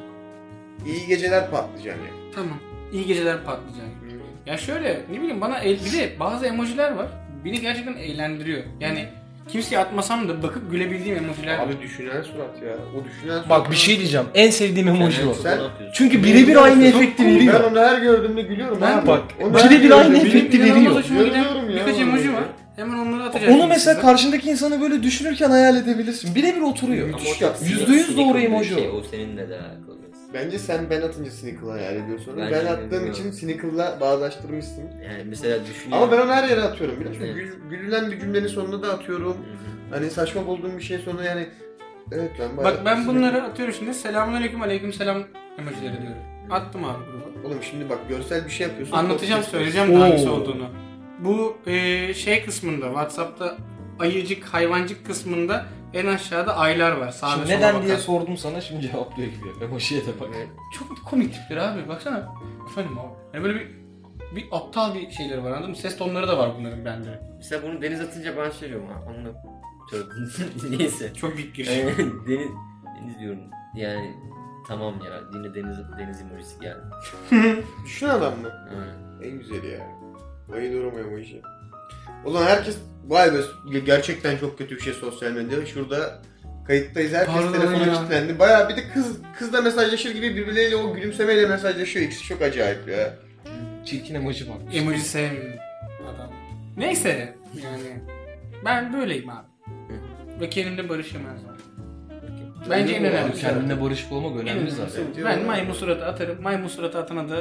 İyi geceler patlıcan ya. Tamam. İyi geceler patlıcan. Hı. Ya şöyle ne bileyim bana el, bir de bazı emojiler var. Beni gerçekten eğlendiriyor. Yani kimseye atmasam da bakıp gülebildiğim emojiler var. Abi düşünen surat ya. O düşünen surat. Bak bir şey diyeceğim. En sevdiğim emoji o. Sen- Çünkü birebir aynı efekti Ben veriyor. onu her gördüğümde gülüyorum Ben- abi. Bak, Onu birebir her gördüğümde aynı benim- efekti benim- veriyor. hoşuma giden Görüyorum ya. birkaç emoji var. Hemen onları atacağım. Onu mesela size. karşındaki insanı böyle düşünürken hayal edebilirsin. Birebir oturuyor. Müthiş yapsın. Yüzde yüz doğru emoji Şey, o. o seninle de alakalı. Bence sen ben atınca Snickle'a hayal ediyorsun. Bence ben de attığım bilmiyorum. için Snickle'la bağdaştırmışsın. Yani mesela düşünüyorum. Ama ben onu her yere atıyorum. Biliyor musun? Evet. Gül- gülülen bir cümlenin sonuna da atıyorum. Hı hı. Hani saçma bulduğum bir şey sonra yani... Evet lan bayağı- Bak ben bunları atıyorum şimdi. Selamünaleyküm aleykümselam emojileri diyorum. Attım abi gruba. Oğlum şimdi bak görsel bir şey yapıyorsun. Anlatacağım Podcast- söyleyeceğim de hangisi Oo. olduğunu. Bu e, şey kısmında Whatsapp'ta ayıcık hayvancık kısmında en aşağıda aylar var. Sağda Şimdi sola neden bakan. diye sordum sana şimdi cevaplıyor gibi. Emojiye de bak. Çok komik tipler abi baksana. Efendim abi. Yani böyle bir bir aptal bir şeyleri var anladın mı? Ses tonları da var bunların bende. Mesela bunu deniz atınca ben şey diyorum ha. Onunla tövbe. Neyse. Çok büyük giriş. Ee, deniz, deniz diyorum. Yani tamam ya. Yine deniz, deniz emojisi geldi. Düşün adam mı? Aynen. En güzeli ya. Bayılıyorum emoji. Ulan herkes vay be gerçekten çok kötü bir şey sosyal medyada. Şurada kayıttayız herkes Pardon telefona ya. kilitlendi. Baya bir de kız kızla mesajlaşır gibi birbirleriyle o gülümsemeyle mesajlaşıyor. İkisi çok acayip ya. Çirkin emoji bak. Emoji sevmiyorum adam. Neyse yani ben böyleyim abi. Ve kendimle barışım her zaman. Bence en Abi önemlisi. kendine barışık olmak En önemli zaten. önemlisi. Ben maymun suratı atarım. Maymun suratı atana da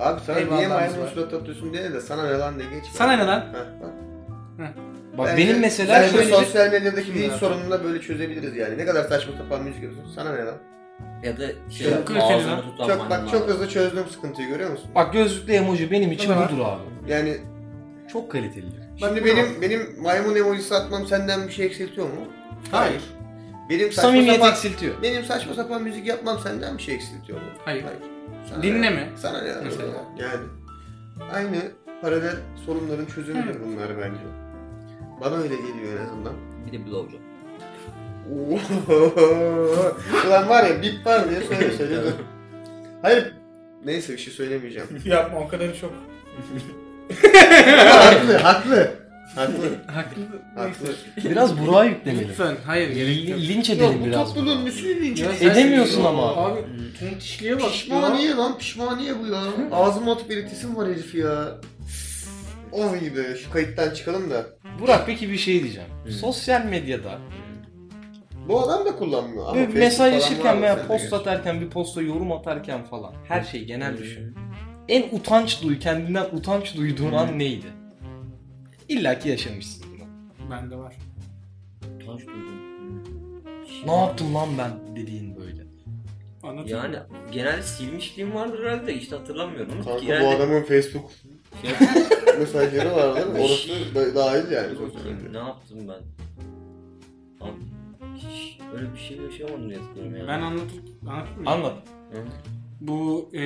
Abi sana niye Eyvallahımız maymun var. surat atıyorsun diye de sana ne lan ne geç. Sana ne lan? Heh, bak. Bak Bence- benim mesela bence şöyle bir- sosyal medyadaki Şimdi değil abi. sorununu da böyle çözebiliriz yani. Ne kadar saçma sapan müzik yapıyorsun. Sana ne lan? Ya da şey Çok kaliteli ağzını lan. tutan çok bak çok maymunlar. hızlı çözdüm sıkıntıyı görüyor musun? Bak gözlüklü emoji benim için Tamam. budur abi. Yani Çok kaliteli. şey Şimdi Hani benim benim maymun emojisi atmam senden bir şey eksiltiyor mu? Hayır. Benim saçma Samimiyet sapan eksiltiyor. benim saçma sapan müzik yapmam senden bir şey eksiltiyor mu? Hayır. Sana Dinleme. Ne? Sana ne? lan o Mesela. zaman? Yani aynı paralel sorunların çözümüdür bunlar bence. Bana öyle geliyor en azından. Bir de blowjob. Ohohoho. Ulan var ya bip var diye söyle söyle. dur. Hayır. Neyse bir şey söylemeyeceğim. Yapma o kadar çok. haklı haklı. Haklı. Haklı. Haklı. Biraz Burak'a yüklenelim. Lütfen. Hayır gerek yok. Lin- Linç Yok edelim bu biraz. topluluğun Burak'ı. nesi linç Ya ediyor? sen- Edemiyorsun ama. Abi tontişliğe bak. Pişmaniye lan pişmaniye bu ya. Ağzıma atıp eritesim var herif ya. Oh iyi be şu kayıttan çıkalım da. Burak peki bir şey diyeceğim. Sosyal medyada Bu adam da kullanmıyor. Ama bir Facebook mesajlaşırken falan var mı veya sende post gerçi? atarken bir posta yorum atarken falan her şey Ee, genel düşün. En utanç duyu kendinden utanç duyduğun an neydi? İlla ki yaşamışsın bunu. Bende var. Utanç duydum. Ne yaptım lan ben dediğin böyle. Anlatayım. Yani genelde silmişliğim vardır herhalde işte hatırlamıyorum. ama Kanka bu genelde- şey adamın Facebook mesajları var değil mi? Orası da dahil yani. Dur bakayım, ne yaptım ben? Abi, hiç öyle bir şey yaşamadım diye hatırlıyorum ya. Ben anlatayım. anlatayım mı? Anlat. Hı? Bu e,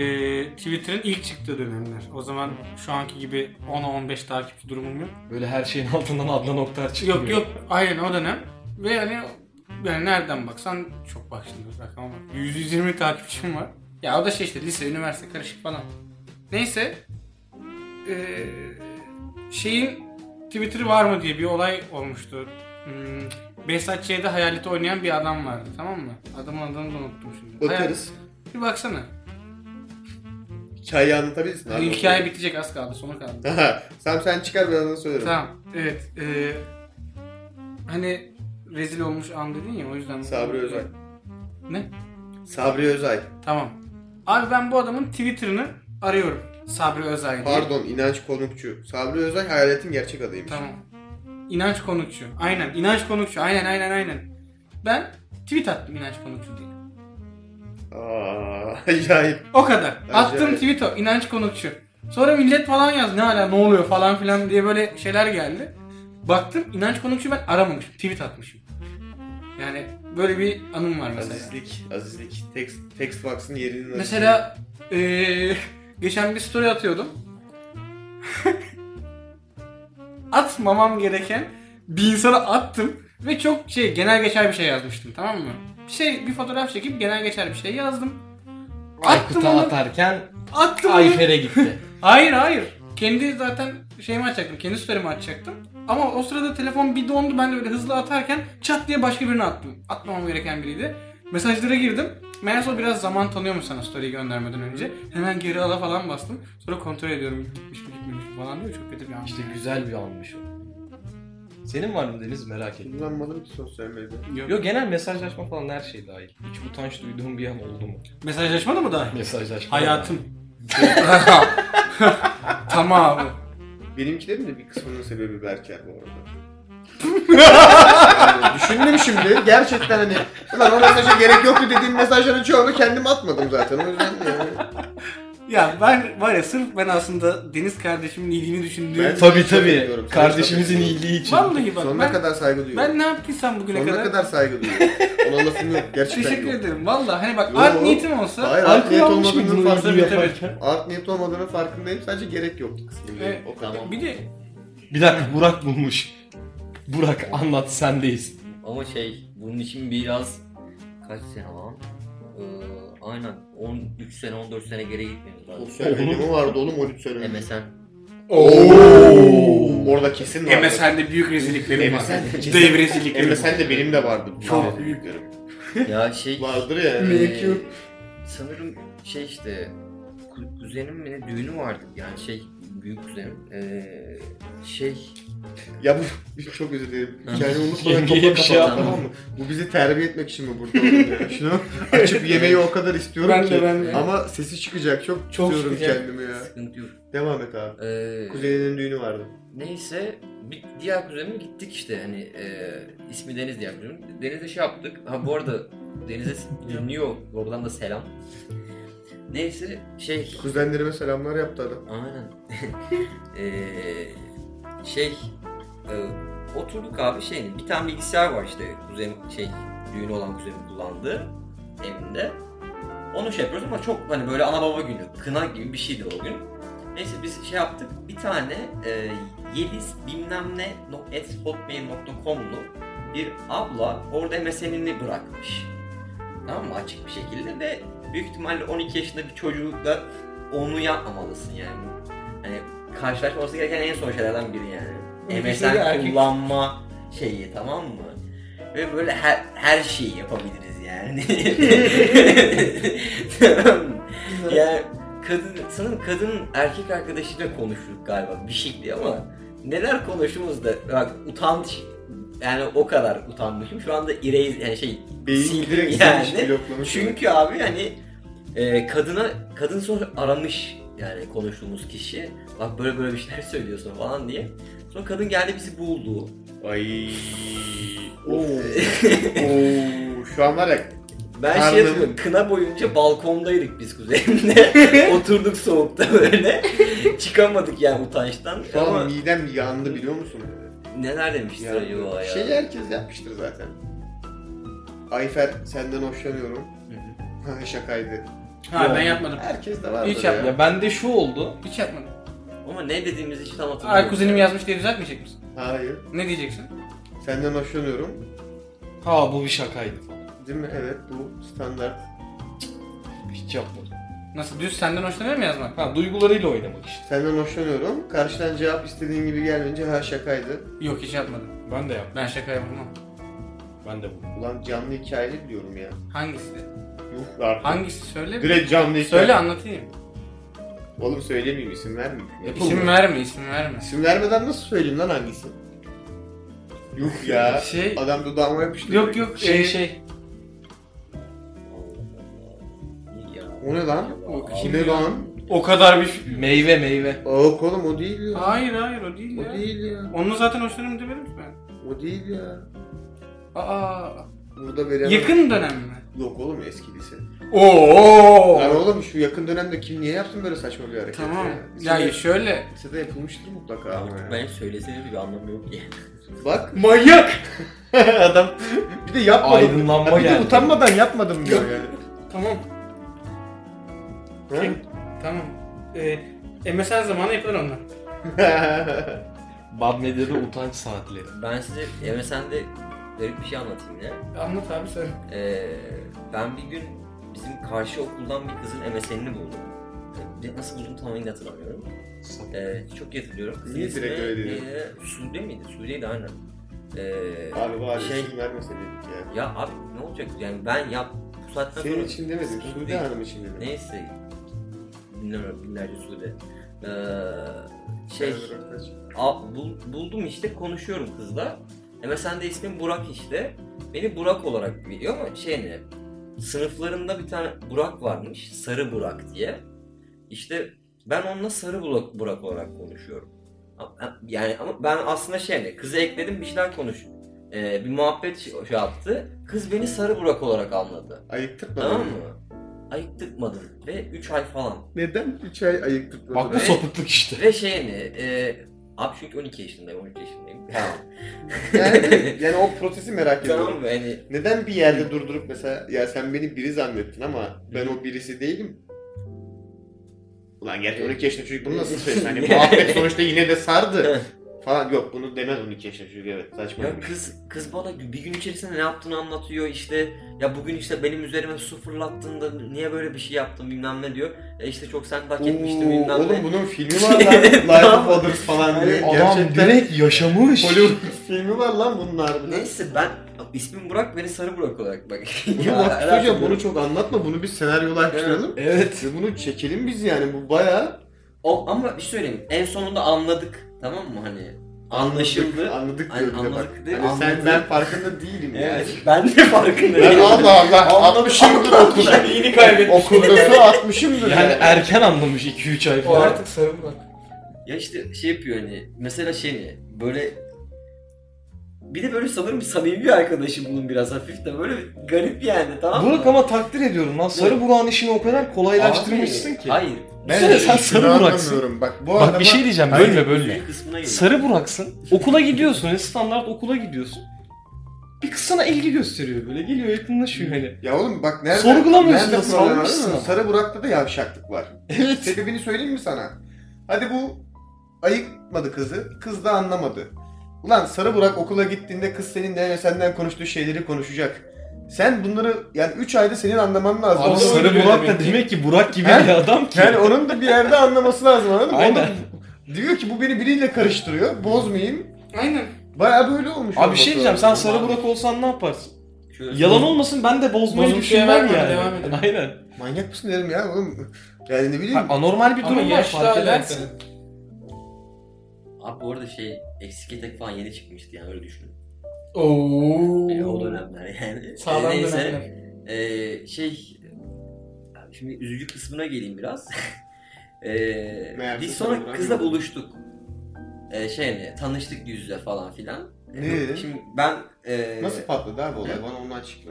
Twitter'ın ilk çıktığı dönemler. O zaman şu anki gibi 10'a 15 takipçi durumum yok. Böyle her şeyin altından Adnan Oktar çıkıyor. Yok yok aynen o dönem. Ve yani, yani nereden baksan çok bak şimdi rakam var. 120 takipçim var. Ya o da şey işte lise, üniversite karışık falan. Neyse. eee, şeyin Twitter'ı var mı diye bir olay olmuştu. Hmm, Behzat Ç'de hayaleti oynayan bir adam vardı tamam mı? Adamın adını da unuttum şimdi. Bakarız. Hayal- Bir baksana. Hikayeyi anlatabilirsin abi. Hikaye bitecek az kaldı sona kaldı. Aha, sen sen çıkar ben onu söylerim. Tamam. Evet. eee, hani rezil olmuş an dedin ya o yüzden. Sabri Özay. Ne? Sabri Özay. Tamam. Abi ben bu adamın Twitter'ını arıyorum. Sabri Özay diye. Pardon inanç konukçu. Sabri Özay hayaletin gerçek adıymış. Tamam. İnanç konukçu. Aynen. inanç konukçu. Aynen aynen aynen. Ben tweet attım inanç konukçu diye. Aa, acayip. O kadar. Bence Attığım öyle. tweet o. inanç konukçu. Sonra millet falan yaz. Ne hala ne oluyor falan filan diye böyle şeyler geldi. Baktım inanç konukçu ben aramamışım. Tweet atmışım. Yani böyle bir anım var mesela. Azizlik, azizlik. Text, text box'ın yerinin Mesela eee, geçen bir story atıyordum. Atmamam gereken bir insana attım ve çok şey genel geçer bir şey yazmıştım tamam mı? Bir şey bir fotoğraf çekip genel geçer bir şey yazdım. Attım Aykut'a onu. atarken Attım onu. Ayfer'e gitti. Hayır hayır. Kendi zaten şeyimi açacaktım. Kendi story'imi açacaktım. Ama o sırada telefon bir dondu. Ben de böyle hızlı atarken çat diye başka birine attım. Atmamam gereken biriydi. Mesajlara girdim. Meğerse o biraz zaman tanıyormuş sana story'i göndermeden önce. Hemen geri ala falan bastım. Sonra kontrol ediyorum gitmiş mi gitmemiş mi falan diyor. Çok kötü bir an. İşte güzel bir anmış o. Senin var mı Deniz merak ettim. Kullanmadım ki sosyal medya. Yok. Yok genel mesajlaşma falan her şey dahil. Hiç utanç duyduğum bir an oldu mu? Mesajlaşma da mı dahil? Mesajlaşma. Hayatım. tamam abi. Benimkilerin de bir kısmının sebebi Berker bu arada. yani düşündüm şimdi. Gerçekten hani ulan o mesaja gerek yoktu dediğim mesajların çoğunu kendim atmadım zaten. O yüzden yani. Ya ben var ya sırf ben aslında Deniz kardeşimin iyiliğini düşündüğüm... Ben- Tabii tabii. Diyorum, sana Kardeşimizin tabii. iyiliği için. Vallahi bak Sonuna ben, kadar saygı duyuyorum. ben ne yaptıysam bugüne Sonuna kadar... kadar saygı duyuyorum. Ona lafım yok. Gerçekten Teşekkür yok. ederim. Valla hani bak Yo. art niyetim olsa Hayır art Alkol niyet almış mıydın olmadığının o iyiliği farkındayım. yaparken? Art niyet olmadığının farkındayım. Sadece gerek yoktu kısmındayım. Evet, o kadar. e, bir de Bir dakika Burak bulmuş. Burak anlat sendeyiz. Ama şey bunun için biraz kaç sene lan? Ee, aynen 13 sene 14 sene geri E gitmemiz lazım. Sosyal medyamı vardı oğlum 13 sene önce. MSN. Oo. Orada kesin vardı. MSN'de büyük rezilliklerim var. MSN kesin. Dev rezilliklerim var. MSN de benim de vardı. Çok büyüklerim. ya şey Vardır ya. Ee, sanırım şey işte ku- kuzenim mi ne düğünü vardı yani şey büyük kuzenim ee, şey Ya bu çok özür dilerim. Hikayeni unutmadan Yengeye topla bir şey kapat yapma. tamam mı? Bu bizi terbiye etmek için mi burada oluyor ya? Şunu açıp yemeği o kadar istiyorum Ben de, ki. ben de. Ama sesi çıkacak. Çok, Çok tutuyorum çıkacak. kendimi ya. sıkıntı yok. Devam et abi. Ee, Kuzeninin düğünü vardı. Neyse bir diğer kuzenime gittik işte hani e, ismi Deniz diğer kuzenim. Deniz'e şey yaptık. Ha bu arada Deniz'e dinliyor. Oradan da selam. Neyse şey Kuzenlerime selamlar yaptı adam. aynen. E, şey e, oturduk abi şey bir tane bilgisayar var işte kuzenim şey düğünü olan kuzenim kullandı evinde. Onu şey yapıyoruz ama çok hani böyle ana baba günü, kına gibi bir şeydi o gün. Neyse biz şey yaptık, bir tane e, yeliz bilmem ne no- et hotmail.com'lu bir abla orada MSN'ini bırakmış. Tamam mı? Açık bir şekilde ve büyük ihtimalle 12 yaşında bir çocukla onu yapmamalısın yani. Hani karşılaşması gereken en son şeylerden biri yani. Ötesinde MSN erkek- kullanma şeyi tamam mı? Ve böyle her, her şeyi yapabiliriz yani. tamam mı? yani kadın, sanırım kadın erkek arkadaşıyla konuştuk galiba bir şekilde ama neler konuştuğumuz da bak utanç yani o kadar utanmışım. Şu anda erase yani şey Beyin sildim direkt yani. silmiş bloklamış. çünkü abi hani e, kadına kadın sonra aramış yani konuştuğumuz kişi. Bak böyle böyle bir şeyler söylüyorsun falan diye. Sonra kadın geldi bizi buldu. Ay. Oo. Oo. Şu an var ya Ben Anladım. şey hatırlıyorum, kına boyunca balkondaydık biz kuzenimle. Oturduk soğukta böyle. Çıkamadık yani utançtan. şu Ama an midem yandı biliyor musun? neler demiştir Yandı. acaba ya? Şeyi herkes yapmıştır zaten. Ayfer senden hoşlanıyorum. Ha şakaydı. Ha Yok. ben yapmadım. Herkes de vardır Hiç ya. Ya bende şu oldu. Hiç yapmadım. Ama ne dediğimizi hiç tam hatırlamıyorum. Ay kuzenim yazmış diye düzeltmeyecek misin? Hayır. Ne diyeceksin? Senden hoşlanıyorum. Ha bu bir şakaydı falan. Değil mi? Evet bu standart. Hiç yapmadım. Nasıl düz senden hoşlanıyor mu yazmak? Ha duygularıyla oynamak işte. Senden hoşlanıyorum. Karşıdan cevap istediğin gibi gelmeyince ha şakaydı. Yok hiç yapmadım. Ben de yaptım. Ben şaka yapamam. Ben de bu. Ulan canlı hikayeli biliyorum ya. Hangisi? Yuh artık. Hangisi söyle. bir- Direkt canlı hikaye. Söyle anlatayım. Oğlum söylemeyeyim isim vermeyeyim. Yapıldı. İsim verme isim verme. İsim vermeden nasıl söyleyeyim lan hangisi? Yuh ya. Şey Adam dudağıma yapıştı. yok yok Şey e, şey. O ne lan? O Kim ne lan? O kadar bir Meyve meyve. Aa oğlum o değil ya. Hayır hayır o değil O ya. değil ya. Onunla zaten hoşlanırım demedim ki ben. O değil ya. Aa. Burada veremem. Yakın dönem mi? Yok oğlum eski lise. Oo. Lan oğlum şu yakın dönemde kim niye yaptın böyle saçma bir hareket Tamam. ya? Lisede, Ya şöyle. lisede yapılmıştır mutlaka ama Artık ya. ben söyleseniz bir anlamı yok yani. Bak Manyak. adam bir de yapmadım. Aydınlanma bir de geldi. utanmadan yapmadım diyor yani. Tamam. Şey- Tamam. Ee, MSN zamanı yapılır onlar. Ha? Badmedya'da utanç saatleri. Ben size MSN'de garip bir şey anlatayım ya. Anlat abi sen. Ee, ben bir gün bizim karşı okuldan bir kızın MSN'ini buldum. Ee, Nasıl buldum tamamen hatırlamıyorum. Ee, çok iyi hatırlıyorum. Kızın Niye ismi direkt öyle dedin? neydi? Sude miydi? Sude'ydi aynen. Ee, abi var Şey- şey vermeseydik ya. ya abi ne olacak yani ben yap bu saatten Senin sonra için demedim. Şey- sıkıntı Sude değil. Hanım için dedim. Neyse. Bilmiyorum binlerce Sude. Ee, şey a- bul- buldum işte konuşuyorum kızla. E, MSN'de ismim Burak işte. Beni Burak olarak biliyor ama şey ne? Sınıflarında bir tane Burak varmış. Sarı Burak diye. İşte ben onunla Sarı Burak, Burak olarak konuşuyorum. Ama- Yani ama ben aslında şey ne? Kızı ekledim bir şeyler konuş. ee, bir muhabbet şey şey yaptı. Kız beni Sarı Burak olarak anladı. Ayıktırtmadın Tamam mı? mı? Ayıktırtmadım ve 3 ay falan. Neden 3 ay ayıktırtmadın? Bak bu Evet. sapıklık işte. Ve şey ne? E, abi çünkü 12 yaşındayım, 13 yaşındayım. yani, yani o prosesi merak ediyorum. tamam mı? Yani Neden bir yerde durdurup mesela ya sen beni biri zannettin ama ben o birisi değilim. Ulan gerçi 12 yaşında çocuk bunu nasıl söylesin? Hani muhabbet sonuçta yine de sardı. falan yok bunu demez 12 yaşında çocuk evet saçma. Ya kız kız bana bir gün içerisinde ne yaptığını anlatıyor işte ya bugün işte benim üzerime su fırlattın da niye böyle bir şey yaptın bilmem ne diyor. E işte çok sen hak etmiştin Oo, bilmem oğlum ne. bunun filmi var lan. Life of Others falan diye. Adam direkt yaşamış. Hollywood filmi var lan bunun harbiden. Neyse ben ismim Burak beni sarı Burak olarak bak. Bunu bak hocam bunu çok anlatma. Bunu bir senaryolaştıralım. Evet. Ve Bunu çekelim biz yani. Bu bayağı O, ama bir şey söyleyeyim en sonunda anladık tamam mı hani anlaşıldı. Anladık Hani diyorum ya bak. anladık değil, Hani sen anladık. ben farkında değilim yani. Evet, ben de farkındayım. Ben Allah Allah atmışımdır okulda. Yeni kaybettim. Okulda su atmışımdır Yani yani. erken anlamış 2-3 ay falan. sarı bırak. Ya işte şey yapıyor hani mesela şey ne böyle bir de böyle sanırım samimi bir arkadaşım bunun biraz hafif de böyle garip yani tamam mı? Burak ama takdir ediyorum lan. Sarı Burak'ın işini o kadar kolaylaştırmışsın Abi, ki. Hayır. Düşünsene sen sarı Burak'sın. anlamıyorum. Bak bu Bak adama bir şey diyeceğim Hayır, bölme bölme. Üzücü kısmına geliyor. Sarı Burak'sın. Okula gidiyorsun. yani Standart okula gidiyorsun. Bir kız sana ilgi gösteriyor böyle. Geliyor yakınlaşıyor hani. ya oğlum bak nerede Sorgulamıyorsun da, nerede problem var değil mi? salmışsın ama. Sarı Burak'ta da yavşaklık var. Evet. Sebebini söyleyeyim mi sana? Hadi bu ayıkmadı kızı. Kız da anlamadı. Ulan Sarı Burak okula gittiğinde kız seninle ve senden konuştuğu şeyleri konuşacak. Sen bunları yani 3 ayda senin anlaman lazım. Abi Onu sarı öldürüyor Burak da demek ki. demek ki Burak gibi He? bir adam ki. Yani onun da bir yerde anlaması lazım anladın mı? Aynen. Onu- diyor ki bu beni biriyle karıştırıyor. Bozmayayım. Aynen. Baya böyle olmuş. Abi bir şey diyeceğim sen sarı Normal. burak olsan ne yaparsın? Şöyle- Yalan olmasın ben de bozmayı Bozuk şeye düşünmem vermeden yani. devam edelim. Aynen. Manyak mısın dedim ya oğlum. Yani ne bileyim. Ha, anormal bir Ama durum var yaşla fark alakalı. edersin. Abi bu arada şey eksik etek falan yeni çıkmıştı yani öyle düşünün. Oo. Yani E, o dönemler yani. Sağlam Neyse. dönemler. Ee, şey abi şimdi üzücü kısmına geleyim biraz. Ee, Meğerse biz sonra sonra kızla yok. buluştuk. Ee, şey hani tanıştık yüz yüze falan filan. Ne dedin? Şimdi ben e, Nasıl patladı abi olay? Hı? Bana onu açıkla.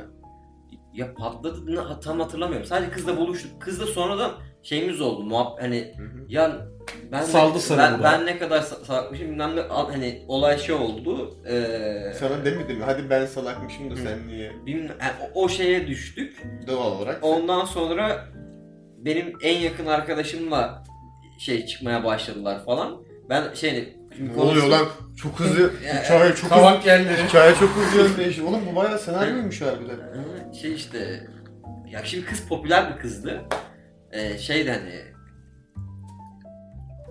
ya patladığını ha- tam hatırlamıyorum. Sadece kızla buluştuk. Kızla sonradan şeyimiz oldu. Muhab hani Hı hı. ya ben Saldı ne, sarı ben, Burak. ben ne kadar sa- salakmışım bilmem ne al- hani olay şey oldu. Ee, Sana demedim mi? Hadi ben salakmışım da Hı. sen niye? bilmem- yani o, o şeye düştük. Doğal olarak. Ondan sonra benim en yakın arkadaşımla şey çıkmaya başladılar falan. Ben şey Ne oluyor lan? Çok hızlı. Ya, Hikaye çok hızlı. Kavak yerleri. Hikaye çok hızlı yönde Oğlum bu bayağı senaryoymuş harbiden. Hı, Şey işte ya şimdi kız popüler bir kızdı. Ee, şey de hani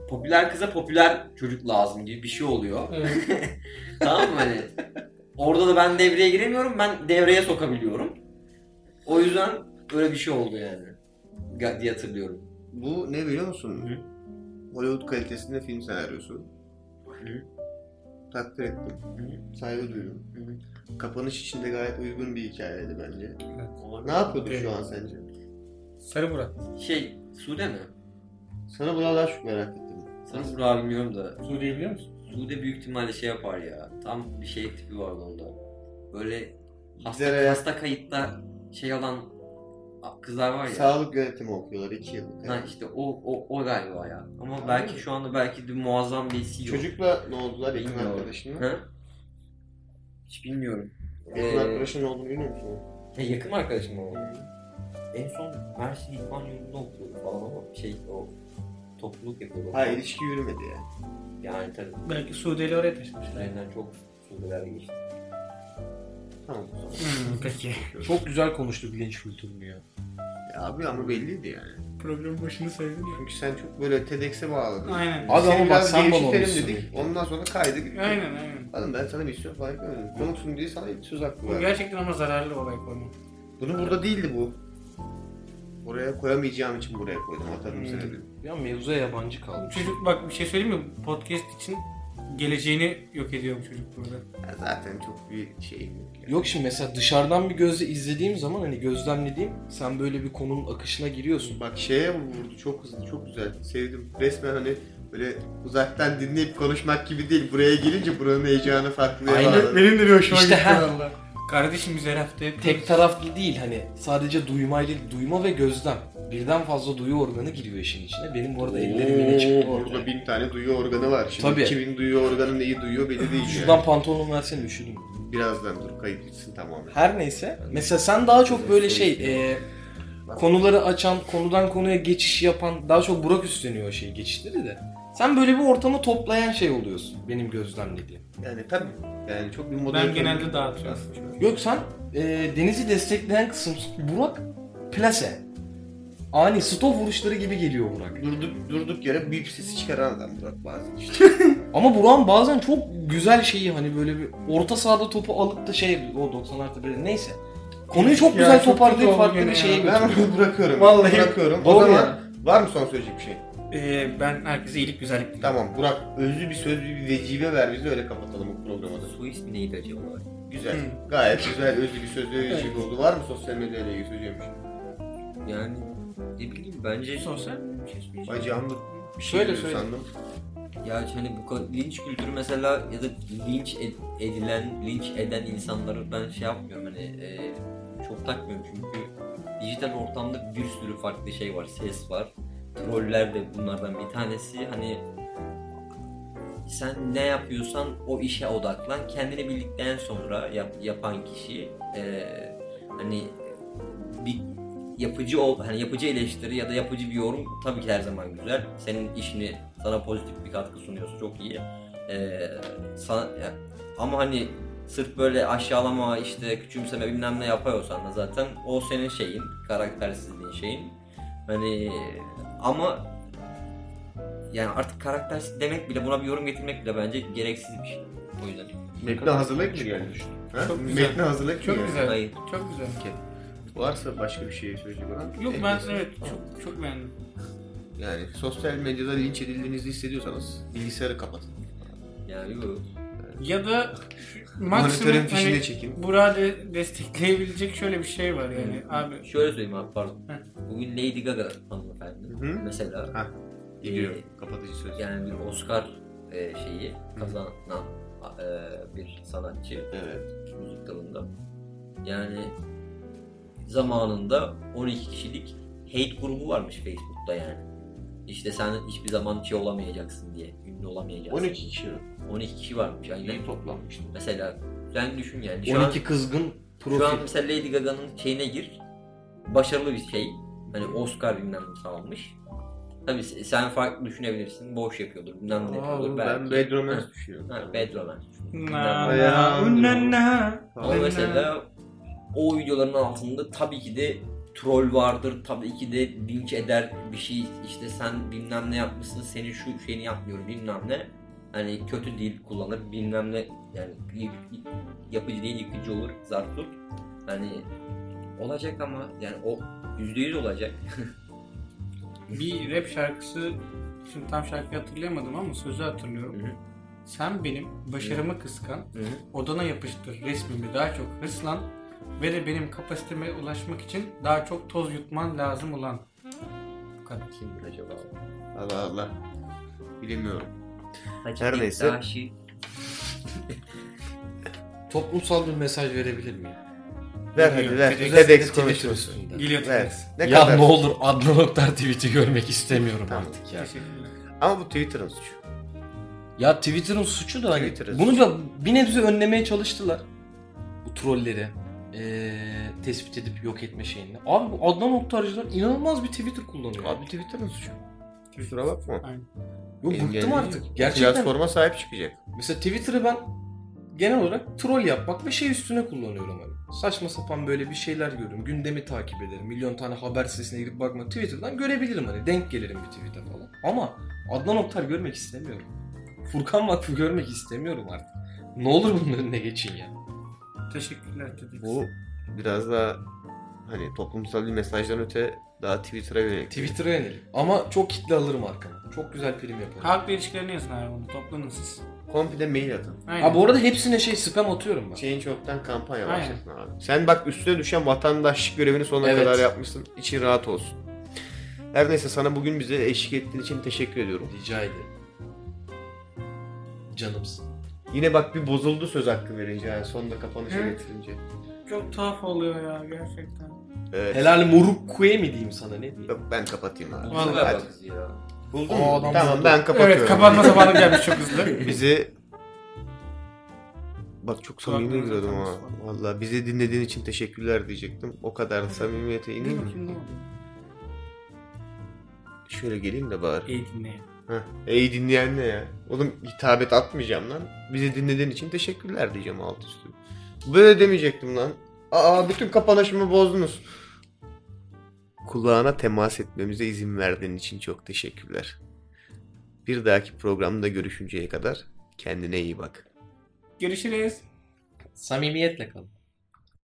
popüler kıza popüler çocuk lazım gibi bir şey oluyor. Evet. tamam mı hani? Orada da ben devreye giremiyorum. Ben devreye sokabiliyorum. O yüzden öyle bir şey oldu yani. Ga- diye hatırlıyorum. Bu ne biliyor musun? Hı. Hollywood kalitesinde film senaryosu. Hı. Takdir ettim. Saygı duydum. Kapanış için de gayet uygun bir hikayeydi bence. Ne yapıyordu şu an sence? Sarı Burak. Şey, Sude mi? Sana buna daha çok merak ettim. Sanırım Burak'ı bilmiyorum da. Su diyebiliyor musun? Sude büyük ihtimalle şey yapar ya. Tam bir şey tipi vardı onda. Böyle hasta, Dere- hasta kayıtta şey alan kızlar var ya. Sağlık yönetimi okuyorlar 2 yıllık. Ha yani. işte o, o, o galiba ya. Ama belki şu anda belki de muazzam bir CEO. Çocukla ne oldular yakın Bilmiyorum. arkadaşınla? Ha? Hiç bilmiyorum. Yakın Ee, arkadaşın ne olduğunu biliyor musun? Ya yakın arkadaşım o. En son şey Mersin İlhan Yurdu'nda okuyordu falan ama şey o topluluk yapıyordu. Hayır ilişki yürümedi yani. Yani tabii Belki Sude'yle oraya taşımışlar. üzerinden çok Sude'ler geçti. Tamam o zaman. Hmm, peki. Çok güzel konuştuk genç kültürünü ya. Ya abi ama belliydi yani. Programın başını söyledim ya. Çünkü sen çok böyle TEDx'e bağladın. Aynen. Abi Seni ama bak biraz sen bana gevşetelim olmuşsun. dedik. Ondan sonra kaydı gitti. Aynen aynen. Oğlum ben sana bir şey fark etmedim. Konuksun diye sana bir söz hakkı Bu verdim. gerçekten ama zararlı olay konu. Bunu burada değildi bu. Oraya koyamayacağım için buraya koydum. Atarım Hmm. seni dedim. Ya mevzuya yabancı kaldım. Çocuk bak bir şey söyleyeyim mi? Bu Podcast için geleceğini yok ediyor bu çocuk burada. Ya zaten çok bir şeyim yok. yani. Yok şimdi mesela dışarıdan bir gözle izlediğim zaman hani gözlemlediğim sen böyle bir konunun akışına giriyorsun. Bak şeye vurdu çok hızlı çok güzel sevdim resmen hani böyle uzaktan dinleyip konuşmak gibi değil buraya gelince buranın heyecanı farklı Aynen. bağladı. de bir hoşuma İşte ha. valla. Kardeşim biz her hafta hep Tek taraflı değil hani sadece duymayla duyma ve gözlem. Birden fazla duyu organı giriyor işin içine. Benim bu arada ellerim yine çıktı Oo, orada. Burada bin tane duyu organı var. Şimdi Tabii. 2000 duyu organı neyi duyuyor belli değil Şuradan yani. pantolon versene üşüdüm. Birazdan dur kayıt gitsin tamamen. Her neyse. Mesela sen daha çok böyle şey e, konuları açan, konudan konuya geçiş yapan, daha çok Burak üstleniyor o şey geçişleri de. Sen böyle bir ortamı toplayan şey oluyorsun benim gözlemlediğim. Yani tabii yani çok bir Ben moderatör- genelde dağıtıyorum. Yok sen e, Deniz'i destekleyen kısım Burak plase. Ani stop vuruşları gibi geliyor Burak. Durduk, durduk yere bip sesi çıkaran adam Burak bazen işte. Ama Burak'ın bazen çok güzel şeyi hani böyle bir orta sahada topu alıp da şey o 90 artı böyle neyse. Konuyu çok Ya güzel çok kötü toparlayıp oldu farklı gene bir ya. şeye Ben Şey götürüyor. bunu bırakıyorum. Vallahi. Bırakıyorum. o Doğru zaman ya. var mı son söyleyecek bir şey? Ee, ben herkese iyilik güzellik diliyorum. Tamam Burak özlü bir söz bir vecibe ver bize öyle kapatalım bu programı da. Su ismi neydi acaba? Güzel. Hı. Gayet güzel özlü bir söz ve vecibe oldu. Var mı sosyal medyayla ilgili söyleyeceğim bir şey? Yani ne bileyim bence Sosyal bir şey söyleyeceğim. Bacağımda bir şey Söyle, söyle, söyle. sandım. Ya hani bu kadar- linç kültürü mesela ya da linç ed- edilen, linç eden insanları ben şey yapmıyorum hani e, çok takmıyorum çünkü dijital ortamda bir sürü farklı şey var, ses var. Troller de bunlardan bir tanesi. Hani sen ne yapıyorsan o işe odaklan. Kendini bildikten sonra yap- yapan kişi e, hani bir yapıcı ol, hani yapıcı eleştiri ya da yapıcı bir yorum tabii ki her zaman güzel. Senin işini sana pozitif bir katkı sunuyorsa çok iyi. Ee, sana, ya- ama hani sırf böyle aşağılama işte küçümseme bilmem ne yapıyorsan da zaten o senin şeyin, karaktersizliğin şeyin. Hani ama Yani artık karakter demek bile buna bir yorum getirmek bile bence gereksiz bir şey. O yüzden. Metni hazırlayıp mı geldi? Ha? Çok güzel. Metni hazırlayıp mı Çok geldi? güzel. Hayır. Çok güzel. Varsa başka bir şey söyleyecek olan. Yok ben eklesin. evet çok çok beğendim. Yani sosyal medyada linç edildiğinizi hissediyorsanız bilgisayarı kapatın. Yani bu Ya da şu- maksimum Monitörün fişini hani çekin. Burak'ı de- destekleyebilecek şöyle bir şey var yani abi. şöyle söyleyeyim abi pardon. Hı. Bugün Lady Gaga hanımefendi Hı. mesela Ha. Geliyor Ee, kapatıcı söz. yani bir Oscar e, şeyi kazanan e, bir sanatçı. Evet. müzik dalında. Yani zamanında 12 kişilik hate grubu varmış Facebook'ta yani. İşte sen hiçbir zaman şey olamayacaksın diye, ünlü olamayacaksın. 12 kişi. 12 kişi varmış aynen. İyi toplanmıştı. Mesela sen düşün yani. Şu 12 kızgın an, şu an profil. mesela Lady Gaga'nın şeyine gir. Başarılı bir şey. Hani Oscar bilmem ne almış. Tabii sen farklı düşünebilirsin. Boş yapıyordur. Bilmem ne yapıyordur. Ben Belki. Bedroman'ı düşünüyorum. Ha, Bad Romance. Na Bayağı- na na na. Ama Aynen. mesela o videoların altında tabii ki de troll vardır, tabii ki de linç eder bir şey işte sen bilmem ne yapmışsın, senin şu şeyini yapmıyorum bilmem ne. Hani kötü dil kullanır bilmem ne yani yık- yapıcı değil yıkıcı olur zart tut. Hani olacak ama yani o yüzde yüz olacak. Bir rap şarkısı şimdi tam şarkıyı hatırlayamadım ama sözü hatırlıyorum. Hı hı. Sen benim başarımı kıskan, odana yapıştır resmimi daha çok hırslan ve de benim kapasiteme ulaşmak için daha çok toz yutman lazım olan. Bu kadar. Kimdir acaba? Allah Allah. Bilemiyorum. Hacı Her neyse. Bektaşi. Toplumsal bir mesaj verebilir miyim? Ver hadi Bilmiyorum. ver. TEDx- TEDx Twitter konuşuruz. üstünde. Geliyor Ver. Twix. Ne ya kadar? ne olur Adnan Oktar tweet'i görmek istemiyorum Tamam. artık ya. Teşekkürler. Ama bu Twitter'ın suçu. Ya Twitter'ın suçu da hani Twitter'ın bunu da bir nebze önlemeye çalıştılar. Bu trolleri eee, tespit edip yok etme şeyini. Abi bu Adnan Oktarcılar inanılmaz bir Twitter kullanıyor. Abi Twitter'ın suçu. Kusura bakma. Bu Benim bıktım yani- artık. Gerçekten. Platforma sahip çıkacak. Mesela Twitter'ı ben genel olarak troll yapmak ve şey üstüne kullanıyorum hani. Saçma sapan böyle bir şeyler görüyorum. Gündemi takip ederim. Milyon tane haber sitesine girip bakma. Twitter'dan görebilirim hani. Denk gelirim bir tweet'e falan. Ama Adnan Oktar görmek istemiyorum. Furkan Vakfı görmek istemiyorum artık. Ne olur bunun önüne geçin ya. Teşekkürler Twix. Bu biraz daha hani toplumsal bir mesajdan öte daha Twitter'a yönelik. Twitter'a yönelik. Ama çok kitle alırım arkama. Çok güzel prim yaparım. Ha, Halkla ilişkilerini yazın abi bunu toplanın siz. Komple mail atın. Aynen. bu arada hepsine şey spam atıyorum ben. Change.org'dan kampanya Aynen. başlatın abi. Sen bak üstüne düşen vatandaşlık görevini sonuna Evet. kadar yapmışsın. İçin rahat olsun. Her neyse sana bugün bize eşlik ettiğin için teşekkür ediyorum. Rica ederim. Canımsın. Yine bak bir bozuldu söz hakkı verince yani sonunda kapanışa Hı. getirince. Çok tuhaf oluyor ya gerçekten. Evet. Helal moruk kuye mi diyeyim sana ne diyeyim? Ee, Yok, Ben kapatayım abi. Vallahi Hadi. Bak kız ya. Buldun Aa, mu? adam Tamam buldu. ben kapatıyorum. Evet kapatma zamanı gelmiş çok hızlı. Bizi Bak çok samimi Kulaklarınızı giriyordum ha. kapatsın. Valla bizi dinlediğin için teşekkürler diyecektim. O kadar da samimiyete Dur ineyim bakayım ne mi? oldu? Şöyle geleyim de bari. İyi dinleyin. Heh. Ey dinleyen ne ya? Oğlum hitabet atmayacağım lan. Bizi dinlediğin için teşekkürler diyeceğim alt üstü. Böyle demeyecektim lan. Aa bütün kapanışımı bozdunuz. Kulağına temas etmemize izin verdiğin için çok teşekkürler. Bir dahaki programda görüşünceye kadar kendine iyi bak. Görüşürüz. Samimiyetle kalın.